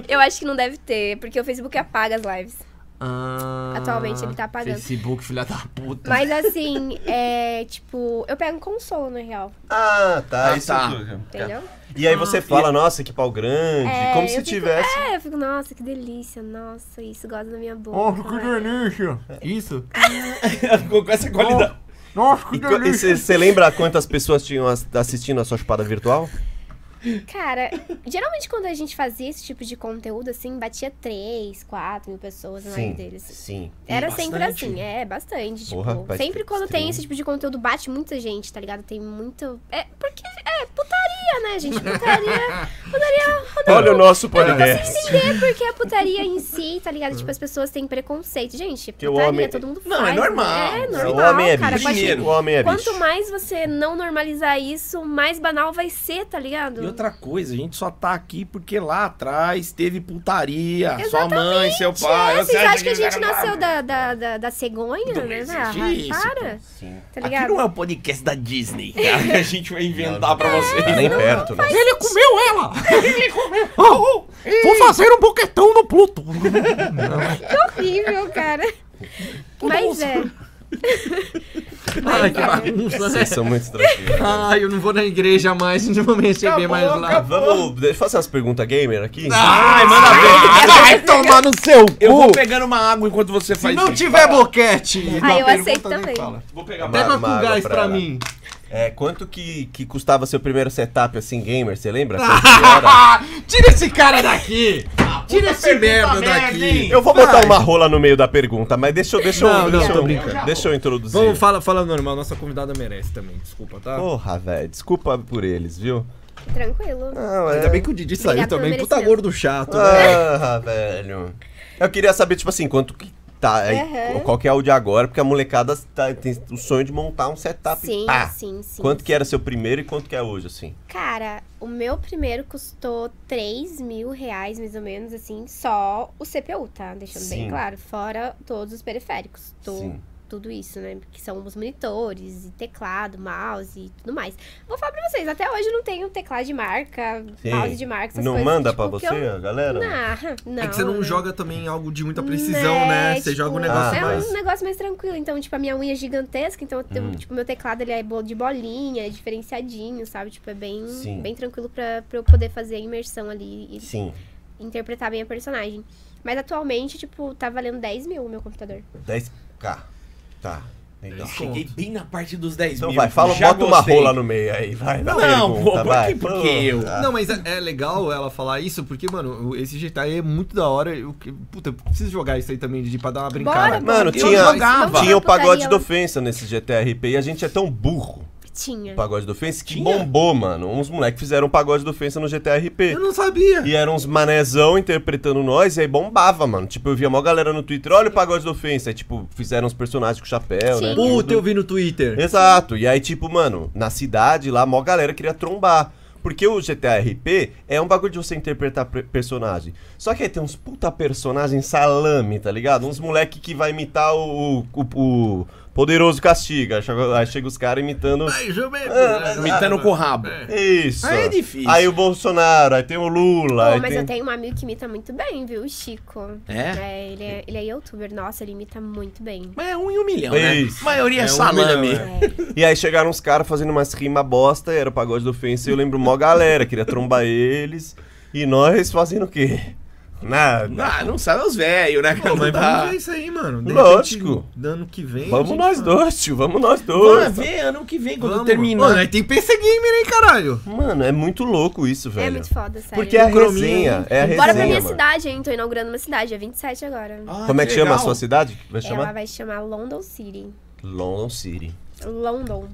eu acho que não deve ter, porque o Facebook apaga as lives.
Ah,
Atualmente ele tá apagando.
Facebook, filha da puta.
Mas assim, é tipo, eu pego um consolo, na real,
Ah, tá. Ah.
Ah,
isso
tá.
tudo.
entendeu?
E aí você fala, nossa, que pau grande.
É,
como
eu
se
fico-
tivesse.
É, eu fico, nossa, que delícia, nossa, isso gosta da minha boca.
Oh, que delícia. Isso.
Ficou com essa qualidade.
Nossa, que
E
delícia.
você lembra quantas pessoas tinham as- assistindo a sua chupada virtual?
Cara, geralmente quando a gente fazia esse tipo de conteúdo, assim, batia 3, 4 mil pessoas na live deles.
sim.
Era
bastante.
sempre assim, é, bastante. Tipo,
Porra, faz
sempre quando
streaming.
tem esse tipo de conteúdo, bate muita gente, tá ligado? Tem muito. É, porque é putaria, né, gente? Putaria. Putaria.
Olha o nosso
Eu não
podcast.
consigo entender porque a putaria em si, tá ligado? Tipo, as pessoas têm preconceito. Gente,
o
putaria,
homem-
todo mundo faz.
Não, é normal.
É
O
normal.
homem é
cara,
bicho.
pode-
Primeiro.
O homem é bicho.
Quanto mais você não normalizar isso, mais banal vai ser, tá ligado?
E outra coisa, a gente só tá aqui porque lá atrás teve putaria. Sua mãe, seu pai.
É, vocês acham que a gente
era-
nasceu da, da, da, da cegonha,
Não
né?
existe
Ah,
isso,
para,
Sim.
tá
Aqui
ligado?
não é o podcast da Disney. cara, que a gente vai inventar pra vocês.
Tá nem perto, né?
Ele comeu ela! Oh, vou fazer um boquetão no Pluto.
horrível, cara. Mas é.
Ai, que bagunça, né?
Vocês são muito tranquilos.
Ai, eu não vou na igreja mais, não vou me receber mais lá.
Vamos, deixa eu fazer umas perguntas gamer aqui.
Ai, manda ver.
Vai tomar no seu
Eu vou
cu! Ah,
pegando uma água enquanto você
Se
faz
não
isso.
tiver boquete, na
eu
pergunta,
aceito
nem
também.
fala.
Vou pegar
Uma-
Pega
uma
com
água
gás
pra
pra
ela.
mim.
É, quanto que, que custava seu primeiro setup assim, gamer? Você lembra? Quanto que era?
Ah, tira esse cara daqui! Tira esse merda daqui!
Eu vou botar uma rola no meio da pergunta, mas deixa eu. Deixa eu,
Não, não,
deixa,
tô
eu
brincando.
deixa eu introduzir.
Vamos, fala, fala normal, nossa convidada merece também, desculpa, tá?
Porra, velho. Desculpa por eles, viu?
Tranquilo.
Não, é.
Ainda
é.
bem que o Didi saiu
Obrigada pelo
também, puta
merecimento.
gordo chato, né?
Ah, velho. Eu queria saber, tipo assim, quanto que tá. aí,
Aham.
Qual que é o de agora? Porque a molecada tá- tem o sonho de montar um setup.
Sim,
pá.
sim, sim.
Quanto que era seu primeiro e quanto que é hoje, assim?
Cara, o meu primeiro custou 3 mil reais, mais ou menos, assim, só o CPU, tá? Deixando
Sim.
bem claro. Fora todos os periféricos. Tô-
Sim.
Tudo isso, né? Que são os monitores, e teclado, mouse e tudo mais. Vou falar pra vocês, até hoje eu não tenho teclado de marca,
Sim.
mouse de marca, essas
Não
coisas.
manda
tipo,
pra
que
você,
eu-
a galera?
Não, não.
É que você não
né?
joga também algo de muita precisão, né? Você
tipo,
joga um negócio
ah,
é
mais.
um negócio mais tranquilo. Então, tipo, a minha unha é gigantesca, então, eu tenho-
Hum.
tipo, meu teclado, ele é bo- de bolinha, é diferenciadinho, sabe? Tipo, é bem,
Sim.
bem tranquilo pra, pra eu poder fazer a imersão ali e
Sim.
interpretar bem a personagem. Mas atualmente, tipo, tá valendo 10 mil o meu computador.
10k. Tá. Legal.
Cheguei bem na parte dos 10
Então
mil.
vai, fala,
Já
bota uma
gostei.
rola no meio aí, vai. dá
Não,
pergunta,
pô, por que-
vai.
por que eu?
Tá.
Não, mas é, é legal ela falar isso, porque, mano, o- esse GTI é muito da hora. Eu, que- puta, eu preciso jogar isso aí também, Didi, pra dar uma brincada.
Bora,
Mano,
Eu
tinha,
jogava.
tinha o pagode
Putaria.
de ofensa nesse GTRP e a gente é tão burro.
Tinha.
O pagode de ofensa que
Tinha?
bombou, mano. Uns moleques fizeram um pagode de ofensa no GTRP.
Eu não sabia.
E eram uns manezão interpretando nós, e aí bombava, mano. Tipo, eu via mó galera no Twitter, olha o pagode de ofensa. Aí, tipo, fizeram uns personagens com chapéu, né?
Sim.
Puta, eu vi no Twitter.
Exato. E aí, tipo, mano, na cidade lá, mó galera queria trombar. Porque o GTA RP é um bagulho de você interpretar per- personagem. Só que aí tem uns puta personagem salame, tá ligado? Uns moleque que vai imitar o, o, o Poderoso Castiga. Aí chega- Aí chega os caras imitando...
Ai, jumento,
Ah,
né?
Imitando com o rabo.
É.
Isso.
Aí é difícil.
Aí o Bolsonaro, aí tem o Lula.
Pô,
aí
mas
tem...
eu tenho um amigo que imita muito bem, viu? O Chico.
É?
ele é, ele é youtuber. Nossa, ele imita muito bem.
Mas é um em um milhão,
Isso.
né? maioria é,
É um
salame.
milhão,
E aí chegaram uns caras fazendo umas rimas bosta, e era o pagode do ofensa, e eu lembro mó galera, queria trombar eles. E nós fazendo o quê? Nada.
Ah, não sabe os velhos, né?
Pô, mas vamos
Tá.
ver isso aí, mano.
Lógico.
repente, ano que vem. a
Vamos
gente
nós
fala.
dois, tio, vamos nós
Vamos
dois.
ver ano que vem, quando
Vamos.
terminar.
Mano, aí tem PC Gamer, hein, caralho?
Mano, é muito louco isso,
É
velho.
muito foda, sério.
Porque é a
O crominho,
resenha, é a resenha,
Bora pra minha
mano.
cidade, hein? Tô inaugurando uma cidade, é 27 agora.
Ah,
Como é que chama a
legal.
sua cidade? é que Vai
Ela
chamar?
vai chamar London City.
London City.
London.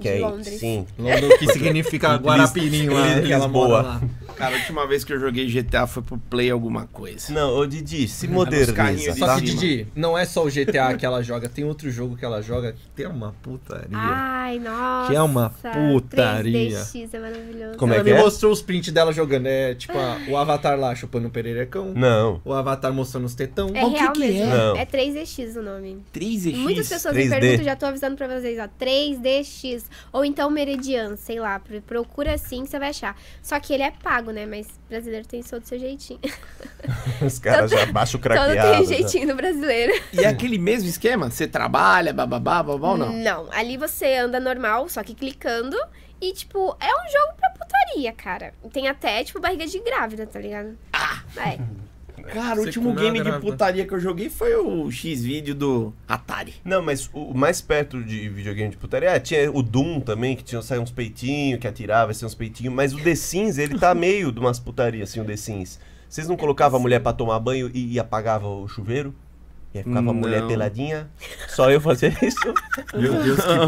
Que
De
é
Londres.
Sim.
London, que significa Guarapirim lá.
Lis-
que ela mora lá.
Cara, a última vez que eu joguei GTA foi pro Play alguma coisa.
Não, ô Didi, se
carrinhos
moderniza,
de
Só
tá?
que, Didi, não é só o GTA que ela joga, tem outro jogo que ela joga que tem uma putaria.
Ai, nossa.
Que é uma putaria.
3DX é maravilhoso.
Como é
ela
que
me
é?
mostrou os prints dela jogando. É tipo a- o Avatar lá chupando o pererecão.
Não.
O Avatar mostrando os tetão.
É
Mas o que
real
que
mesmo.
é?
Não.
É 3DX o nome.
3
Muitas pessoas me
3D.
perguntam, já tô avisando pra vocês, ó. 3DX. Ou então Meridian, sei lá. pro- Procura assim que você vai achar. Só que ele é pago, né? Mas brasileiro tem todo o seu jeitinho.
Os caras já baixam o
Todo
craqueado.
tem
né?
já.
jeitinho do brasileiro.
E é aquele mesmo esquema? Você trabalha, bababá, babá ou não?
ali você anda normal, só que clicando. E, tipo, é um jogo pra putaria, cara. Tem até, tipo, barriga de grávida, tá ligado? Ah! É.
Cara, o
Você
último
comeu a
game de
grávida.
putaria que eu joguei foi o X-Video do Atari.
Não, mas o o mais perto de videogame de putaria, é, tinha o Doom também, que tinha saía uns peitinhos, que atirava, assim, uns peitinhos, mas o The Sims, ele tá meio de umas putarias, assim, o The Sims. Vocês não colocavam a mulher pra tomar banho e, e apagava o chuveiro? E aí ficava a mulher
Não.
peladinha? Só eu fazia isso?
Meu Deus, que
tá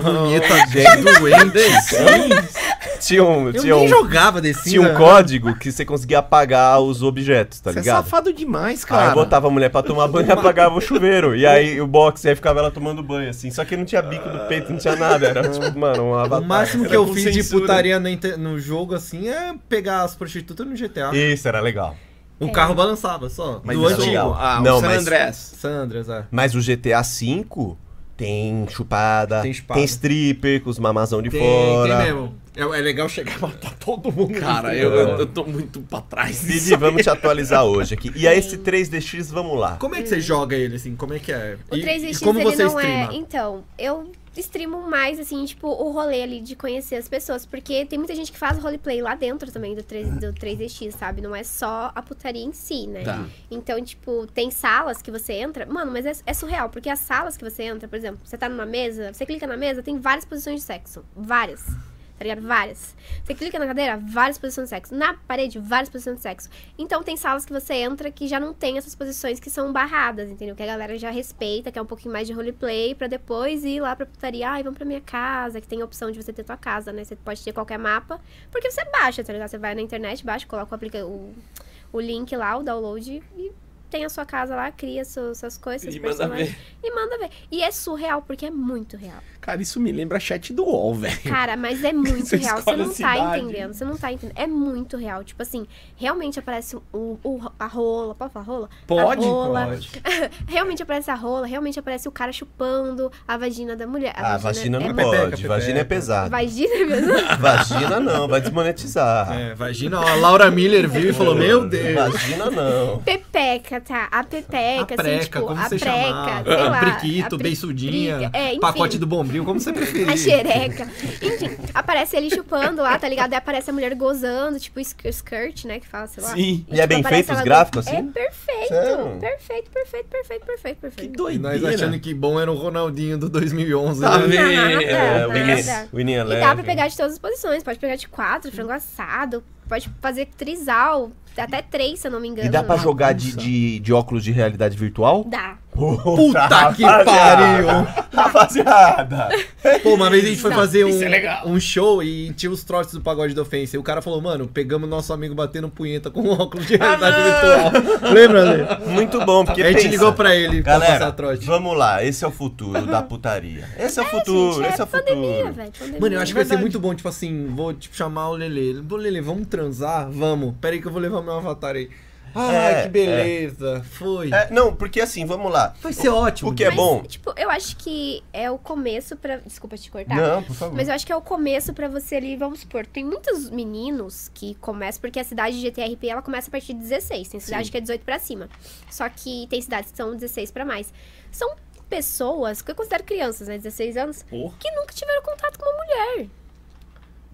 punheta de doente.
Tinha um,
Eu
tinha
nem
um,
jogava desse. né?
tinha um código que você conseguia apagar os objetos, tá
Você é
ligado?
safado demais,
Aí
cara.
eu botava a mulher pra tomar banho e apagava o chuveiro. E aí o box, e aí ficava ela tomando banho, assim. Só que não tinha bico do peito, não tinha nada. Era tipo, mano, um
O
avatar.
máximo que
Era
eu
com
fiz de
censura.
putaria no, inter- no jogo assim é pegar as prostitutas no GTA.
Ah.
Isso, era legal.
O Um carro balançava só.
Mas
do
isso é
antigo.
legal.
o- Ah,
Não,
o San
mas-
Andreas.
Sandras, é.
Mas o GTA V, Tem chupada,
Tem
tem,
espada.
stripper com os mamazão de
Tem, tem
fora.
mesmo.
É, é legal chegar e matar todo mundo.
Cara, é eu, eu, eu tô muito pra trás.
Didi, vamos te atualizar hoje aqui. E a esse 3DX, vamos lá.
Como é que você joga ele, assim? Como é que é?
O 3DX
como
ele
você
não
streama?
é. Então, eu streamo mais, assim, tipo, o rolê ali de conhecer as pessoas. Porque tem muita gente que faz roleplay lá dentro também do, 3, do 3DX, sabe? Não é só a putaria em si, né?
Tá.
Então, tipo, tem salas que você entra. Mano, mas é, é surreal, porque as salas que você entra, por exemplo, você tá numa mesa, você clica na mesa, tem várias posições de sexo. Várias. Tá ligado? Várias. Você clica na cadeira, várias posições de sexo. Na parede, várias posições de sexo. Então tem salas que você entra que já não tem essas posições que são barradas, entendeu? Que a galera já respeita, que é um pouquinho mais de roleplay, pra depois ir lá pra putaria, ai, vamos pra minha casa, que tem a opção de você ter tua casa, né? Você pode ter qualquer mapa, porque você baixa, tá ligado? Você vai na internet, baixa, coloca o, aplica o, o link lá, o download e tem a sua casa lá, cria suas, suas coisas, seus
E manda
personagens. E manda ver. E é surreal, porque é muito real.
Cara, isso me lembra chat do UOL, velho.
Cara, mas é muito
Você
real. Você
escolhe
não
a
tá
cidade.
entendendo. Você não tá entendendo. É muito real. Tipo assim, realmente aparece o, o- a rola. Pode falar rola?
Pode?
A rola. Realmente aparece a rola. Realmente aparece o cara chupando a vagina da mulher.
Ah, vagina não
é
pode,
pepeca, pepeca.
vagina é pesada.
Vagina mesmo?
Vagina não, vai desmonetizar.
É, vagina, ó, a Laura Miller viu e falou, meu Deus.
Vagina não.
Pepeca, tá? A pepeca,
A
assim,
preca,
tipo,
como
a
você
preca,
chamar?
sei lá. a
Priquito,
pri-
beiçudinha,
prica, é, enfim.
pacote do bombril, como você preferir.
A xereca. Enfim, aparece ele chupando lá, tá ligado? Aí aparece a mulher gozando, tipo sk- skirt, né? Que fala, sei lá.
Sim.
E,
E é bem
aparece
feito os
ela
gráficos,
É
assim?
perfeito,
Sério?
perfeito, perfeito, perfeito, perfeito,
Que
perfeito.
E
doideira.
nós achando que bom era o Ronaldinho do 2011,
Tá
né?
vendo?
É, o
Nada, nada.
Winnie- Winnie
E dá pra
Eleven.
pegar de todas as posições. Pode pegar de quatro, frango assado, pode fazer trisal, até três, se eu não me engano.
E dá pra jogar de, de, de óculos de realidade virtual?
Dá.
Puta que
rapaziada.
pariu!
Rapaziada!
Pô, uma vez a gente foi
Isso
fazer um,
é legal.
um show e tinha os trotes do pagode da ofensa. E o cara falou, mano, pegamos nosso amigo batendo punheta com óculos de
Ah,
realidade virtual. Lembra, Lê?
Muito bom, porque
E a gente
pensa,
ligou pra ele
Tá
pra
Galera,
passar trote.
vamos lá, esse é o futuro da putaria. Esse é o futuro,
Gente,
esse é o
pandemia,
futuro.
velho. pandemia.
Mano, eu acho que vai ser muito bom, tipo assim, vou tipo, chamar o Lele. Pô, Lele, vamos transar? Vamos. Pera aí que eu vou levar meu avatar aí. Ai,
É,
que beleza. Foi.
É, não, porque assim, vamos lá.
Vai ser ótimo.
O que é
Mas,
bom?
Tipo, eu acho que é o começo pra. Desculpa te cortar.
Não, por favor.
tá. Mas eu acho que é o começo pra você ali, vamos supor, tem muitos meninos que começam, porque a cidade de GTRP ela começa a partir de 16, tem cidade que é 18 pra cima. Só que tem cidades que são 16 pra mais. São pessoas que eu considero crianças, né, 16 anos,
Porra.
que nunca tiveram contato com uma mulher.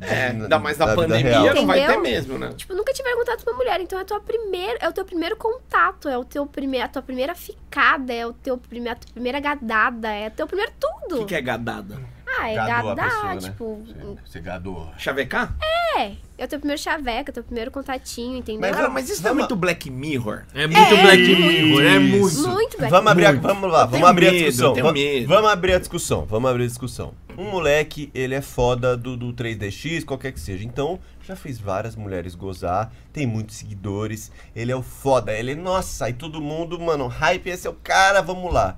É, ainda mais na
Da vida
pandemia
real.
não vai ter
Entendeu?
mesmo, né?
Tipo, nunca tiveram contato com uma mulher, então é a tua primeira, é o teu primeiro contato, é o teu primeiro, a tua primeira ficada, é o teu primeiro, a tua primeira gadada, é o teu primeiro
O
tudo.
que, que é gadada?
Ah, é
Gadou a
gadar,
pessoa, né?
tipo,
Você gadou.
Chavecar?
é, é o teu primeiro chaveca, é o teu primeiro contatinho, entendeu?
Mas
Cara, mas isso é
Vamos-
muito Black Mirror.
É muito Black Mirror, é
Isso.
muito.
Muito Black
Vamos abrir, a,
Muito.
vamos lá,
Eu tenho
vamos abrir a
medo, eu
discussão.
tenho
Vamos,
medo.
vamos abrir a discussão, vamos abrir a discussão. Um moleque, ele é foda do, do 3DX, qualquer que seja. Então, já fez várias mulheres gozar, tem muitos seguidores, ele é o foda, ele é, nossa, e todo mundo, mano, hype, esse é o cara, vamos lá.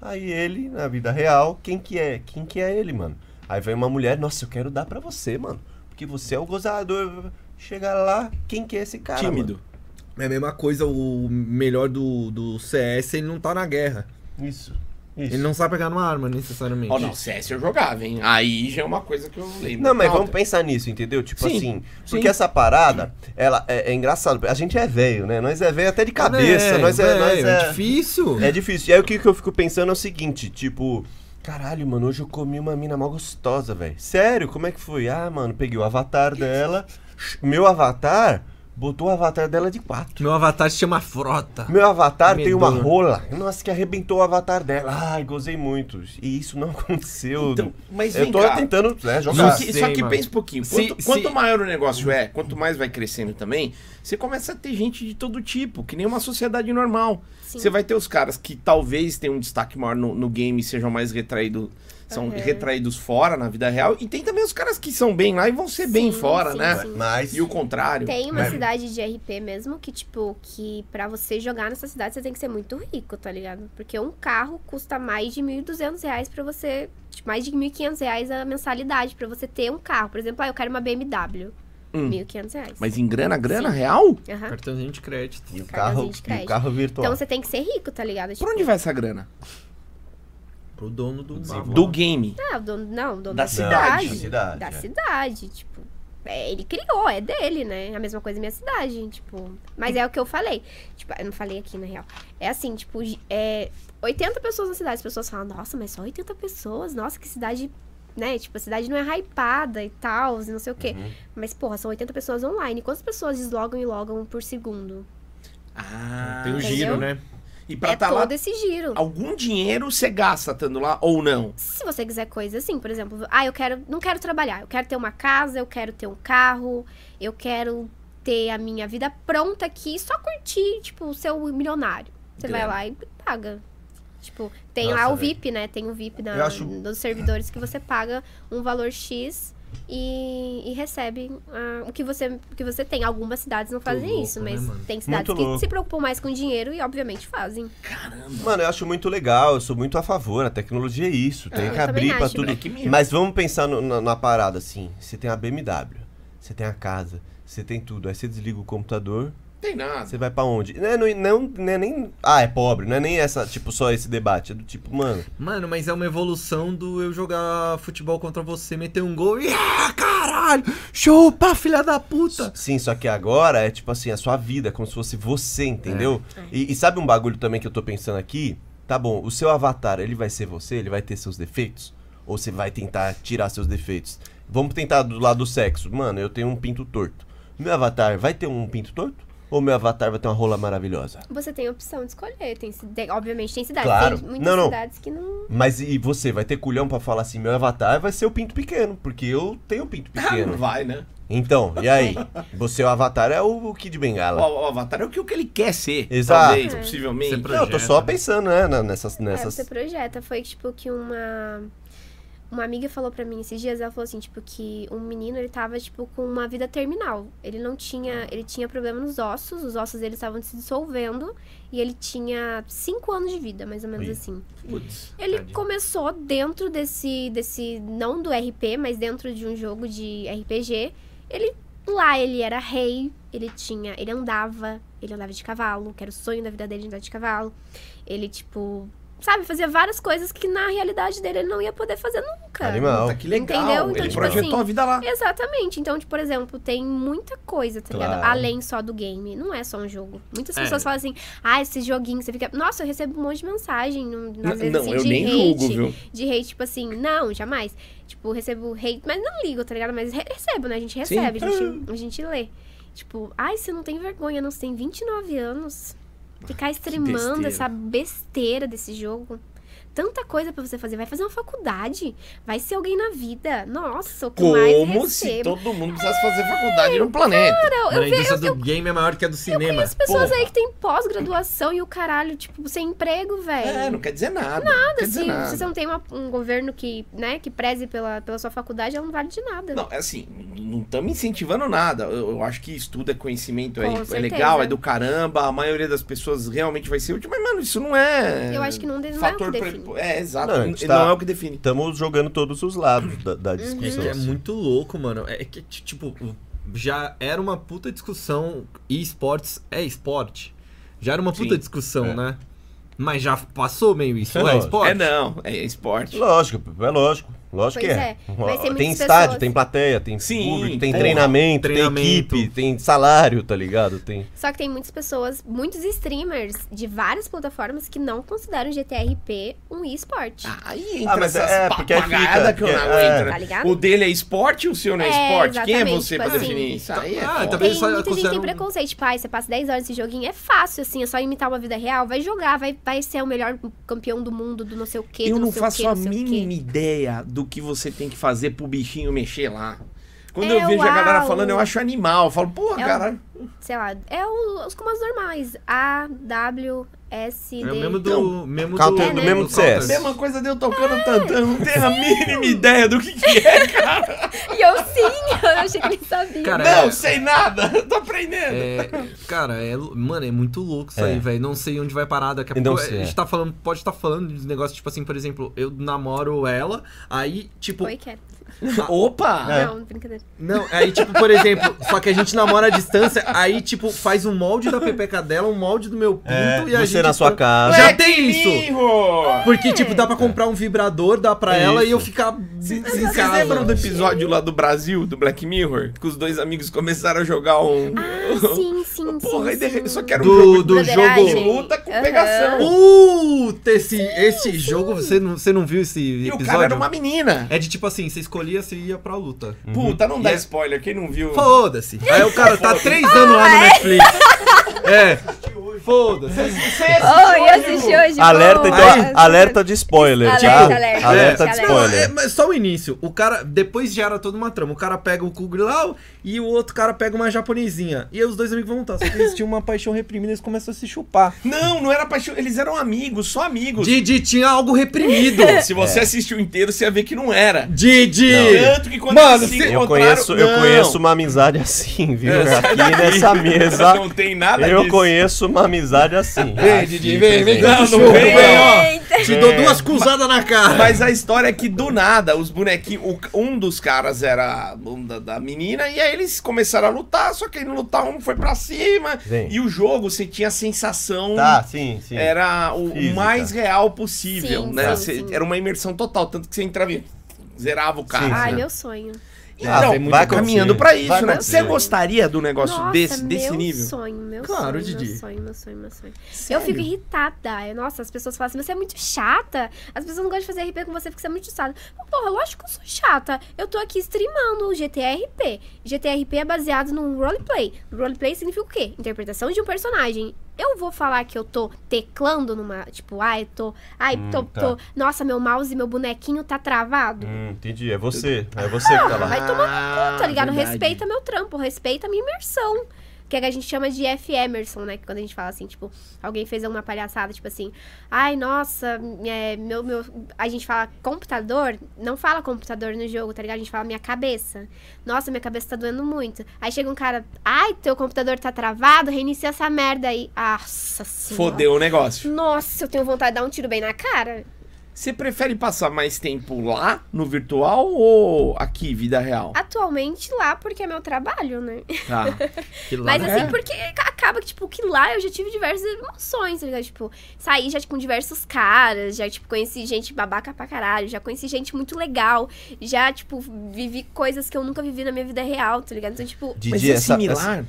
Aí ele, na vida real, quem que é? Quem que é ele, mano? Aí vem uma mulher, nossa, eu quero dar pra você, mano, porque você é o gozador. Chega lá, quem que é esse cara?
Tímido.
É a mesma coisa, o melhor do, do CS, ele não tá na guerra.
mano? Isso. Isso.
Ele não sabe pegar numa arma, necessariamente. É,
Ó, não, CS eu jogava, hein? Aí já é uma coisa que eu então, lembro.
Não, mas
Alta.
vamos pensar nisso, entendeu? Tipo
Sim,
assim,
sim.
porque essa parada, ela é, é engraçado. A gente é velho, né? Nós é velho até de cabeça,
Véi,
nós é,
véi,
nós é,
é difícil.
é difícil. E aí o que, que eu fico pensando é o seguinte, tipo, caralho, mano, hoje eu comi uma mina mal gostosa, velho. Sério? Como é que foi? Ah, mano, peguei o avatar dela. Meu avatar botou o avatar dela de quatro.
Meu avatar se chama Frota.
Meu avatar tem uma
Medonha.
rola. Nossa, que arrebentou o avatar dela. Ai, gozei muito. E isso não aconteceu.
Então, mas
eu
vem
tô
cá.
tentando né,
Só
jogar.
Não
que,
sei,
só que
mano.
pensa um pouquinho.
Se-
Quanto,
se-
quanto maior o negócio é, quanto mais vai crescendo também, você começa a ter gente de todo tipo, que nem uma sociedade normal.
Sim.
Você vai ter os caras que talvez tenham um destaque maior no, no game e sejam mais retraídos. São
Aham.
retraídos fora na vida real. E tem também os caras que são bem lá e vão ser bem
Sim,
fora,
sim,
né?
sim.
Mas
E o contrário.
Tem uma
Mas-
cidade de RP mesmo que, tipo, que pra você jogar nessa cidade você tem que ser muito rico, tá ligado? Porque um carro custa mais de 1.200 reais pra você. Tipo, mais de 1.500 reais a mensalidade pra você ter um carro. Por exemplo, ah, eu quero uma BMW.
Hum.
1.500 reais.
Mas em grana, grana real?
Aham.
Cartãozinho de crédito.
E o
Cartãozinho
carro,
de
e
crédito.
o carro virtual.
Então você tem que ser rico, tá ligado?
Por
Tipo,
onde vai essa grana?
Pro dono do mapa.
Do game.
Ah, o dono, não, o dono
Da
da
cidade.
cidade.
Cidade,
Da
é.
cidade, tipo. é, ele criou, é dele, né? A mesma coisa minha cidade, tipo. Mas é o que eu falei. Tipo, eu não falei aqui, na real. É assim, tipo, gi- é, 80 pessoas na cidade. As pessoas falam, nossa, mas só 80 pessoas? Nossa, que cidade. Né? Tipo, a cidade não é hypada e tal, e não sei o quê. Mas, porra, são 80 pessoas online. Quantas pessoas deslogam e logam por segundo?
Ah,
Tem o
Entendeu?
giro, né?
E pra
é
tá
todo
lá,
esse giro.
algum dinheiro você gasta estando lá ou não?
Se você quiser coisa assim, por exemplo, ah, eu quero, não quero trabalhar, eu quero ter uma casa, eu quero ter um carro, eu quero ter a minha vida pronta aqui, só curtir, tipo, ser um milionário. Você vai
Grana.
lá e paga. Tipo, tem
Nossa,
lá o
velho.
VIP, né? Tem o VIP
Eu
da,
acho-
dos servidores que você paga um valor X e, e recebe ah, o, que você, o que você tem. Algumas cidades não fazem
louco,
isso,
né,
mas
mano?
tem cidades
Muito
que
louco.
se preocupam mais com dinheiro e, obviamente, fazem.
Mano, eu acho muito legal, eu sou muito a favor, a tecnologia é isso, tem
Ah, eu
que
também
abrir pra
acho.
tudo.
Black Mirror.
Mas vamos pensar no- na, na parada, assim, você tem a BMW, você tem a casa, você tem tudo, aí você desliga o computador,
Tem nada.
você vai pra onde? Não é, não, não- não é nem, ah, é pobre, não é nem essa, tipo, só esse debate, é do tipo, mano,
Mano, mas é uma evolução do eu jogar futebol contra você, meter um gol e. Ah, caralho! Chupa, filha da puta!
Sim, só que agora é tipo assim, a sua vida, como se fosse você, entendeu? E, e sabe um bagulho também que eu tô pensando aqui? Tá bom, o seu avatar, ele vai ser você? Ele vai ter seus defeitos? Ou você vai tentar tirar seus defeitos? Vamos tentar do lado do sexo. Mano, eu tenho um pinto torto. Meu avatar vai ter um pinto torto? Ou meu avatar vai ter uma rola maravilhosa?
Você tem a opção de escolher. Tem, ci- tem- obviamente, tem cidades.
Claro.
Tem muitas
Não, não.
cidades que não.
Mas e você, vai ter culhão pra falar assim, meu avatar vai ser o pinto pequeno, porque eu tenho um pinto pequeno.
vai, né?
Então, e aí? Você, o avatar, é o Kid
O,
Bengala.
o Avatar é o que, o que ele quer ser.
Exato.
Talvez,
É.
possivelmente.
Você
Não, eu tô só pensando, né, na- nessas...
É,
nessas...
você projeta. Foi, tipo, que uma... Uma amiga falou pra mim esses dias, ela falou assim, tipo, que um menino, ele tava, tipo, com uma vida terminal. Ele não tinha... Ele tinha problema nos ossos, os ossos dele estavam se dissolvendo. E ele tinha cinco anos de vida, mais ou menos
Ui.
assim.
Putz.
Ele
Tadinho.
começou dentro desse, desse... Não do RP, mas dentro de um jogo de RPG. Ele... Lá ele era rei, ele tinha... Ele andava, ele andava de cavalo, que era o sonho da vida dele, andar de cavalo. Ele, tipo... Sabe, fazia várias coisas que na realidade dele ele não ia poder fazer nunca.
Animal.
Puta, que legal.
Entendeu?
Então,
ele
tipo
projetou
assim,
a vida lá.
Exatamente. Então, tipo, por exemplo, tem muita coisa, tá
Claro.
ligado? Além só do game. Não é só um jogo. Muitas
É.
pessoas falam assim, ah, esse joguinho, você fica. Nossa, eu recebo um monte de mensagem. no- Às
Não,
vezes,
não,
assim,
eu
de
nem
hate.
julgo, viu?
De hate, tipo assim, não, jamais. Tipo, recebo hate, mas não ligo, tá ligado? Mas re- recebo, né? A gente recebe, a
É.
gente, a gente lê. Tipo, ai, você não tem vergonha, não, você tem 29 anos. Ficar streamando
Ah, besteira.
essa besteira desse jogo. Tanta coisa pra você fazer. Vai fazer uma faculdade. Vai ser alguém na vida. Nossa, o que mais
Como se
recebo.
todo mundo precisasse fazer faculdade no planeta.
Cara, eu
Mano, a
vejo
indústria do game é maior que a do cinema.
as pessoas
Porra.
aí que tem pós-graduação e o caralho, tipo, sem emprego, velho.
É, não quer dizer nada. Nada, quer dizer
assim,
nada.
se você não tem uma- um governo que, né, que preze pela, pela sua faculdade, ela não vale de nada.
Não, é assim, não estamos incentivando nada. Eu, eu acho que estudo é conhecimento, é,
Com
é
certeza.
legal, é do caramba. A maioria das pessoas realmente vai ser útil, mas, mano, isso não é.
Eu acho que não, de- não é o que
fator pre-
define.
É, exato.
Não, a
Não,
gente tá-
é o que define.
Estamos jogando todos os lados da, da
É
discussão.
que é
assim.
muito louco, mano. É que, t- tipo, já era uma puta discussão. E esportes é esporte. Já era uma puta
Sim.
discussão,
É.
né? Mas já passou meio isso.
Não,
É esporte?
É não, é esporte.
Lógico, é lógico. Lógico
Pois
que é.
é, mas tem
tem
muitas
estádio,
pessoas-
tem plateia, tem
Sim,
público, tem
porra.
treinamento,
Treinamento.
tem equipe, tem salário, tá ligado? Tem.
Só que tem muitas pessoas, muitos streamers de várias plataformas que não consideram GTRP um esporte.
Aí
Ah,
entra
mas
essas
é,
é,
porque é fita,
que eu
porque
não
é-
aguento. né?
Tá ligado?
O dele é esporte, o seu não é,
É,
esporte. Quem é
exatamente,
você
tipo
pra
assim.
definir isso? Aí é
Ah,
foda.
também-
Tem
Eles só
muita gente tem
consideram-
preconceito, tipo, ai, você passa 10 horas nesse joguinho, é fácil, assim, é só imitar uma vida real, vai jogar, vai, vai ser o melhor campeão do mundo, do não sei o quê, do
Eu não
sei o
faço
quê,
a
não sei o quê.
mínima ideia do que você tem que fazer pro bichinho mexer lá. Quando
É,
eu vejo a galera
uau.
falando, eu acho animal. Eu falo, porra,
É um-
cara.
Sei lá, é o- os comandos normais. A, W, S, D.
É o mesmo do.
Então,
mesmo
counter-
do,
do mesmo
do CS.
A
É.
mesma coisa de eu tocando tantão. Não tenho a mínima ideia do que, que é, cara.
E eu sim, eu achei que ele sabia.
Cara,
Não
é-
sei nada. Eu Tô aprendendo.
É, cara, é, lou- mano, é muito louco isso
É.
aí, velho. Não sei onde vai parar daqui a
Eu não
pouco.
sei,
A
é.
gente tá falando, pode estar falando de negócio, tipo assim, por exemplo, eu namoro ela, aí, tipo,
Oi, Cat.
Opa!
Não, brincadeira.
Não, aí tipo, por exemplo, só que a gente namora à distância, aí tipo, faz um molde da pepeca dela, um molde do meu pinto
É,
e a
você
gente...
na
tá-
sua casa.
Já tem isso!
Mirro!
Porque, tipo, dá pra comprar um vibrador, dá pra
É
ela e
isso.
eu ficar em
Vocês
casa.
lembram do episódio lá do Brasil, do Black Mirror? Que os dois amigos começaram a jogar um.
Ah, sim, sim,
Porra, e
sim.
de repente-
sim.
só que era um
Do-
jogo de-
do
Broderagem.
de luta com
Aham.
pegação.
Puta, esse, esse jogo, você não, você não viu esse
E o
episódio? Uhum.
cara era uma menina.
É de tipo assim, você escolhia se ia pra luta.
Puta, não dá
Yeah.
spoiler, quem não viu.
Foda-se. Aí o cara tá três anos lá no Netflix. É. Foda-se.
Oh, eu assisti hoje.
Alerta,
pô.
então,
Ai,
alerta de spoiler,
Alerta,
tá?
alerta,
de
alerta.
Não, é,
spoiler.
mas só o início. O cara. Depois gera toda uma trama. O cara pega o Kuglau e o outro cara pega uma japonesinha. E aí os dois amigos vão lutar. Só que eles tinham uma paixão reprimida eles começam a se chupar.
Não, não era paixão. Eles eram amigos, só amigos.
Didi tinha algo reprimido.
Se
É.
você assistiu inteiro, você ia ver que não era.
Didi!
Tanto que quando
Mano,
eles se
é,
se-
Eu
encontraram-
conheço, eu
Não.
conheço uma amizade assim, viu?
É, sai
Aqui
daqui.
nessa mesa,
Não tem nada
eu
disso.
conheço uma amizade assim.
Vem, Didi, vem, vem,
Não,
vem.
não
Chupa,
vem,
vem, ó. É.
Eita.
Te dou duas cruzadas na cara.
Mas a história é que do nada, os bonequinhos. o- Um dos caras era a bunda da menina, e aí eles começaram a lutar, só que aí no lutar um foi pra cima.
Sim.
E o jogo, você tinha a sensação.
Tá, sim,
É,
sim.
Era o
Física.
mais real possível,
Sim,
né?
sim,
Você-
sim.
Era uma imersão total, tanto que você entrava e zerava o carro.
Ai, meu sonho.
Ah,
Então,
tem muito
vai
acontecer.
caminhando pra isso,
Vai
né?
acontecer.
Você gostaria do negócio
Nossa,
desse,
meu
desse nível?
sonho, meu
Claro,
sonho,
Didi.
meu sonho, meu sonho, meu sonho. Eu fico irritada. Eu- Nossa, as pessoas falam assim, você é muito chata. As pessoas não gostam de fazer RP com você porque você é muito chata. Mas, Porra, lógico que eu sou chata. Eu tô aqui streamando o GTRP. GTRP é baseado num roleplay. Roleplay significa o quê? Interpretação de um personagem. Eu vou falar que eu tô teclando numa, tipo, ai, tô, ai, tô,
tá.
tô, nossa, meu mouse, meu bonequinho tá travado.
Hum, entendi, é você. É você que tá lá.
Vai tomar no cu, tá ligado?
Ah, verdade.
Respeita meu trampo, respeita a minha imersão. Que é que a gente chama de F. Emerson, né? Que quando a gente fala assim, tipo, alguém fez uma palhaçada, tipo assim, ai, nossa, é, meu, meu. A gente fala computador, não fala computador no jogo, tá ligado? A gente fala minha cabeça. Nossa, minha cabeça tá doendo muito. Aí chega um cara, ai, teu computador tá travado, reinicia essa merda aí. Nossa senhora.
Fodeu o negócio.
Nossa, eu tenho vontade de dar um tiro bem na cara.
Você prefere passar mais tempo lá, no virtual, ou aqui, vida real?
Atualmente lá, porque é meu trabalho, né?
Tá.
Que lá
Mas
na-
É.
assim, porque ca- acaba que, tipo, que lá eu já tive diversas emoções, tá ligado? Tipo, saí já tipo, com diversos caras, já, tipo, conheci gente babaca pra caralho, já conheci gente muito legal, já, tipo, vivi coisas que eu nunca vivi na minha vida real, tá ligado? Então, tipo,
Mas
Didi,
é
essa, essa,
similar?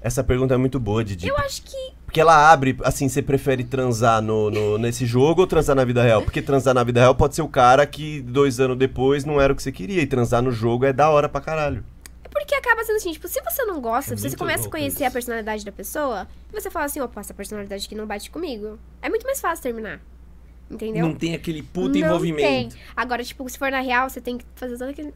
essa pergunta é muito boa, Didi.
eu acho que.
Porque ela abre, assim, você prefere transar no, no- nesse jogo ou transar na vida real? Porque transar na vida real pode ser o cara que dois anos depois não era o que você queria. E transar no jogo é da hora pra caralho.
É porque acaba sendo assim, tipo, se você não gosta,
É
se você
muito
começa a
louco
conhecer
isso.
a personalidade da pessoa, e você fala assim, opa, essa personalidade aqui não bate comigo, é muito mais fácil terminar. Entendeu?
Não tem aquele puto
Não
envolvimento.
tem. Agora, tipo, se for na real, você tem que fazer todo aquele.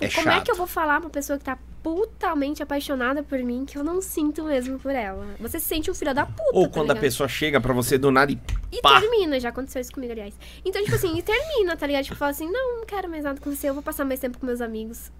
É
Como é
chato.
que eu vou falar pra uma pessoa que tá putamente apaixonada por mim que eu não sinto mesmo por ela? Você se sente um filho da puta.
Ou quando a
tá ligado? Então.
pessoa chega pra você do nada e
E
pá.
termina, já aconteceu isso comigo, aliás. Então, tipo assim, e termina, tá ligado? Tipo, fala assim: não, não quero mais nada com você, eu vou passar mais tempo com meus amigos.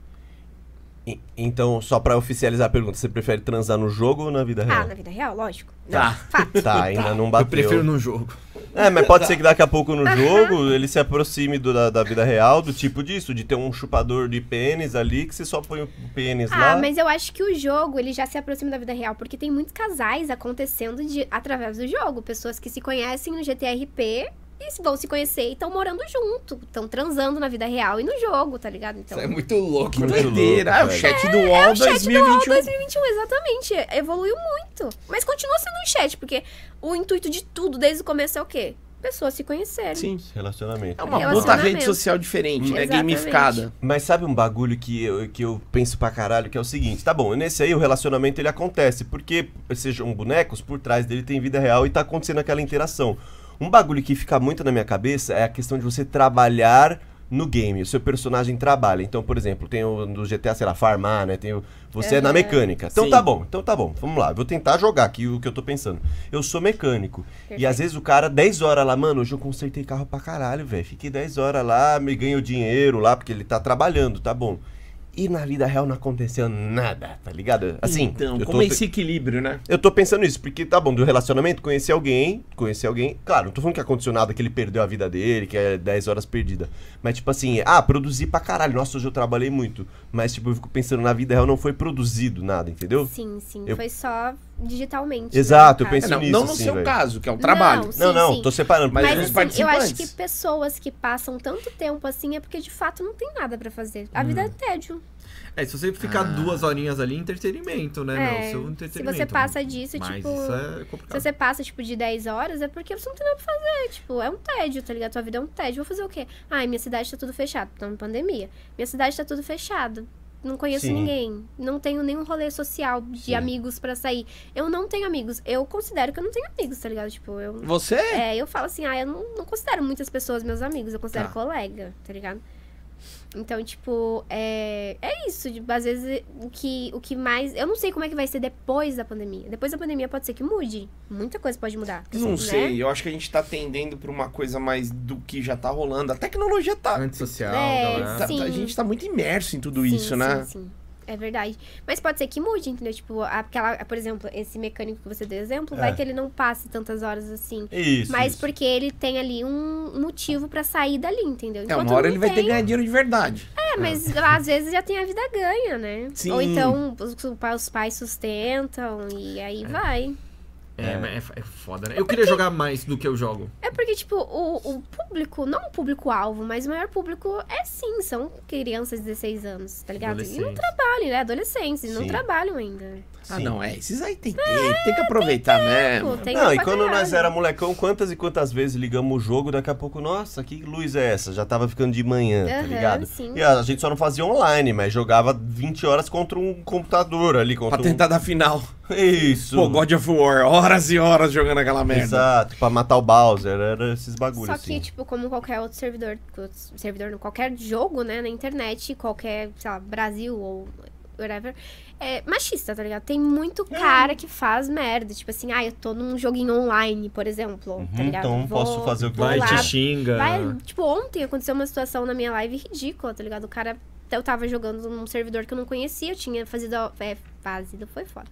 E- então, só pra oficializar a pergunta, você prefere transar no jogo ou na vida
Ah,
real?
na vida real, lógico.
É. Tá.
Fato.
Tá, ainda não bateu.
Eu prefiro no jogo.
É, mas pode ser que daqui a pouco no jogo ele se aproxime do- da, da vida real, do tipo disso, de ter um chupador de pênis ali que você só põe o pênis
Ah,
lá.
mas eu acho que o jogo, ele já se aproxima da vida real, porque tem muitos casais acontecendo de- através do jogo. Pessoas que se conhecem no GTRP e se- vão se conhecer e estão morando junto. Estão transando na vida real e no jogo, tá ligado? Então,
É muito louco.
Que
Muito louco,
doideira. Ah, o
velho.
chat do UOL
É, chat do UOL
2021.
2021, exatamente. Evoluiu muito. Mas continua sendo um chat, porque o intuito de tudo desde o começo é o quê? Pessoas se conhecerem.
Sim.
Relacionamento.
É uma puta
Relacionamento.
rede social diferente, né?
Exatamente.
Gamificada.
Mas sabe um bagulho que eu, que eu penso pra caralho, que é o seguinte, tá bom, nesse aí o relacionamento ele acontece, porque sejam bonecos, por trás dele tem vida real e tá acontecendo aquela interação. Um bagulho que fica muito na minha cabeça é a questão de você trabalhar no game, o seu personagem trabalha. Então, por exemplo, tem o do GTA, sei lá, farmar, né? Tem o, você é na mecânica. Então
Sim.
tá bom, então tá bom, vamos lá. eu Vou tentar jogar aqui o que eu tô pensando. Eu sou mecânico. E às vezes o cara, 10 horas lá, mano, hoje eu consertei carro pra caralho, velho. Fiquei 10 horas lá, me ganho dinheiro lá, porque ele tá trabalhando, tá bom. E na vida real não aconteceu nada, tá ligado? Assim,
então,
eu tô
como é esse equilíbrio, né?
eu tô pensando isso, porque tá bom, do relacionamento, conheci alguém, conheci alguém. Claro, não tô falando que aconteceu nada, que ele perdeu a vida dele, que é 10 horas perdida. Mas, tipo assim, ah, produzi pra caralho. Nossa, hoje eu trabalhei muito. Mas, tipo, eu fico pensando, na vida real não foi produzido nada, entendeu?
Sim, sim.
Eu-
Foi só digitalmente.
Exato,
né,
eu
no
penso
caso.
É, não,
nisso,
não no
sim,
seu
velho.
caso, que é o trabalho.
Não, sim,
não, não,
sim.
tô separando.
Mas
Mas,
os
assim, eu acho que
participantes.
pessoas que passam tanto tempo assim é porque de fato não tem nada pra fazer.
Hum.
A vida é tédio.
É, se você ficar
Ah.
duas horinhas ali, entretenimento, né,
É,
meu? Seu
Se
entretenimento.
você
né?
passa disso,
Mas
tipo.
isso é
Se
complicado.
você passa, tipo, de 10 horas, é porque você não tem nada pra fazer. Tipo, é um tédio, tá ligado? Tua vida é um tédio. Vou fazer o quê? Ai, minha cidade tá tudo fechado. Estamos em pandemia. Minha cidade tá tudo fechado. Não conheço
Sim.
ninguém. Não tenho nenhum rolê social de
Sim.
amigos pra sair. Eu não tenho amigos. Eu considero que eu não tenho amigos, tá ligado? Tipo, eu.
Você?
É, eu falo assim, ah, eu não, não considero muitas pessoas meus amigos, eu considero
Tá.
colega, tá ligado? Então, tipo, é, é isso. de- Às vezes, o que, o que mais. Eu não sei como é que vai ser depois da pandemia. Depois da pandemia pode ser que mude. Muita coisa pode mudar.
Não
né?
sei, eu acho que a gente tá tendendo pra uma coisa mais do que já tá rolando. A tecnologia tá.
Antissocial,
É,
galera.
tá-
sim.
a gente tá muito imerso em tudo
Sim,
isso, né?
Sim, sim. É verdade. Mas pode ser que mude, entendeu? Tipo, aquela, por exemplo, esse mecânico que você deu exemplo, vai
É.
que ele não passe tantas horas assim.
isso,
mas
isso.
porque ele tem ali um motivo pra sair dali,
É,
entendeu?
uma
Enquanto
hora
não
ele vai ter
tem,
que ganhar dinheiro de verdade.
É, mas às vezes já tem a vida ganha, né?
Sim.
Ou então os, os pais sustentam e aí vai.
É, mas é, é foda, né? Eu queria jogar mais do que eu jogo.
É porque, tipo, o, o público, não o público-alvo, mas o maior público é sim, são crianças de 16 anos, tá ligado? E não
Adolescentes.
trabalham, né? Adolescentes, não
Sim.
trabalham ainda.
Ah,
Sim.
não, é. Esses aí tem que, tem que aproveitar
Pô,
mesmo.
Tipo, tem
É. não, e
pra
quando nós
caralho.
era molecão, quantas e quantas vezes ligamos o jogo, daqui a pouco, nossa, que luz é essa? Já tava ficando de manhã, tá
Aham,
ligado?
sim.
E a gente só não fazia online, mas jogava 20 horas contra um computador ali, contra
Pra tentar dar final.
um... Isso.
Pô, God of War, horas e horas jogando aquela merda.
Exato, pra matar o Bowser, era esses bagulhos
Só que,
assim.
tipo, como qualquer outro servidor, servidor não, qualquer jogo, né, na internet, qualquer, sei lá, Brasil ou whatever, é machista, tá ligado? Tem muito
É.
cara que faz merda. Tipo assim, ah, eu tô num joguinho online, por exemplo, tá
Uhum,
ligado?
então não posso fazer o que
vou
eu
lá,
quiser.
xinga.
vai- Tipo, ontem aconteceu uma situação na minha live ridícula, tá ligado? O cara... Eu tava jogando num servidor que eu não conhecia, eu tinha fazido. a- É, fazido foi foda.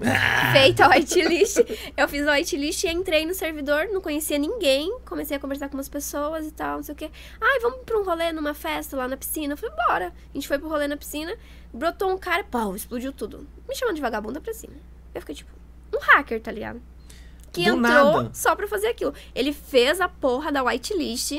Feito a whitelist. Eu fiz a whitelist e entrei no servidor, não conhecia ninguém. Comecei a conversar com umas pessoas e tal, não sei o quê. Ai, vamos pra um rolê numa festa lá na piscina. Eu falei, bora. A gente foi pro rolê na piscina, brotou um cara, pau, explodiu tudo. Me chamando de vagabunda pra cima. Eu fiquei tipo, um hacker, tá ligado? Que
Do
entrou
nada.
só pra fazer aquilo. Ele fez a porra da whitelist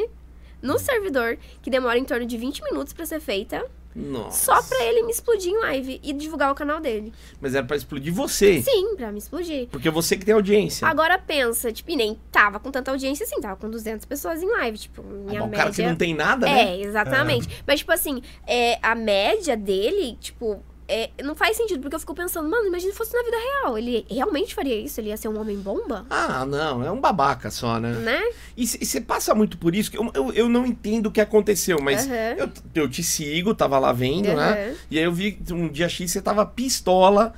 no servidor, que demora em torno de 20 minutos pra ser feita,
Nossa.
só pra ele me explodir em live e divulgar o canal dele.
Mas era pra explodir você.
Sim, pra me explodir.
Porque é você que tem audiência. Ah,
Agora pensa, tipo, e nem tava com tanta audiência assim, tava com 200 pessoas em live, tipo,
Ah, mas
minha
o
média...
cara que não tem nada, né?
É, exatamente. Mas, tipo assim, é, a média dele, tipo, é, não faz sentido, porque eu fico pensando, mano, imagina se fosse na vida real. Ele realmente faria isso? Ele ia ser um homem bomba?
Ah, não, é um babaca só, né?
Né?
E você passa muito por isso, que eu, eu, eu não entendo o que aconteceu, mas
Aham.
eu, eu te sigo, tava lá vendo, né?
Aham.
E aí eu vi que um dia X você tava pistola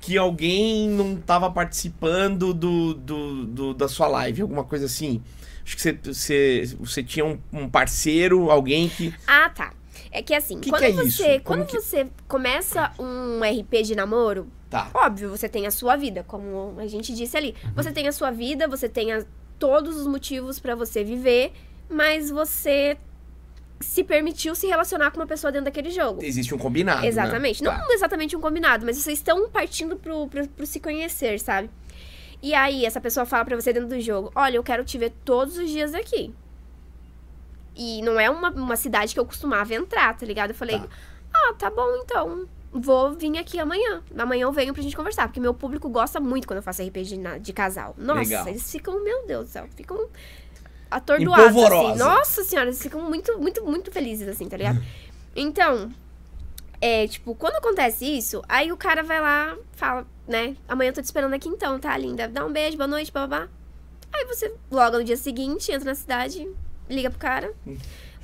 que alguém não tava participando do, do, do- da sua live, alguma coisa assim. Acho que você, você, você tinha um, um parceiro, alguém que.
Ah, tá. É que assim,
Que que
quando
é isso?
você,
Como
quando
que-
você começa um RP de namoro,
Tá.
óbvio, você tem a sua vida, como a gente disse ali.
Uhum.
Você tem a sua vida, você tem a- todos os motivos pra você viver, mas você se permitiu se relacionar com uma pessoa dentro daquele jogo.
Existe um combinado. né?
Exatamente.
Tá.
Não exatamente um combinado, mas vocês estão partindo pro, pro, pro se conhecer, sabe? E aí, essa pessoa fala pra você dentro do jogo: Olha, eu quero te ver todos os dias aqui. E não é uma, uma cidade que eu costumava entrar, tá ligado? Eu falei:
Tá.
Ah, tá bom então. Vou vir aqui amanhã. Amanhã eu venho pra gente conversar. Porque meu público gosta muito quando eu faço RPG de, na- de casal. Nossa,
Legal.
eles ficam, meu Deus do céu, ficam atordoados. Assim.
Empolvorosa.
Nossa senhora, eles ficam muito, muito, muito felizes, assim, tá ligado? Então, é, tipo, quando acontece isso, aí o cara vai lá, fala, né? Amanhã eu tô te esperando aqui então, tá, linda? Dá um beijo, boa noite, babá. Aí você logo no dia seguinte, entra na
Hum.
cidade, liga pro cara.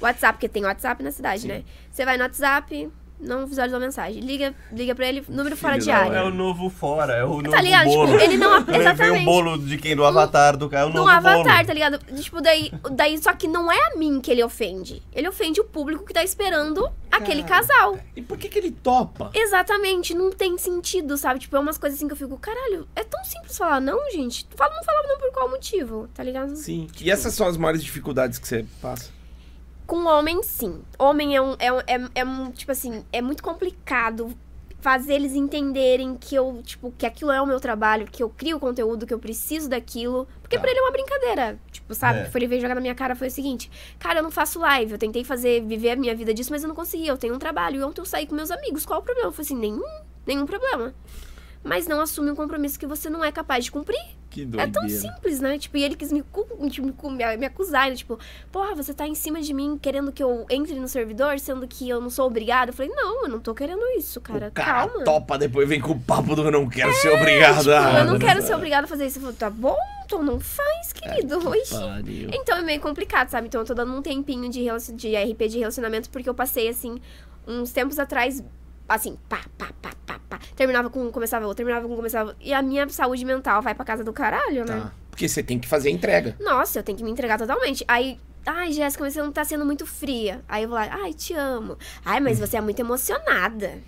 WhatsApp, porque tem WhatsApp na cidade, né? Você vai no WhatsApp, não visualizou a mensagem. Liga, liga pra ele, número fora
Filho
de
da-
área.
É o novo fora, é o novo
Tá ligado? Tipo,
bolo.
ele não-
Eu levei o
exatamente.
bolo de quem? Do Avatar, do cara, é o
No
novo
Avatar,
bolo.
tá ligado? Tipo, daí, daí. Só que não é a mim que ele ofende. Ele ofende o público que tá esperando aquele casal.
E por que, que ele topa?
Exatamente, não tem sentido, sabe? Tipo, é umas coisas assim que eu fico, caralho, é tão simples falar não, gente? Fala, não fala não por qual motivo, tá ligado?
Sim. E essas são as maiores dificuldades que você passa?
Com homem, sim. Homem é um, é, um- é, é um. Tipo assim, é muito complicado fazer eles entenderem que eu, tipo, que aquilo é o meu trabalho, que eu crio conteúdo, que eu preciso daquilo. Porque pra ele é uma brincadeira. Tipo, sabe?
É.
Foi ele veio jogar na minha cara, foi o seguinte: Cara, eu não faço live, eu tentei fazer, viver a minha vida disso, mas eu não consegui. Eu tenho um trabalho, e ontem eu saí com meus amigos. Qual o problema? Eu falei assim, nenhum, nenhum problema. Mas não assume um compromisso que você não é capaz de cumprir.
Que
É
doideira.
tão simples, né? Tipo, e ele quis me, cu- tipo, me cu- me, me acusar, ele, tipo, porra, você tá em cima de mim querendo que eu entre no servidor, sendo que eu não sou obrigada. Eu falei, não, eu não tô querendo isso, cara.
o cara tá
Calma.
topa, depois vem com o papo do eu não quero ser obrigado.
Tipo,
a
eu não
nada,
quero
né? É,
ser obrigada a fazer isso. Eu falei, tá bom, então não faz, querido. Oxi.
Pariu.
Então é meio complicado, sabe? Então eu tô dando um tempinho de, relacion- de RP de relacionamento, porque eu passei, assim, uns tempos atrás, assim, pá, pá, pá, pá, pá. Terminava com um, começava outro, terminava com um, começava outro. E a minha saúde mental vai pra casa do caralho, né?
Tá. Porque você tem que fazer a entrega.
Nossa, eu tenho que me entregar totalmente. Aí, ai, Jéssica, mas você não tá sendo muito fria. Aí eu vou lá, ai, te amo. Ai, mas
Hum.
você é muito emocionada.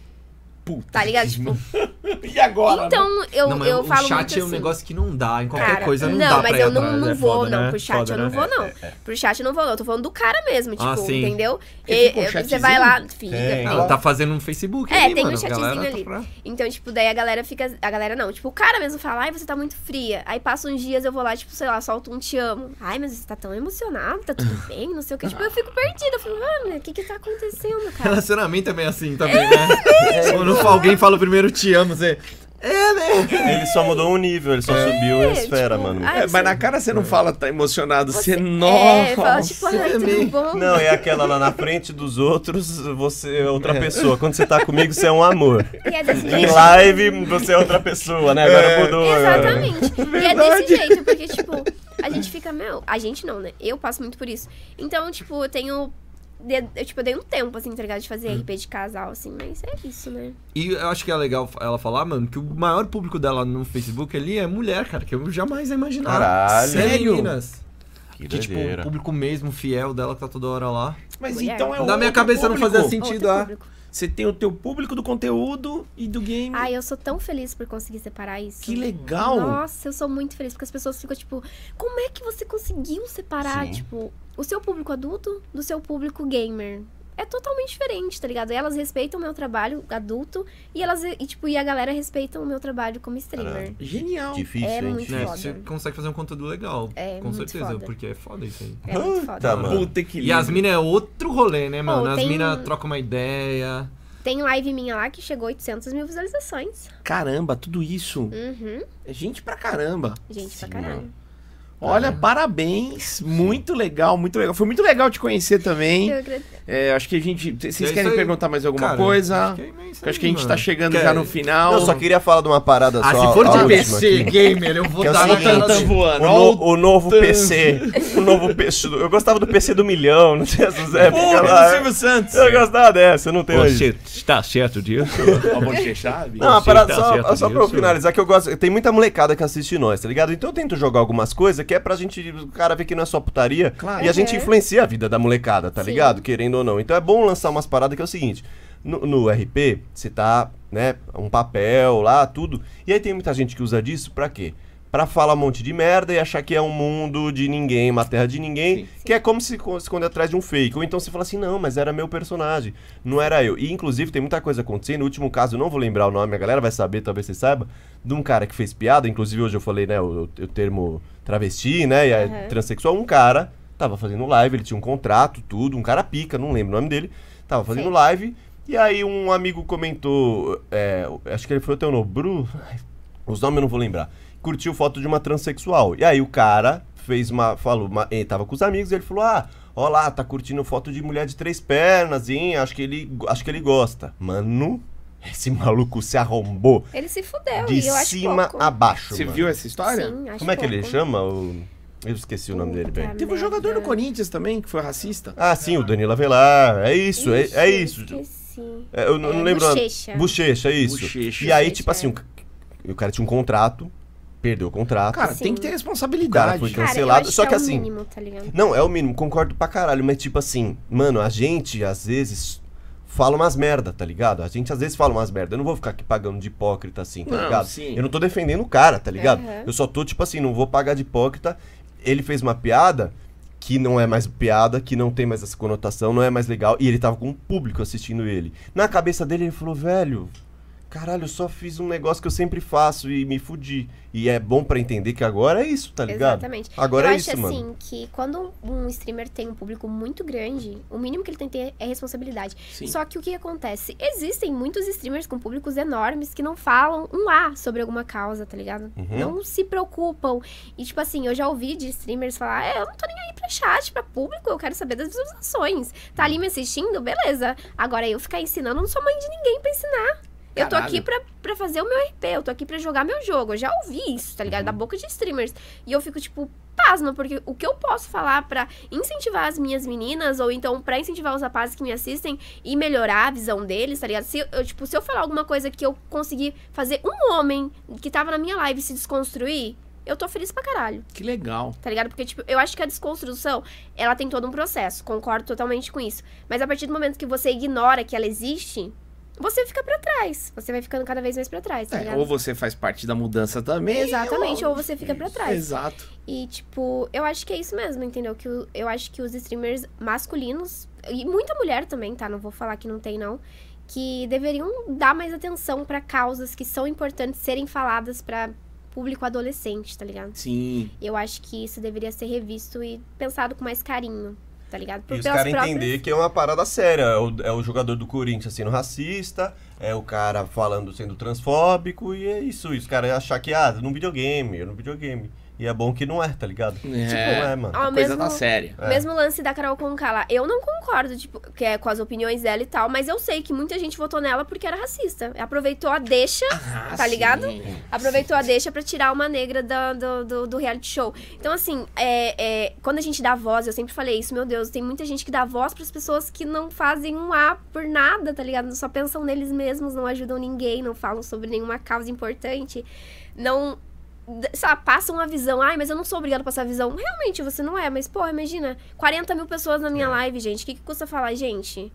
Puta
Tá ligado? Tipo,
E agora?
então eu,
né? não, mas
eu
o
falo
chat
muito
é um
assim,
negócio que não dá, em qualquer
cara,
coisa não,
não
dá
mas
pra ir
eu não,
atrás,
não
é
vou,
foda,
não.
né?
Pro chat
Foda,
eu não
né?
vou, não. Pro chat eu não vou, não. Eu tô falando do cara mesmo, tipo,
Ah, sim. tipo,
entendeu?
Porque
E-
fica um
e- você
chatzinho?
vai lá, fica.
Tem.
fica.
Ah, Ela tá fazendo no Facebook
É,
ali,
tem um
mano, a
chatzinho
galera tá
ali.
pra-
Então, tipo, daí a galera fica. A galera não, tipo, o cara mesmo fala, ai, você tá muito fria. Aí passa uns dias, eu vou lá, tipo, sei lá, solto um te amo. Ai, mas você tá tão emocionado, tá tudo bem, não sei o que. Tipo, eu fico perdida. Eu falo, ah, mulher, o que que tá acontecendo, cara?
Relacionamento é meio assim também, né?
É,
Quando alguém fala primeiro te amo, você.
"É, né?"
Ele só mudou um nível, ele só subiu a esfera,
tipo,
mano.
ai,
É, mas
você-
na cara você não fala tá emocionado, você,
você-
nossa.
É, fala, tipo, ai, tudo bom?
Não, é aquela lá na frente dos outros, você é outra pessoa. Quando você tá comigo, você é um amor.
E é desse
Em
jeito.
live, você é outra pessoa, né? Agora mudou. agora.
Exatamente. e é desse jeito, porque, tipo, a gente fica, meu, a gente não, né? Eu passo muito por isso. Então, tipo, eu tenho. de- Eu, tipo, eu dei um tempo, assim, tá ligado? De fazer RP de casal, assim, mas é isso, né?
E eu acho que é legal ela falar, mano, que o maior público dela no Facebook ali é mulher, cara, que eu jamais ia imaginar.
Caralho.
Sério?
Que,
Que, tipo, o
doideira.
público mesmo, fiel dela, que tá toda hora lá.
Mas
Mulher.
então é
Na minha
outro
cabeça não
público.
fazia sentido,
Outro
ah.
público.
Você tem o teu público do conteúdo e do game.
Ai, eu sou tão feliz por conseguir separar isso.
que legal.
Nossa, eu sou muito feliz, porque as pessoas ficam tipo, como é que você conseguiu separar,
Sim.
tipo, o seu público adulto do seu público gamer? É totalmente diferente, tá ligado? Elas respeitam o meu trabalho adulto e elas, e, tipo, e a galera respeitam o meu trabalho como streamer.
Ah.
Genial.
Difícil,
É
hein?
muito
Né?
Foda.
Você consegue fazer um conteúdo legal.
É,
com
muito
certeza,
foda.
porque é foda isso aí.
É muito foda.
Puta, mano.
Puta que
tá, E as
lindo.
minas é outro rolê, né, mano?
Pô,
as
tem- um-
minas trocam uma ideia.
Tem live minha lá que chegou 800 mil visualizações.
Caramba, tudo isso.
Uhum.
É gente pra caramba.
Gente,
Sim,
pra caralho.
É.
Olha, parabéns. Muito legal, muito legal. Foi muito legal te conhecer também.
Eu agrade-
É, acho que a gente. Vocês
É
querem
isso aí.
perguntar mais alguma
Cara,
coisa?
Acho que, é meio isso
Acho
aí,
que a gente
mano.
tá chegando
Quer-
já no final.
Eu só queria falar de uma parada
Ah,
só.
se for
a
de
última
PC
aqui.
gamer, eu vou
Que é o
dar na
seguinte,
tanta
Tá voando.
O,
Olha
no- o novo
tanto.
PC. O novo PC. do- Eu gostava do PC do milhão, não sei essas épocas
Porra do
lá.
Silvio Santos.
Eu gostava dessa, eu não tenho hoje.
está tá certo disso?
A bochecha, sabe?
Não, a
Você
parada,
tá
só,
certo
só pra eu
nisso.
finalizar, que eu gosto. Tem muita molecada que assiste nós, tá ligado? Então eu tento jogar algumas coisas que é pra gente. O cara ver que não é só putaria.
Claro. É.
E a gente
Uhum.
influencia a vida da molecada, tá
Sim.
ligado? Querendo ou não. Então é bom lançar umas paradas que é o seguinte: no, no RP, você tá, né? Um papel lá, tudo. E aí tem muita gente que usa disso pra quê? Pra falar um monte de merda e achar que é um mundo de ninguém, uma terra de ninguém, que é como se co- esconder atrás de um fake. Ou então você fala assim, não, mas era meu personagem, não era eu. E inclusive tem muita coisa acontecendo. O último caso, eu não vou lembrar o nome, a galera vai saber, talvez você saiba, de um cara que fez piada, inclusive hoje eu falei, né, o, o termo travesti, né, e a
Aham.
transexual. Um cara tava fazendo live, ele tinha um contrato, tudo, um cara pica, não lembro o nome dele, tava fazendo
Sim.
live. E aí um amigo comentou, é, acho que ele foi o teu Bru, os nomes eu não vou lembrar. Curtiu foto de uma transexual. E aí o cara fez uma. Falou, uma, ele tava com os amigos e ele falou: Ah, ó lá, tá curtindo foto de mulher de três pernas, hein? Acho que ele, acho que ele gosta. Mano, esse maluco se arrombou
Ele se fudeu,
de
e É, eu acho
cima
pouco.
a baixo.
Você
mano.
viu essa história?
Sim, acho
Como é que ele
pouco.
chama? O- Eu esqueci o nome dele,
Puta
velho.
Teve um jogador do
merda.
Corinthians também que foi racista.
Ah, sim, o Danilo Avelar. É isso, é, é
Ixi,
isso.
esqueci. assim.
É, Eu não
É,
não lembro. o nome.
Bochecha.
Bochecha, é isso.
Bochecha.
E aí,
Bochecha,
tipo assim,
é.
o c- o cara tinha um contrato, perdeu o contrato.
Cara,
Sim.
tem que ter
o cara
responsabilidade.
foi
Cara, eu
cancelado.
acho
Só que
é o
assim.
mínimo, tá ligado?
Não, é o mínimo, concordo pra caralho, mas tipo assim, mano, a gente às vezes fala umas merda, tá ligado? A gente às vezes fala umas merda. Eu não vou ficar aqui pagando de hipócrita assim, tá
Não,
ligado?
sim.
Eu não tô defendendo o cara, tá ligado?
Aham.
Eu só tô tipo assim, não vou pagar de hipócrita. Ele fez uma piada que não é mais piada, que não tem mais essa conotação, não é mais legal, e ele tava com um público assistindo ele. Na cabeça dele ele falou, velho, caralho, eu só fiz um negócio que eu sempre faço e me fudi. E é bom pra entender que agora é isso, tá ligado?
Exatamente.
Agora
eu
é
acho
isso,
assim
mano.
que quando um streamer tem um público muito grande, o mínimo que ele tem que ter é responsabilidade.
Sim.
Só que o que acontece? Existem muitos streamers com públicos enormes que não falam um A sobre alguma causa, tá ligado?
Uhum.
Não se preocupam. E tipo assim, eu já ouvi de streamers falar: é, eu não tô nem aí pra chat, pra público, eu quero saber das visualizações. Tá ali me assistindo? Beleza. Agora eu ficar ensinando, eu não sou mãe de ninguém pra ensinar. Eu tô
Caralho.
aqui pra, pra fazer o meu RP, eu tô aqui pra jogar meu jogo. Eu já ouvi isso, tá ligado? Da boca de streamers. E eu fico, tipo, pasma, porque o que eu posso falar pra incentivar as minhas meninas, ou então pra incentivar os rapazes que me assistem e melhorar a visão deles, tá ligado? Se eu- eu, tipo, se eu falar alguma coisa que eu conseguir fazer um homem que tava na minha live se desconstruir, eu tô feliz pra caralho
Que legal.
tá ligado? Porque, tipo, eu acho que a desconstrução, ela tem todo um processo, concordo totalmente com isso. Mas a partir do momento que você ignora que ela existe, você fica pra trás. Você vai ficando cada vez mais pra trás, tá
É,
ligado?
ou você faz parte da mudança também.
Exatamente, ou você fica pra trás.
Exato.
E, tipo, eu acho que é isso mesmo, entendeu? Que o- eu acho que os streamers masculinos, e muita mulher também, tá? Não vou falar que não tem, não. Que deveriam dar mais atenção pra causas que são importantes serem faladas pra público adolescente, tá ligado?
Sim.
Eu acho que isso deveria ser revisto e pensado com mais carinho, tá ligado?
E os
pelas
caras entender que é uma parada séria. É o, é o jogador do Corinthians sendo racista, é o cara falando sendo transfóbico, e é isso. E os caras achar que, ah, num videogame, num videogame. E é bom que não é, tá ligado?
É.
Tipo, não é, mano.
A
Ao
coisa
mesmo,
tá séria.
É.
mesmo lance da Carol Conká lá, eu não concordo tipo, que é com as opiniões dela e tal, mas eu sei que muita gente votou nela porque era racista. Aproveitou a deixa,
Ah,
Tá
sim.
ligado? aproveitou a deixa pra tirar uma negra da- do, do, do reality show. Então, assim, é, é, quando a gente dá voz, eu sempre falei isso, meu Deus, tem muita gente que dá voz pras pessoas que não fazem um A por nada, tá ligado? Só pensam neles mesmos, não ajudam ninguém, não falam sobre nenhuma causa importante, não. d- Sei lá, passam a visão. Ai, mas eu não sou obrigada a passar a visão. Realmente, você não é, mas, porra, imagina. 40 mil pessoas na minha live, gente. O que, que custa falar, gente?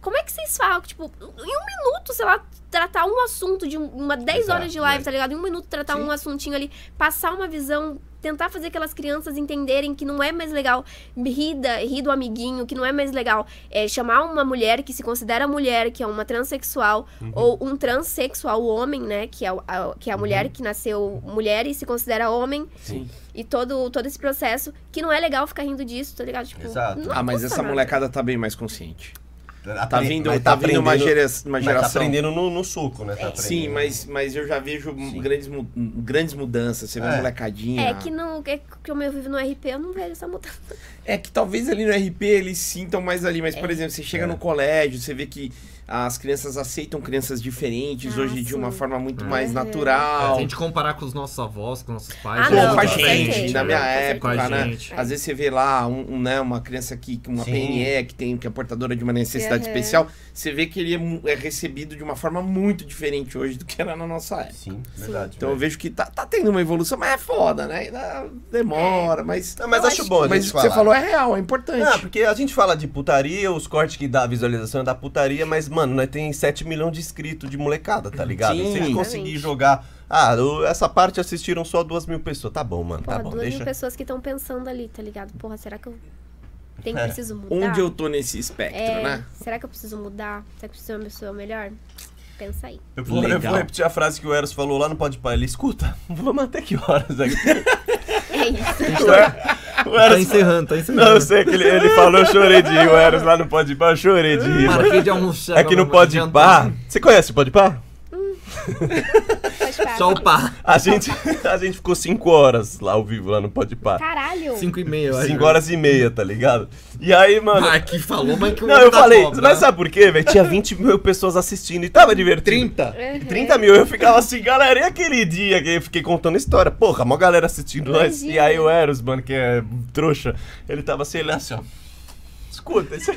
Como é que vocês falam? Tipo, em um minuto, sei lá, tratar um assunto de um- uma 10
Exato,
horas de live,
é.
tá ligado? Em um minuto tratar um assuntinho ali, passar uma visão, tentar fazer aquelas crianças entenderem que não é mais legal rir, da, rir do amiguinho, que não é mais legal é, chamar uma mulher que se considera mulher, que é uma transexual,
Uhum.
ou um transexual homem, né? Que é, o- a, que é a
Uhum.
mulher que nasceu mulher e se considera homem,
Sim.
e todo, todo esse processo, que não é legal ficar rindo disso, tá ligado? Tipo,
Exato.
não
Ah, mas
custa
essa
nada.
molecada tá bem mais consciente. Tá
Apre-
vindo,
mas
tá vindo uma,
aprendendo-
gera- uma
mas
geração.
Tá aprendendo no, no soco, né? Tá aprendendo.
Sim, mas, mas eu já vejo
Sim.
grandes, mu- grandes mudanças. Você vê
É.
uma molecadinha.
É que não. É que como eu vivo no RP, eu não vejo essa mudança.
É que talvez ali no RP eles sintam mais ali, mas, por
É.
exemplo, você chega no colégio, você vê que as crianças aceitam crianças diferentes
Ah,
hoje de uma
sim.
forma muito mais
Uhum.
natural.
É, Se a gente comparar com os nossos avós, com nossos pais... é
Ah,
Pô,
com
não,
com a
com
gente,
né?
certeza.
na minha
Com
época,
certeza.
né?
Com a gente.
Às vezes você vê lá um, um, né, uma criança que, que uma
Sim.
PNE que tem que é portadora de uma necessidade
Uhum.
especial, você vê que ele é, mu- é recebido de uma forma muito diferente hoje do que era na nossa época.
Sim, verdade.
Então eu vejo que tá, tá tendo uma evolução, mas é foda, né? Ainda demora,
É.
mas.
Não, mas
eu
acho bom a
Mas
gente
o que você
falar.
falou é real, é importante.
Ah, porque a gente fala de putaria, os cortes que dá a visualização é da putaria, mas, mano, nós tem 7 milhões de inscritos de molecada, tá ligado?
Sim.
Se eles conseguir
Exatamente.
jogar. Ah, o- essa parte assistiram só 2 mil pessoas. Tá bom, mano,
Porra,
tá bom.
duas
Deixa.
mil pessoas que estão pensando ali, tá ligado? Porra, será que eu. Tem,
É.
preciso mudar?
Onde eu tô nesse espectro,
Tá. É,
né?
Será que eu preciso mudar? Será que eu preciso ser uma pessoa melhor? Pensa aí.
Eu vou, eu
Legal.
vou repetir a frase que o Eros falou lá no Pode Pai. Ele escuta, vamos até que horas aqui?
É isso.
o Eros- o
Tá
Eros.
encerrando, tá encerrando.
Não, eu sei que ele, ele falou, eu chorei de rir. O Eros lá no Pode Pai, eu chorei de rir. mano.
Marquei de almoçar.
É que no
não
Pode
adiantar.
Pá. Você conhece o Pode Pá?
Pode parar.
Só o pá.
A gente, a gente ficou 5 horas lá ao vivo, lá no Pode Pá.
Caralho!
Cinco e meia, eu acho.
5 horas e meia, tá ligado? E aí, mano.
Ah, que falou, mas que o
não,
olho
eu
tá
falei,
cobra.
mas sabe por quê, velho? Tinha 20 mil pessoas assistindo e tava divertido.
30.
Uhum.
30 mil, eu ficava assim, galera, e aquele dia que eu fiquei contando história? Porra, mó galera assistindo nós. E aí o Eros, mano, que é trouxa, ele tava assim, ele assim, ó. escuta. isso-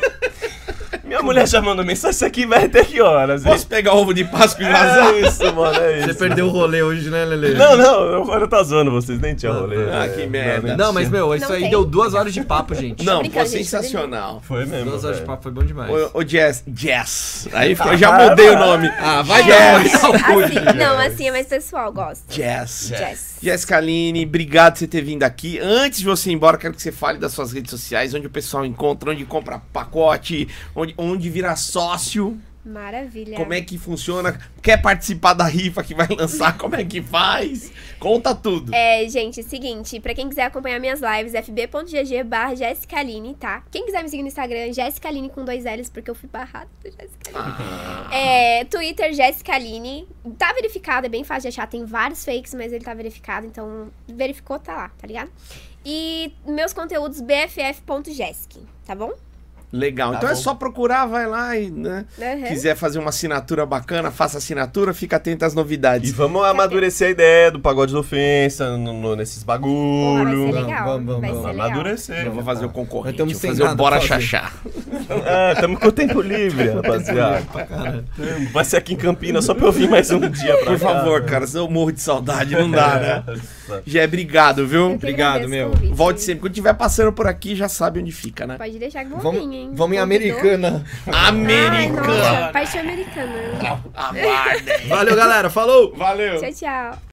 Minha mulher já mandou mensagem, isso aqui vai até que horas? hein?
Posso pegar ovo de Páscoa e vazar?
É isso, mano, é isso.
Você perdeu o rolê hoje, né, Lele?
Não, não, agora eu tô zoando vocês, nem tinha rolê.
Ah,
né?
que merda.
Não, mas, meu, isso
Não
aí
tem.
deu duas horas de papo, gente.
Não,
Obrigada,
foi
gente,
sensacional.
Foi mesmo.
Duas horas de
velho.
papo foi bom demais.
Ô, ô, Jazz. Jazz. Aí ficou- eu já mudei o nome.
Ah, vai dar.
Jazz.
É, Assim, não, assim é mais pessoal, gosto.
Jazz.
Jess.
Jéssica Aline, obrigado por você ter vindo aqui. Antes de você ir embora, quero que você fale das suas redes sociais, onde o pessoal encontra, onde compra pacote, onde, onde virar sócio,
Maravilha.
como é que funciona, quer participar da rifa que vai lançar, como é que faz? Conta tudo.
É, gente, é o seguinte, pra quem quiser acompanhar minhas lives, fb.gg barra jessicaline, tá? Quem quiser me seguir no Instagram, jessicaline com dois L's, porque eu fui barrada do jessicaline.
Ah.
É, Twitter, jessicaline, tá verificado, é bem fácil de achar, tem vários fakes, mas ele tá verificado, então verificou, tá lá, tá ligado? E meus conteúdos, bff.jessic, tá bom?
Legal.
Tá
então é só procurar, vai lá e, né?
Uhum.
Quiser fazer uma assinatura bacana, faça assinatura, fica atento às
E
novidades.
vamos amadurecer a ideia do pagode da ofensa, no- no- nesses
Porra, vai ser
bagulho.
legal,
Vamos, vamos,
vai
vamos.
ser legal.
Amadurecer.
Eu vou fazer o concorrente,
Nós
vou
estamos sem
fazer o
nada
bora
pra fazer.
chachá.
Ah, tamo com o tempo livre, rapaziada. Vai ser aqui em Campinas só pra eu vir mais um dia pra
Por
cá, É,
favor,
velho.
cara, se eu morro de saudade, não dá, né?
Nossa.
Já obrigado, viu?
Eu que
Obrigado,
agradeço o
meu.
convite.
Volte sempre. Quando estiver passando por aqui, já sabe onde fica, né?
Pode deixar que vou
Vamos,
vir, hein?
vamos em
Convidou.
Americana.
Ai, nossa,
Americana!
Ah,
paixão americana.
Aguardem!
Valeu, galera. Falou!
Valeu!
Tchau, tchau.